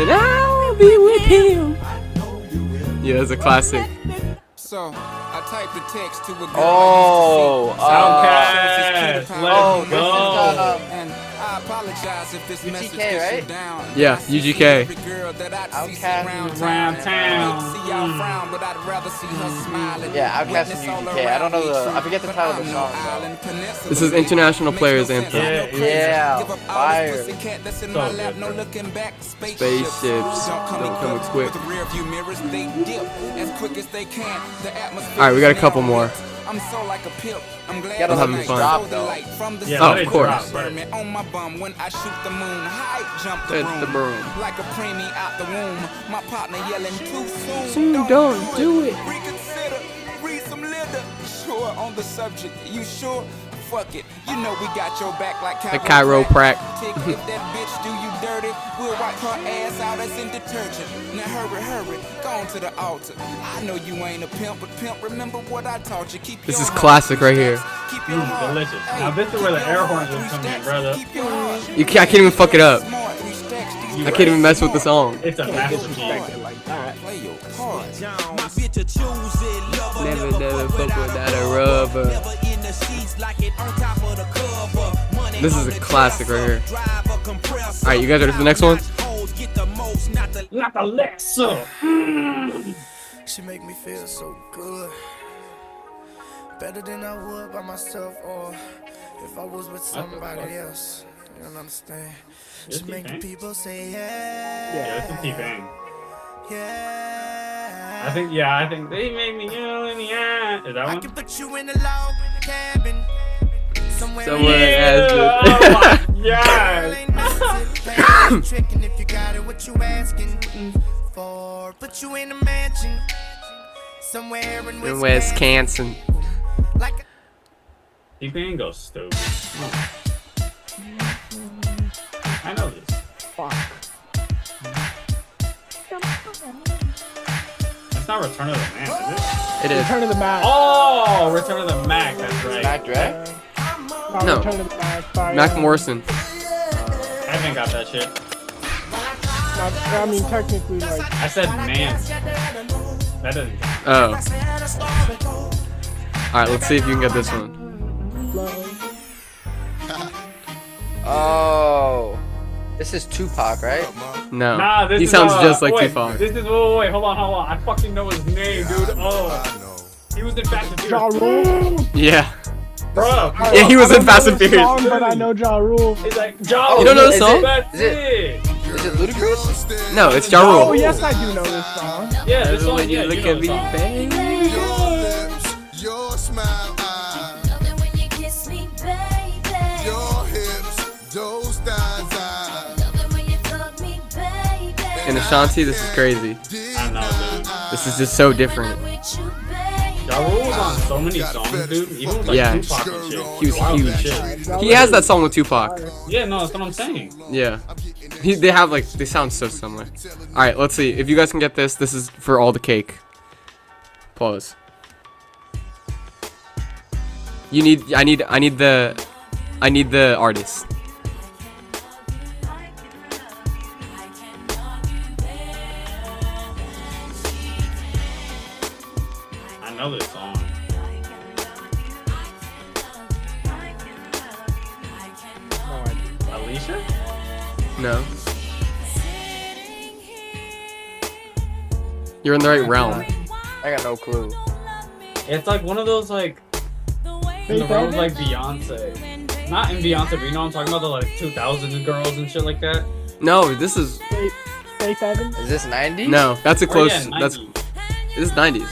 Speaker 1: And I'll be with him. Yeah, it's a classic.
Speaker 10: So I typed the text to a girl
Speaker 2: Oh,
Speaker 10: I
Speaker 2: uh,
Speaker 10: used to see.
Speaker 5: Soundcast.
Speaker 10: Service to the
Speaker 2: oh, this is,
Speaker 5: Let's go.
Speaker 2: uh,
Speaker 10: And I apologize if this message
Speaker 2: UGK,
Speaker 10: gets you
Speaker 2: right?
Speaker 10: down.
Speaker 1: Yeah,
Speaker 10: I see
Speaker 1: UGK.
Speaker 10: every girl that I'd see
Speaker 2: Outkast
Speaker 10: around
Speaker 2: and
Speaker 5: Round
Speaker 10: I'd
Speaker 5: town. Mm.
Speaker 10: see y'all frown, but I'd rather see her smiling.
Speaker 2: Mm-hmm. Yeah, Outkast and
Speaker 10: Witness all
Speaker 2: UGK. I don't know
Speaker 10: around me
Speaker 2: the- I forget the
Speaker 10: true,
Speaker 2: title of
Speaker 10: but
Speaker 2: the
Speaker 10: I'm
Speaker 2: song,
Speaker 10: no
Speaker 2: though.
Speaker 10: island peninsula.
Speaker 1: This is International
Speaker 10: Makes no
Speaker 1: Players
Speaker 10: sense,
Speaker 1: Anthem.
Speaker 10: I know
Speaker 5: Yeah,
Speaker 10: crazy.
Speaker 2: yeah.
Speaker 10: Give up all this
Speaker 2: Fire.
Speaker 10: pussycat that's in
Speaker 5: So
Speaker 10: my lap,
Speaker 5: good,
Speaker 10: no
Speaker 5: bro.
Speaker 10: looking back. Spaceships.
Speaker 1: Spaceships
Speaker 10: Don't come
Speaker 1: don't come
Speaker 10: equipped
Speaker 1: equipped.
Speaker 10: with rear view mirrors, they dip as quick as they can. The atmosphere
Speaker 1: Alright, we got a
Speaker 10: is
Speaker 1: couple
Speaker 10: now
Speaker 1: more.
Speaker 10: ripped. I'm so like a pimp. I'm glad
Speaker 2: Gotta
Speaker 10: the
Speaker 1: let it
Speaker 10: lights
Speaker 1: drop,
Speaker 10: show the
Speaker 2: though.
Speaker 10: light from the
Speaker 5: Yeah,
Speaker 10: sun.
Speaker 1: let it Oh, of drop, course.
Speaker 5: right.
Speaker 10: Burn on my bum when I shoot the moon. High jump the
Speaker 1: Hit
Speaker 10: broom.
Speaker 1: the broom.
Speaker 10: Like a preemie out the womb. My partner yelling too soon.
Speaker 9: Soon, don't do it.
Speaker 10: Reconsider. Read some litter. Sure on the subject. You sure? Fuck it. You know we got your back like
Speaker 1: The chiroprac.
Speaker 10: Tick, if that bitch do you dirty, we'll wipe her ass out as in detergent. Now hurry, hurry, go on to the altar. I know you ain't a pimp, but pimp, remember what I taught you. Keep
Speaker 1: This
Speaker 10: your
Speaker 1: is
Speaker 10: heart
Speaker 1: classic right
Speaker 10: three
Speaker 1: here.
Speaker 10: stacks. Keep your
Speaker 5: Mm,
Speaker 10: heart-
Speaker 5: delicious.
Speaker 10: Hey,
Speaker 5: Now this is
Speaker 10: keep
Speaker 5: where the
Speaker 10: your
Speaker 5: air
Speaker 10: heart
Speaker 5: horns
Speaker 10: three
Speaker 5: would come in,
Speaker 10: stacks.
Speaker 5: brother.
Speaker 10: Keep your heart.
Speaker 1: You ca- I can't even fuck it up.
Speaker 10: Smart, three stacks, these
Speaker 1: I can't even mess with the
Speaker 10: smart.
Speaker 1: song.
Speaker 5: It's a masterpiece.
Speaker 10: Play your part.
Speaker 11: My bitch a choose it, love her,
Speaker 1: Never,
Speaker 11: never,
Speaker 1: never
Speaker 11: fuck
Speaker 1: fuck
Speaker 11: without
Speaker 1: without
Speaker 11: a
Speaker 1: a
Speaker 11: rubber.
Speaker 1: rubber.
Speaker 11: Never in the sheets, like it on top of the cover. Money
Speaker 1: This is
Speaker 11: on
Speaker 1: a
Speaker 11: the
Speaker 1: classic right here.
Speaker 11: dresser, drive a compressor.
Speaker 1: Alright, you guys ready for the next one?
Speaker 11: Top-notch hoes get the most, not the
Speaker 5: Not the Alexa.
Speaker 10: She make me feel so good. Better than I would by myself or if I was with somebody else. You don't understand?
Speaker 5: Is
Speaker 10: She
Speaker 5: he
Speaker 10: make the
Speaker 5: back?
Speaker 10: people say yeah.
Speaker 5: Yeah, it's a T-Bang. I think yeah, I think they made me ill in the eye. Is that
Speaker 11: I
Speaker 5: one?
Speaker 11: can put you in a log cabin. Somewhere,
Speaker 5: Somewhere in Aspen.
Speaker 11: oh my god. Tricking if you got it, what you asking for? Put you in a mansion. Somewhere in
Speaker 1: in Wisconsin.
Speaker 5: You can go stupid. I know this.
Speaker 3: Fuck.
Speaker 5: It's not Return of the Man, is it?
Speaker 1: It is.
Speaker 3: Return of the Mac.
Speaker 5: Oh, Return of the Mac. That's right.
Speaker 2: Mac Dre?
Speaker 3: Not
Speaker 1: No.
Speaker 3: Return of the Mac. Sorry,
Speaker 1: Mac
Speaker 3: uh,
Speaker 1: Morrison.
Speaker 5: I haven't got that shit.
Speaker 3: not- I mean, technically, like.
Speaker 5: I said man. That doesn't.
Speaker 1: Oh. Alright, let's see if you can get this one.
Speaker 2: Oh, this is Tupac, right?
Speaker 1: No.
Speaker 5: Nah, this
Speaker 1: he
Speaker 5: is,
Speaker 1: sounds
Speaker 5: uh,
Speaker 1: just like
Speaker 5: wait,
Speaker 1: Tupac.
Speaker 5: This is wait, wait, wait, hold on, hold on. I fucking know his name, dude. Oh, he was in Fast and
Speaker 3: Ja
Speaker 5: Furious,
Speaker 3: Rule.
Speaker 1: Yeah.
Speaker 5: bro.
Speaker 1: Yeah, he was in Fast and Furious.
Speaker 3: Song, but I know Ja Rule.
Speaker 5: He's like Ja
Speaker 1: You don't know
Speaker 5: Rule,
Speaker 1: the song?
Speaker 5: That's
Speaker 2: Is it-
Speaker 5: it.
Speaker 2: Is it Ludacris?
Speaker 1: No, it's Ja
Speaker 3: Oh,
Speaker 1: Rule.
Speaker 3: yes, I do know this song.
Speaker 5: Yeah, this one. Yeah, you know the song.
Speaker 1: baby.
Speaker 10: Your smile, eyes, your hips, those thighs, eyes.
Speaker 1: And Ashanti, this is crazy.
Speaker 5: I know, dude.
Speaker 1: This is just so different.
Speaker 5: Ja Rule was on so many songs, dude. Even with like
Speaker 1: Yeah.
Speaker 5: Tupac and shit.
Speaker 1: He was
Speaker 5: Wild
Speaker 1: huge.
Speaker 5: shit.
Speaker 1: He has that song with Tupac.
Speaker 5: Yeah, no, that's what I'm saying.
Speaker 1: Yeah. He, they have like they sound so similar. All right, let's see if you guys can get this. This is for all the cake. Pause. You need I need I need the I need the artist.
Speaker 5: I know this song. Alicia?
Speaker 1: No. You're in the right realm.
Speaker 2: I got no clue.
Speaker 5: It's like one of those like in
Speaker 3: They
Speaker 5: the realm of,
Speaker 3: did
Speaker 5: like Beyonce. Not in Beyonce, but you know what I'm talking about the like 2000s girls and shit like that.
Speaker 1: No, this is
Speaker 3: Faith, Faith Evans.
Speaker 2: Is this 90?
Speaker 1: no. That's a
Speaker 5: Or,
Speaker 1: close.
Speaker 5: yeah,
Speaker 1: that's
Speaker 5: 90s.
Speaker 1: this is 90s.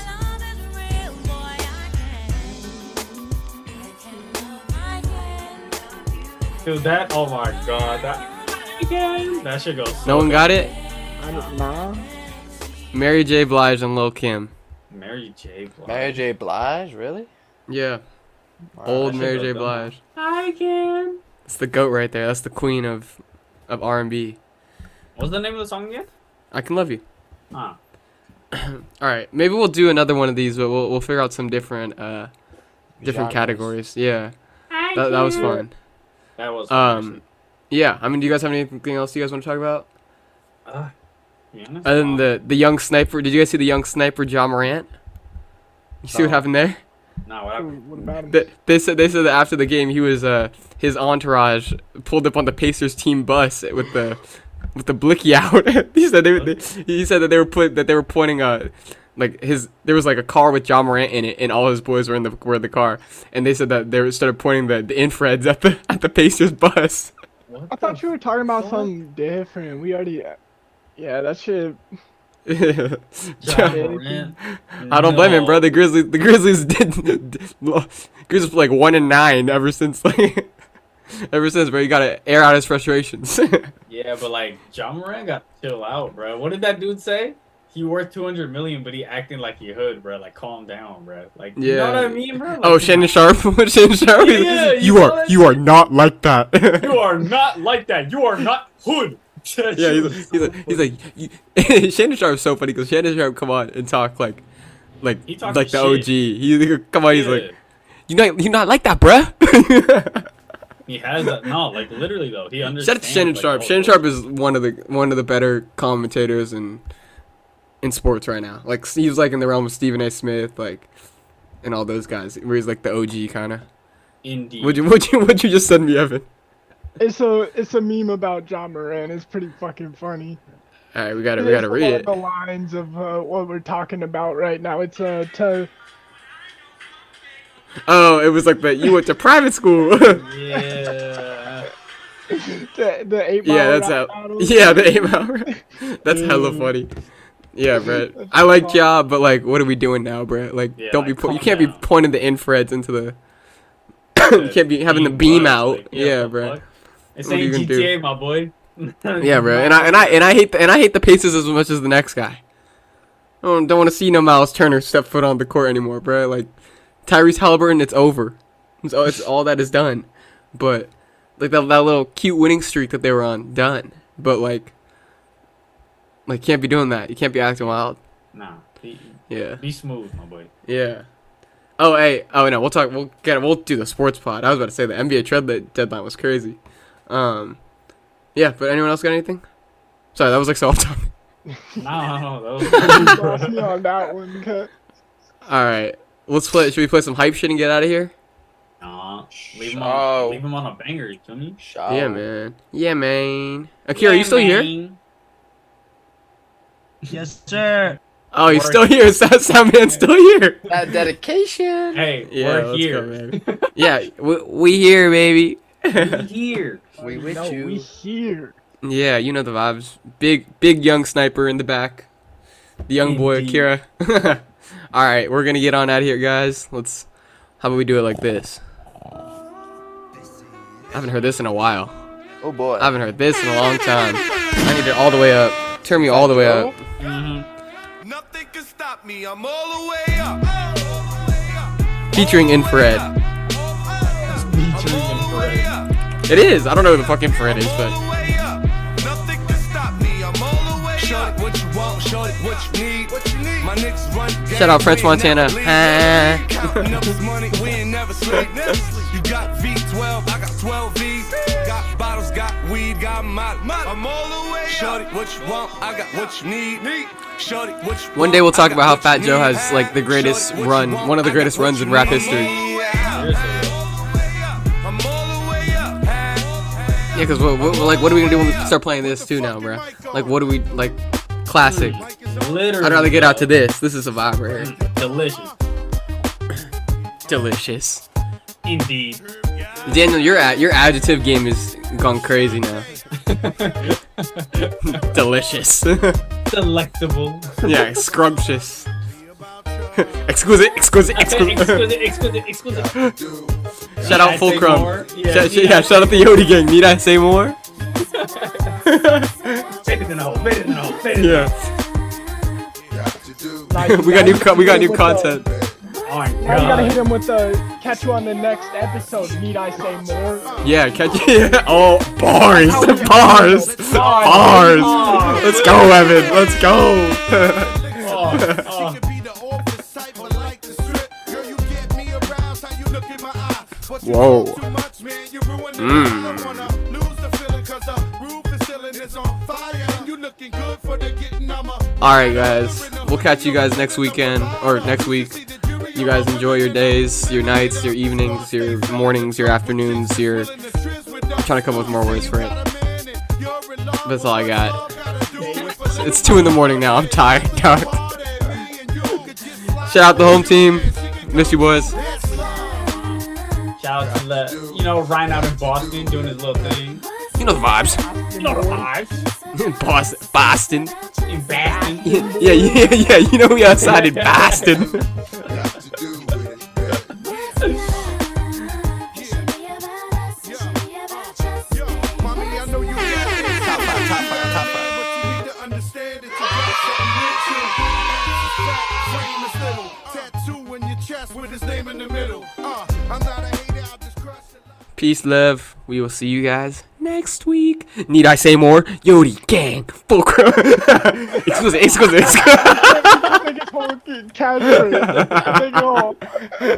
Speaker 5: dude. That oh my god, that again. That shit goes. So
Speaker 1: No one got it.
Speaker 3: I don't know.
Speaker 1: Mary J. Blige and Lil Kim.
Speaker 5: Mary J. Blige.
Speaker 2: Mary J. Blige, really?
Speaker 1: Yeah.
Speaker 2: Wow,
Speaker 1: Old
Speaker 5: that shit
Speaker 1: Mary
Speaker 5: goes
Speaker 1: J.
Speaker 5: dumb.
Speaker 1: Blige.
Speaker 5: I can.
Speaker 1: It's the goat right there. That's the queen of of R and B.
Speaker 5: What's the name of the song again?
Speaker 1: I can love you.
Speaker 5: Ah,
Speaker 1: All right, maybe we'll do another one of these, but we'll we'll figure out some different uh different
Speaker 2: Genres.
Speaker 1: categories. Yeah, that, that was fun.
Speaker 5: that was.
Speaker 1: Um, yeah. I mean, do you guys have anything else you guys want to talk about?
Speaker 5: Uh, yeah, that's
Speaker 1: Other than
Speaker 5: fun.
Speaker 1: the the young sniper, did you guys see the young sniper John Morant? You see what
Speaker 5: No.
Speaker 1: happened there?
Speaker 5: Nah, what happened?
Speaker 3: What about him?
Speaker 1: They, they said they said that after the game, he was uh his entourage pulled up on the Pacers team bus with the with the blicky out. he said they, they he said that they were put that they were pointing uh like his there was like a car with John Morant in it, and all his boys were in the were in the car, and they said that they started pointing the, the infreds at the at the Pacers bus.
Speaker 3: I thought you were talking about something different. We already. Yeah, that shit.
Speaker 5: John
Speaker 1: Yeah.
Speaker 5: Morant.
Speaker 1: I don't blame him,
Speaker 5: No.
Speaker 1: bro. The Grizzlies, the Grizzlies did, Grizzlies were like one and nine ever since, like, ever since, bro. You gotta air out his frustrations.
Speaker 5: Yeah, but like John Moran got to chill out, bro. What did that dude say? He worth two hundred million, but he acting like he hood, bro. Like calm down, bro. Like you know
Speaker 1: Yeah.
Speaker 5: what I mean, bro? Like,
Speaker 1: oh, Shannon Sharp, Shannon Sharp.
Speaker 5: Yeah, yeah,
Speaker 1: you
Speaker 5: you saw
Speaker 1: are,
Speaker 5: that
Speaker 1: you are not like that.
Speaker 5: You are not like that. You are not hood.
Speaker 1: yeah, he's, he's like, he's like, you, Shannon Sharp's so funny because Shannon Sharp come on and talk like, like,
Speaker 5: He talking
Speaker 1: like the
Speaker 5: shit.
Speaker 1: OG. He come on, he's
Speaker 5: Yeah.
Speaker 1: like, you not, you not like that, bruh.
Speaker 5: He has that. No, like literally though, he
Speaker 1: Shout
Speaker 5: understands.
Speaker 1: out to Shannon
Speaker 5: like,
Speaker 1: Sharp.
Speaker 5: oh,
Speaker 1: Shannon Sharp is one of the one of the better commentators in in sports right now. Like he's like in the realm of Stephen A. Smith, like and all those guys, where he's like the OG kind of.
Speaker 5: Indeed.
Speaker 1: Would you would you would you just send me Evan?
Speaker 3: It's a it's a meme about John Moran. It's pretty fucking funny.
Speaker 1: All right, we gotta we gotta
Speaker 3: It's
Speaker 1: read
Speaker 3: along
Speaker 1: it.
Speaker 3: The lines of uh, what we're talking about right now. It's uh, to
Speaker 1: Oh, it was like that. You went to private school.
Speaker 5: Yeah.
Speaker 3: the, the eight mile.
Speaker 1: yeah, that's
Speaker 3: Rock
Speaker 1: how.
Speaker 3: Battle.
Speaker 1: Yeah, the aim hour. that's hella funny. Yeah, Brett. I like Ja, but like, what are we doing now, Brett? Like,
Speaker 5: Yeah,
Speaker 1: don't
Speaker 5: like,
Speaker 1: be. Po- you
Speaker 5: calm
Speaker 1: can't be pointing the infreds into the. you can't be having the beam out. yeah, Brett.
Speaker 5: It's
Speaker 1: What are
Speaker 5: saying
Speaker 1: you gonna do?
Speaker 5: GTA, my boy.
Speaker 1: Yeah, bro. And I and I and I hate the, and I hate the Pacers as much as the next guy. I don't, don't want to see no Miles Turner step foot on the court anymore, bro. Like Tyrese Halliburton, it's over. It's, all- it's all that is done. But like that, that little cute winning streak that they were on, done. But like, like can't be doing that. You can't be acting wild.
Speaker 5: Nah. Be,
Speaker 1: Yeah.
Speaker 5: Be smooth, my boy.
Speaker 1: Yeah. Oh hey. Oh no. We'll talk. We'll get. We'll do the sports pod. I was about to say the NBA trade li- deadline was crazy. Um. Yeah. But anyone else got anything? Sorry, that was like so off topic.
Speaker 5: Nah, no,
Speaker 3: You
Speaker 5: that was.
Speaker 3: lost me on that one. cut.
Speaker 1: All right. Let's play. Should we play some hype shit and get out of here?
Speaker 5: Nah, leave him, on, leave him on a banger, you feel me?
Speaker 2: Oh.
Speaker 1: Yeah, man. Yeah, man. Akira, are you
Speaker 5: Yeah,
Speaker 1: still here?
Speaker 5: man.
Speaker 12: Yes, sir.
Speaker 1: Oh, you're
Speaker 5: Work.
Speaker 1: still here. Sound, sound man's still here.
Speaker 2: That dedication.
Speaker 5: Hey,
Speaker 1: Yeah,
Speaker 5: we're
Speaker 1: let's
Speaker 5: here.
Speaker 1: go, man. yeah, we, we here, baby.
Speaker 5: We here.
Speaker 2: We with
Speaker 3: No,
Speaker 2: you.
Speaker 3: we here.
Speaker 1: yeah, you know the vibes. Big, big young sniper in the back. The young boy
Speaker 5: Indeed.
Speaker 1: Akira. All right, we're gonna get on out of here, guys. Let's. How about we do it like this? I haven't heard this in a while.
Speaker 2: Oh boy.
Speaker 1: I haven't heard this in a long time. I need it all the way up. Turn me all the way up. Mm-hmm.
Speaker 10: Nothing can stop me. I'm all the way up.
Speaker 1: Featuring infrared.
Speaker 5: Featuring infrared.
Speaker 1: It is. I don't know who the fuck infrared is, but
Speaker 10: Short what you want, short what you need. What you need. My niggas run.
Speaker 1: shout out French Montana.
Speaker 10: Counting up this money, we ain't never sleep. You got V12, I got 12 V's. Got bottles, got weed, got my. I'm all the way. Shorty, what you want? I got what you need. Shorty, what you
Speaker 1: One day we'll talk about how Fat Joe has like the greatest run, one of the greatest runs in rap history. Yeah, because what, what, like, what are we gonna do when we start playing this too now, bro? Like, what do we like? Classic.
Speaker 5: Literally.
Speaker 1: I'd rather get out to this. This is a vibe right here.
Speaker 5: Delicious.
Speaker 1: Delicious.
Speaker 5: Indeed.
Speaker 1: Daniel, your ad- your adjective game is gone crazy now. Delicious.
Speaker 5: Delectable.
Speaker 1: yeah, scrumptious. exquisite, exquisite, exquisite.
Speaker 5: exquisite, exquisite, exquisite.
Speaker 1: Shout out
Speaker 5: I'd say
Speaker 1: Fulcrum.
Speaker 5: more. Yeah,
Speaker 1: shout,
Speaker 5: yeah.
Speaker 1: yeah, shout out the Yodi gang. Need I say more?
Speaker 5: Better than all, better than all, better than
Speaker 1: Yeah.
Speaker 3: Nah, you
Speaker 1: we got new co- we got
Speaker 3: hit
Speaker 1: new
Speaker 3: him with the-
Speaker 1: content.
Speaker 5: all. Oh my
Speaker 3: now you gotta hit
Speaker 5: god.
Speaker 3: him with the catch you on the next episode. Need I say more?
Speaker 1: Yeah, catch yeah. Oh, bars, bars, bars. Let's go, Evan. Let's go.
Speaker 5: Oh,
Speaker 1: Whoa.
Speaker 10: Mm.
Speaker 1: All right, guys. We'll catch you guys next weekend or next week. You guys enjoy your days, your nights, your evenings, your mornings, your afternoons, your. I'm trying to come up with more words for it. That's all I got. It's, it's two in the morning now. I'm tired, dog. Shout out the home team. Miss you, boys.
Speaker 5: oh. Shout out to the, you know, Ryan out in Boston doing his little thing.
Speaker 1: You know the vibes.
Speaker 5: You know the vibes.
Speaker 1: Boston. Boston.
Speaker 5: In Boston.
Speaker 1: yeah, yeah, yeah. You know we outside in Boston.
Speaker 10: With his name in the middle. Uh, I'm not a hater, I just crush it.
Speaker 1: Peace, love. We will see you guys next week. Need I say more? Yodi gang. Fulcrum. excuse me. Excuse me. Excuse me.
Speaker 3: Nigga fucking cancer. Nigga all.